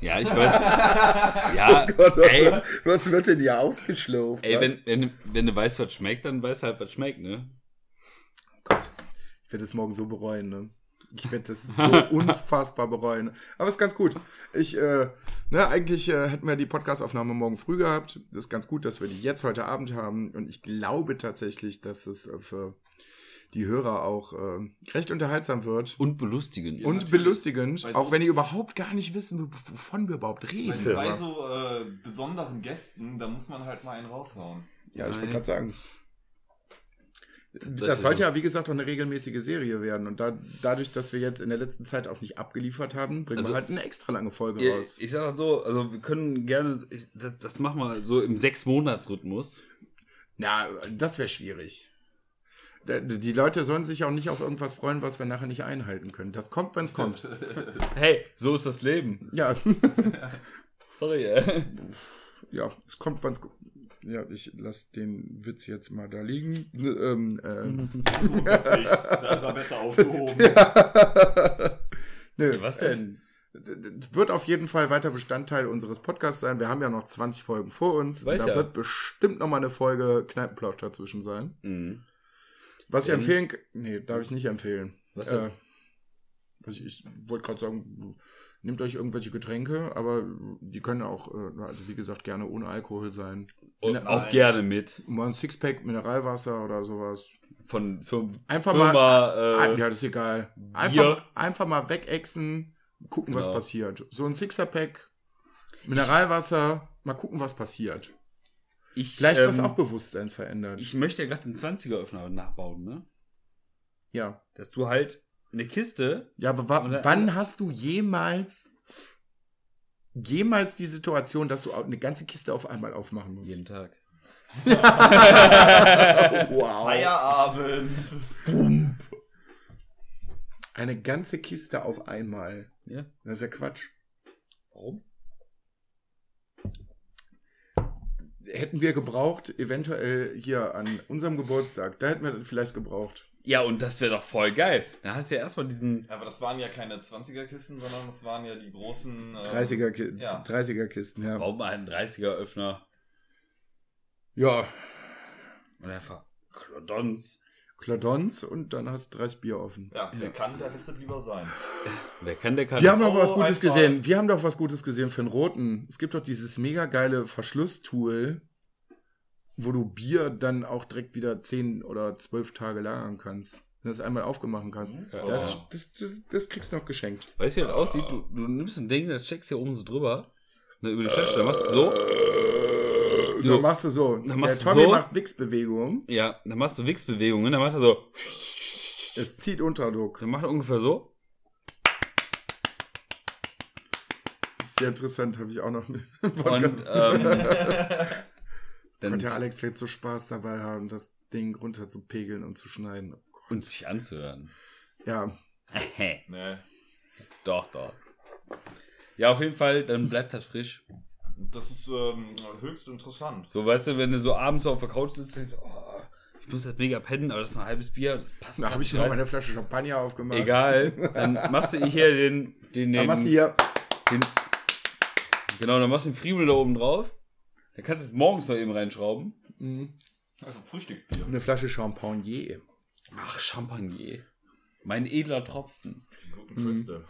S3: Ja, ich weiß. ja,
S2: Gott, was,
S3: Ey.
S2: wird, was wird denn hier ausgeschlürft?
S3: ey,
S2: Was?
S3: wenn, wenn, wenn du weißt, was schmeckt, dann weißt du halt, was schmeckt, ne?
S2: Gott, ich werde es morgen so bereuen, ne? Ich werde das so unfassbar bereuen. Aber ist ganz gut. Ich, äh, ne, eigentlich äh, hätten wir die Podcastaufnahme morgen früh gehabt. Das ist ganz gut, dass wir die jetzt heute Abend haben. Und ich glaube tatsächlich, dass es äh, für die Hörer auch äh, recht unterhaltsam wird.
S3: Und belustigen.
S2: und
S4: natürlich.
S2: belustigend,
S4: Weil
S2: auch
S4: so-
S2: wenn die überhaupt gar nicht wissen, wo- wovon wir überhaupt
S4: Bei
S2: reden.
S4: zwei
S2: Aber-
S4: so äh, besonderen Gästen, da muss man halt mal einen raushauen.
S2: Ja, ich
S3: Nein.
S2: wollte gerade sagen.
S3: Das
S2: Das
S3: ist
S2: sollte
S3: so.
S2: ja, wie gesagt, auch eine regelmäßige Serie werden. Und da, dadurch, dass wir jetzt in der letzten Zeit auch nicht abgeliefert haben, bringen
S3: Also-
S2: wir halt eine extra lange Folge
S3: Ja,
S2: raus.
S3: Ich sag das so, also wir können gerne, ich, das, das machen wir so im Sechs-Monats-Rhythmus.
S2: Na, das wäre schwierig. Da- Die Leute sollen sich auch nicht auf irgendwas freuen, was wir nachher nicht einhalten können. Das kommt, wenn es kommt.
S3: Hey, so ist das Leben.
S2: ja,
S3: Sorry, äh. ey.
S2: ja, es kommt, wenn es kommt. Ja, ich lasse den Witz jetzt mal da liegen. Ähm, ähm,
S4: Untertisch, da ist er besser aufgehoben.
S2: nö.
S3: Was denn?
S2: D- d- wird auf jeden Fall weiter Bestandteil unseres Podcasts sein. Wir haben ja noch 20 Folgen vor uns.
S3: Weiß
S2: da
S3: ja.
S2: wird bestimmt noch mal eine Folge Kneipenplausch dazwischen sein.
S3: Mhm.
S2: Was ich
S3: Ähm.
S2: empfehlen... k- Nee, darf ich nicht empfehlen.
S3: Was denn?
S2: äh, was ich ich wollte gerade sagen, nehmt euch irgendwelche Getränke, aber die können auch, äh, also wie gesagt, gerne ohne Alkohol sein.
S3: Und
S2: Nein.
S3: auch gerne mit.
S2: Mal ein Sixpack Mineralwasser oder sowas.
S3: Von Firma,
S2: Einfach
S3: Firma
S2: mal...
S3: äh,
S2: Ah, ja, das ist egal.
S3: Bier.
S2: Einfach, einfach mal wegexen, gucken, was
S3: Genau.
S2: passiert. So ein Sixerpack, Mineralwasser, mal gucken, was passiert.
S3: ich,
S2: Vielleicht was
S3: ähm,
S2: auch Bewusstseins verändert.
S3: Ich möchte ja gerade den 20er-Öffner nachbauen, ne?
S2: ja.
S3: Dass du halt eine Kiste
S2: Ja, aber wa
S3: Oder-
S2: wann hast du jemals jemals die Situation, dass du au- eine ganze Kiste auf einmal aufmachen musst?
S3: jeden Tag.
S2: Wow.
S4: Feierabend.
S2: Eine ganze Kiste auf einmal.
S3: Ja.
S2: Das ist ja Quatsch.
S3: Warum?
S2: Hätten wir gebraucht, eventuell hier an unserem Geburtstag, da hätten wir das vielleicht gebraucht.
S3: Ja, und das wäre doch voll geil. Da hast du ja erstmal diesen.
S4: Aber das waren ja keine 20er-Kisten, sondern das waren ja die großen. ähm,
S2: 30er, Ki
S4: ja.
S2: 30er Kisten, ja.
S3: Warum einen 30er-Öffner?
S2: Ja,
S3: Und einfach Klodons.
S2: Klodons und dann hast du 30 Bier offen.
S4: Ja, wer kann, der lässt es lieber sein.
S3: Wer kann, der kann.
S2: Wir haben doch
S4: Oh,
S2: was Gutes
S4: einfach.
S2: gesehen. Wir haben doch was Gutes gesehen für den Roten. Es gibt doch dieses mega geile Verschlusstool, wo du Bier dann auch direkt wieder 10 oder 12 Tage lagern kannst. Wenn du es einmal aufgemacht kannst.
S4: Super.
S2: Das, das, das, das kriegst du noch geschenkt.
S3: Weißt du, wie das aussieht? Du, du nimmst ein Ding, dann steckst du hier oben so drüber. Ne, über die Flasche, dann machst du so.
S2: Äh,
S3: Jo.
S2: dann machst du so.
S3: Dann machst du
S2: Der Tommy
S3: so.
S2: macht Wichsbewegungen.
S3: Ja, dann machst du Wichsbewegungen, dann macht er so.
S2: Es zieht Unterdruck.
S3: Dann macht er ungefähr so.
S2: Das ist sehr interessant, habe ich auch noch.
S3: Und ähm,
S2: Konnte
S3: dann,
S2: Oh ja Alex vielleicht so Spaß dabei haben, das Ding runter zu pegeln und zu schneiden. Oh
S3: und sich anzuhören.
S2: Ja,
S4: Nee.
S3: Doch, doch. Ja, auf jeden Fall, dann bleibt das frisch.
S4: Das ist ähm, höchst interessant.
S3: So, weißt du, wenn du so abends auf der Couch sitzt, denkst du, oh, ich muss jetzt mega pennen, aber das ist ein halbes Bier, das passt
S2: da
S3: grad
S2: habe ich
S3: nicht
S2: noch
S3: rein.
S2: meine Flasche Champagner aufgemacht.
S3: Egal, dann machst du hier den, den,
S2: Dann
S3: den,
S2: machst du hier
S3: den genau, dann machst du den Friemel da oben drauf. Dann kannst du es morgens noch eben reinschrauben.
S4: Also Frühstücksbier.
S2: eine Flasche Champagner.
S3: Ach, Champagner. Mein edler Tropfen.
S4: Die guten
S3: Mhm.
S4: Früchte.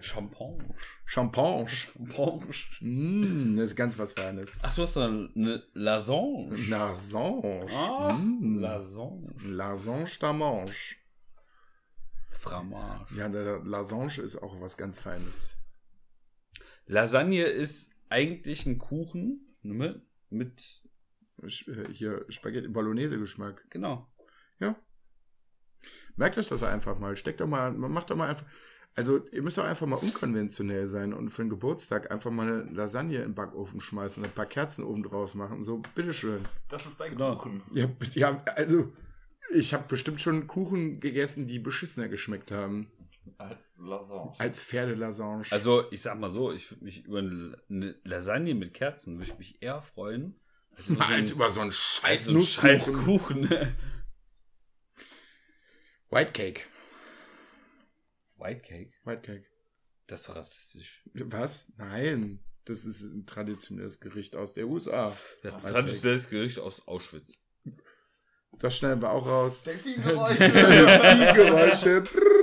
S3: Champagne.
S2: Champagne.
S3: Champagne.
S2: Mm, das ist ganz was Feines.
S3: Ach, du hast doch eine Ah, Lasange.
S2: Lasange.
S3: Ach,
S2: Mm.
S3: Lasange.
S2: Lasange d'Amange.
S3: Framage.
S2: Ja, der- der Lasange ist auch was ganz Feines.
S3: Lasagne ist eigentlich ein Kuchen mit, mit
S2: Sch- äh, Hier Spaghetti Bolognese Geschmack.
S3: genau.
S2: Merkt euch das einfach mal. Steckt doch mal, macht doch mal einfach. Also, ihr müsst doch einfach mal unkonventionell sein und für den Geburtstag einfach mal eine Lasagne im Backofen schmeißen und ein paar Kerzen oben drauf machen. So, bitteschön.
S4: Das ist dein
S3: Genau.
S4: Kuchen.
S2: Ja, b- ja also, ich habe bestimmt schon Kuchen gegessen, die beschissener geschmeckt haben.
S4: Als Lasagne.
S2: Als Pferdelasange.
S3: Also ich sag mal so, ich würde mich über eine eine Lasagne mit Kerzen würde ich mich eher freuen als über so einen-
S2: als über so Also einen scheiß
S3: so einen scheiß
S2: Nusskuchen.
S3: Kuchen. ne?
S2: White Cake.
S3: White Cake,
S2: White Cake.
S3: das ist doch rassistisch.
S2: Was? Nein. Das ist ein traditionelles Gericht aus der USA.
S3: Das ist ein
S2: White
S3: traditionelles Gericht aus Auschwitz.
S2: Cake. Das schneiden wir auch raus.
S4: Delfingeräusche.
S2: Geräusche. Brrr.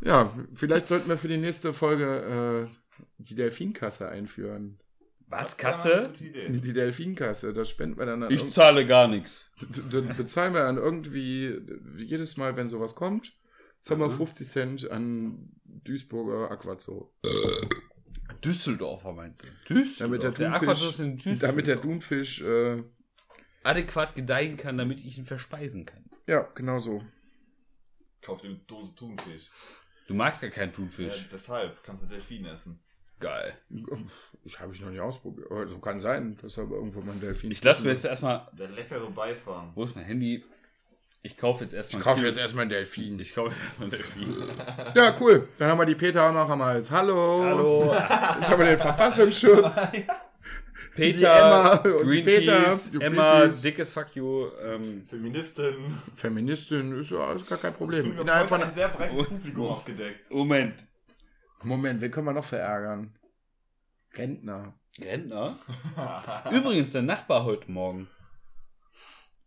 S2: Ja, vielleicht sollten wir für die nächste Folge äh, die Delfinkasse einführen.
S3: Was,
S4: wäre eine
S3: Kasse?
S4: gute Idee.
S2: Die Delfinkasse, das spenden wir dann an
S3: Ich
S2: irgend-
S3: zahle gar nichts.
S2: Dann bezahlen wir an irgendwie, jedes Mal, wenn sowas kommt, zahlen wir 50 Cent an Duisburger Aquazoo.
S3: Düsseldorfer meinst du? Düsseldorf.
S2: Damit der
S3: der
S2: Thunfisch-
S3: Aquatus in Düsseldorf
S2: Damit der Thunfisch, äh,
S3: adäquat gedeihen kann, damit ich ihn verspeisen kann.
S2: ja, genau so.
S4: Kauf dir eine Dose Thunfisch.
S3: Du magst ja keinen
S4: Ja,
S3: Thunfisch.
S4: deshalb kannst du Delfin essen.
S3: Geil.
S2: Ich habe ich noch nie ausprobiert. Also kann sein, dass aber irgendwo mal ein Delfin.
S3: Ich lasse mir jetzt erstmal.
S4: Der leckere Beifang.
S3: Wo ist mein Handy? Ich kaufe jetzt erstmal.
S2: Ich kaufe
S3: Kiel-
S2: jetzt erstmal einen Delfin.
S3: Ich kaufe jetzt erstmal Delfin.
S2: Ja, cool. Dann haben wir die Peter auch noch am Hals. Hallo.
S3: Hallo,
S2: Jetzt haben wir den Verfassungsschutz.
S3: Peter,
S2: Die Emma und die
S3: Greenpeace,
S2: Peter,
S3: Emma,
S2: Greenpeace.
S3: dickes Fuck you. Ähm,
S4: Feministin.
S2: Feministin ist ja alles gar kein Problem.
S4: Wir haben
S2: Innerhalb
S4: heute
S2: von
S4: ein sehr breites Publikum abgedeckt.
S3: Moment.
S2: Moment, wen können wir noch verärgern? Rentner.
S3: Rentner? Übrigens, der Nachbar heute Morgen.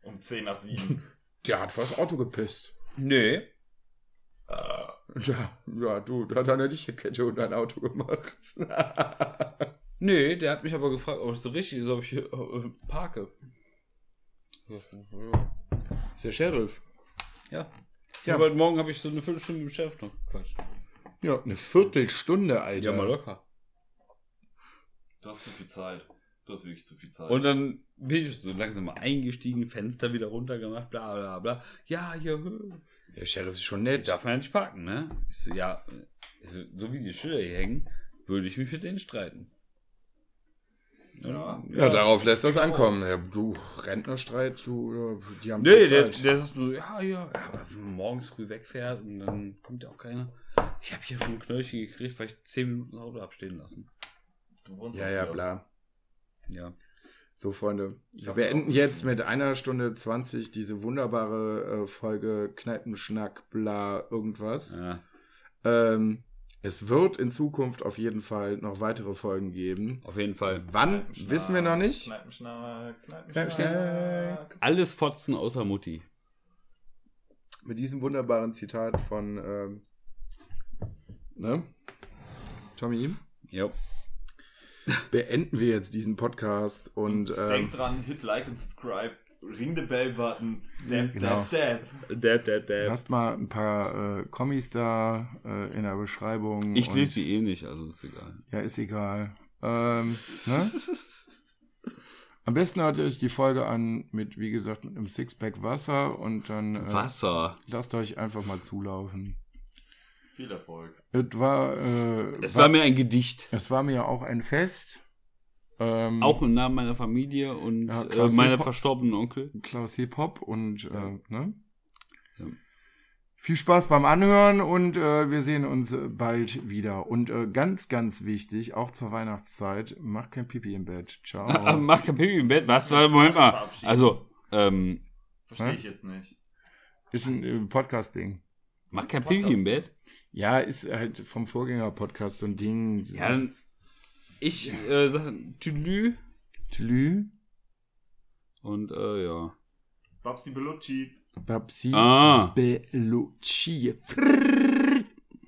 S4: Um 10 nach 7.
S2: Der hat vors Auto gepisst.
S3: Nee.
S2: Ja, ja, du, da hat er eine Lichterkette und ein Auto gemacht.
S3: Nee, der hat mich aber gefragt, ob es so richtig ist, ob ich hier äh, parke.
S2: Ist der Sheriff.
S3: Ja.
S2: Ja.
S3: ja. Aber heute Morgen habe ich so eine Viertelstunde mit dem Chef noch gequatscht.
S2: Ja, eine Viertelstunde, Alter.
S3: Ja, mal locker.
S4: Du hast zu viel Zeit. Du hast wirklich zu viel Zeit.
S3: Und dann bin ich so langsam mal eingestiegen, Fenster wieder runtergemacht, bla bla bla. Ja, ja.
S2: Der Sheriff ist schon
S3: Ich
S2: nett.
S3: darf man ja nicht parken, ne? Ich so, ja, ich so, so wie die Schilder hier hängen, würde ich mich mit denen streiten.
S4: Ja.
S2: Ja, darauf lässt das ankommen. Ja, du, Rentnerstreit, du, äh, die haben
S3: Nee,
S2: viel
S3: der,
S2: Zeit.
S3: der sagt so, ja, ja, aber wenn man morgens früh wegfährt und dann kommt ja auch keiner. Ich habe hier schon ein Knöllchen gekriegt, weil ich 10 Minuten das Auto abstehen lassen.
S4: du wohnst
S2: ja,
S4: auch
S2: ja,
S4: hier.
S2: bla.
S3: Ja.
S2: So, Freunde, wir
S4: hab
S2: beenden
S4: auch-
S2: jetzt mit einer Stunde 20 diese wunderbare äh, Folge Kneipenschnack, bla, irgendwas.
S3: ja.
S2: Ähm, es wird in Zukunft auf jeden Fall noch weitere Folgen geben.
S3: Auf jeden Fall.
S2: Wann,
S4: Kneipenschnack,
S2: wissen wir noch nicht.
S4: Kneipenschnack, Kneipenschnack.
S2: Kneipenschnack.
S3: Alles Fotzen außer Mutti.
S2: Mit diesem wunderbaren Zitat von ähm, ne? Tommy
S3: Jo.
S2: beenden wir jetzt diesen Podcast und ähm,
S4: Denkt dran, hit like und subscribe. Ring the bell button. Dab,
S2: Genau.
S4: dab, dab.
S3: Dab, dab, dab.
S2: lasst mal ein paar äh, Kommis da äh, in der Beschreibung.
S3: Ich
S2: und-
S3: lese sie eh nicht, also ist egal.
S2: Ja, ist egal. Ähm, ne? Am besten hört ihr euch die Folge an mit, wie gesagt, mit einem Sixpack Wasser und dann äh,
S3: Wasser.
S2: lasst euch einfach mal zulaufen.
S4: Viel Erfolg.
S2: Es war, äh,
S3: Es war mir ein Gedicht.
S2: es war mir auch ein Fest. Ähm,
S3: Auch im Namen meiner Familie und
S2: Ja,
S3: äh,
S2: Klaus Hip-Hop.
S3: meiner
S2: Genau.
S3: verstorbenen Onkel.
S2: Klaus Hip Hop und äh, ne?
S3: Ja.
S2: Viel Spaß beim Anhören und äh, wir sehen uns äh, bald wieder. Und äh, ganz, ganz wichtig, auch zur Weihnachtszeit, macht kein Pipi im Bett.
S3: Ah,
S2: Ciao.
S3: Mach kein Pipi im Bett. Was? Warte, Moment mal.
S4: Verabschieden.
S3: Also, ähm,
S4: Verstehe
S2: Hä?
S4: ich jetzt nicht.
S2: Ist ein äh, Podcast-Ding.
S3: mach kein Pipi im Bett.
S2: Ja, ist halt vom Vorgänger-Podcast so ein Ding.
S3: Ja, dann, ich äh, sag Tüdelü
S2: Tlü,
S3: und äh, ja.
S4: Babsi Bellucci.
S2: Babsi,
S3: Ah.
S2: Belucci.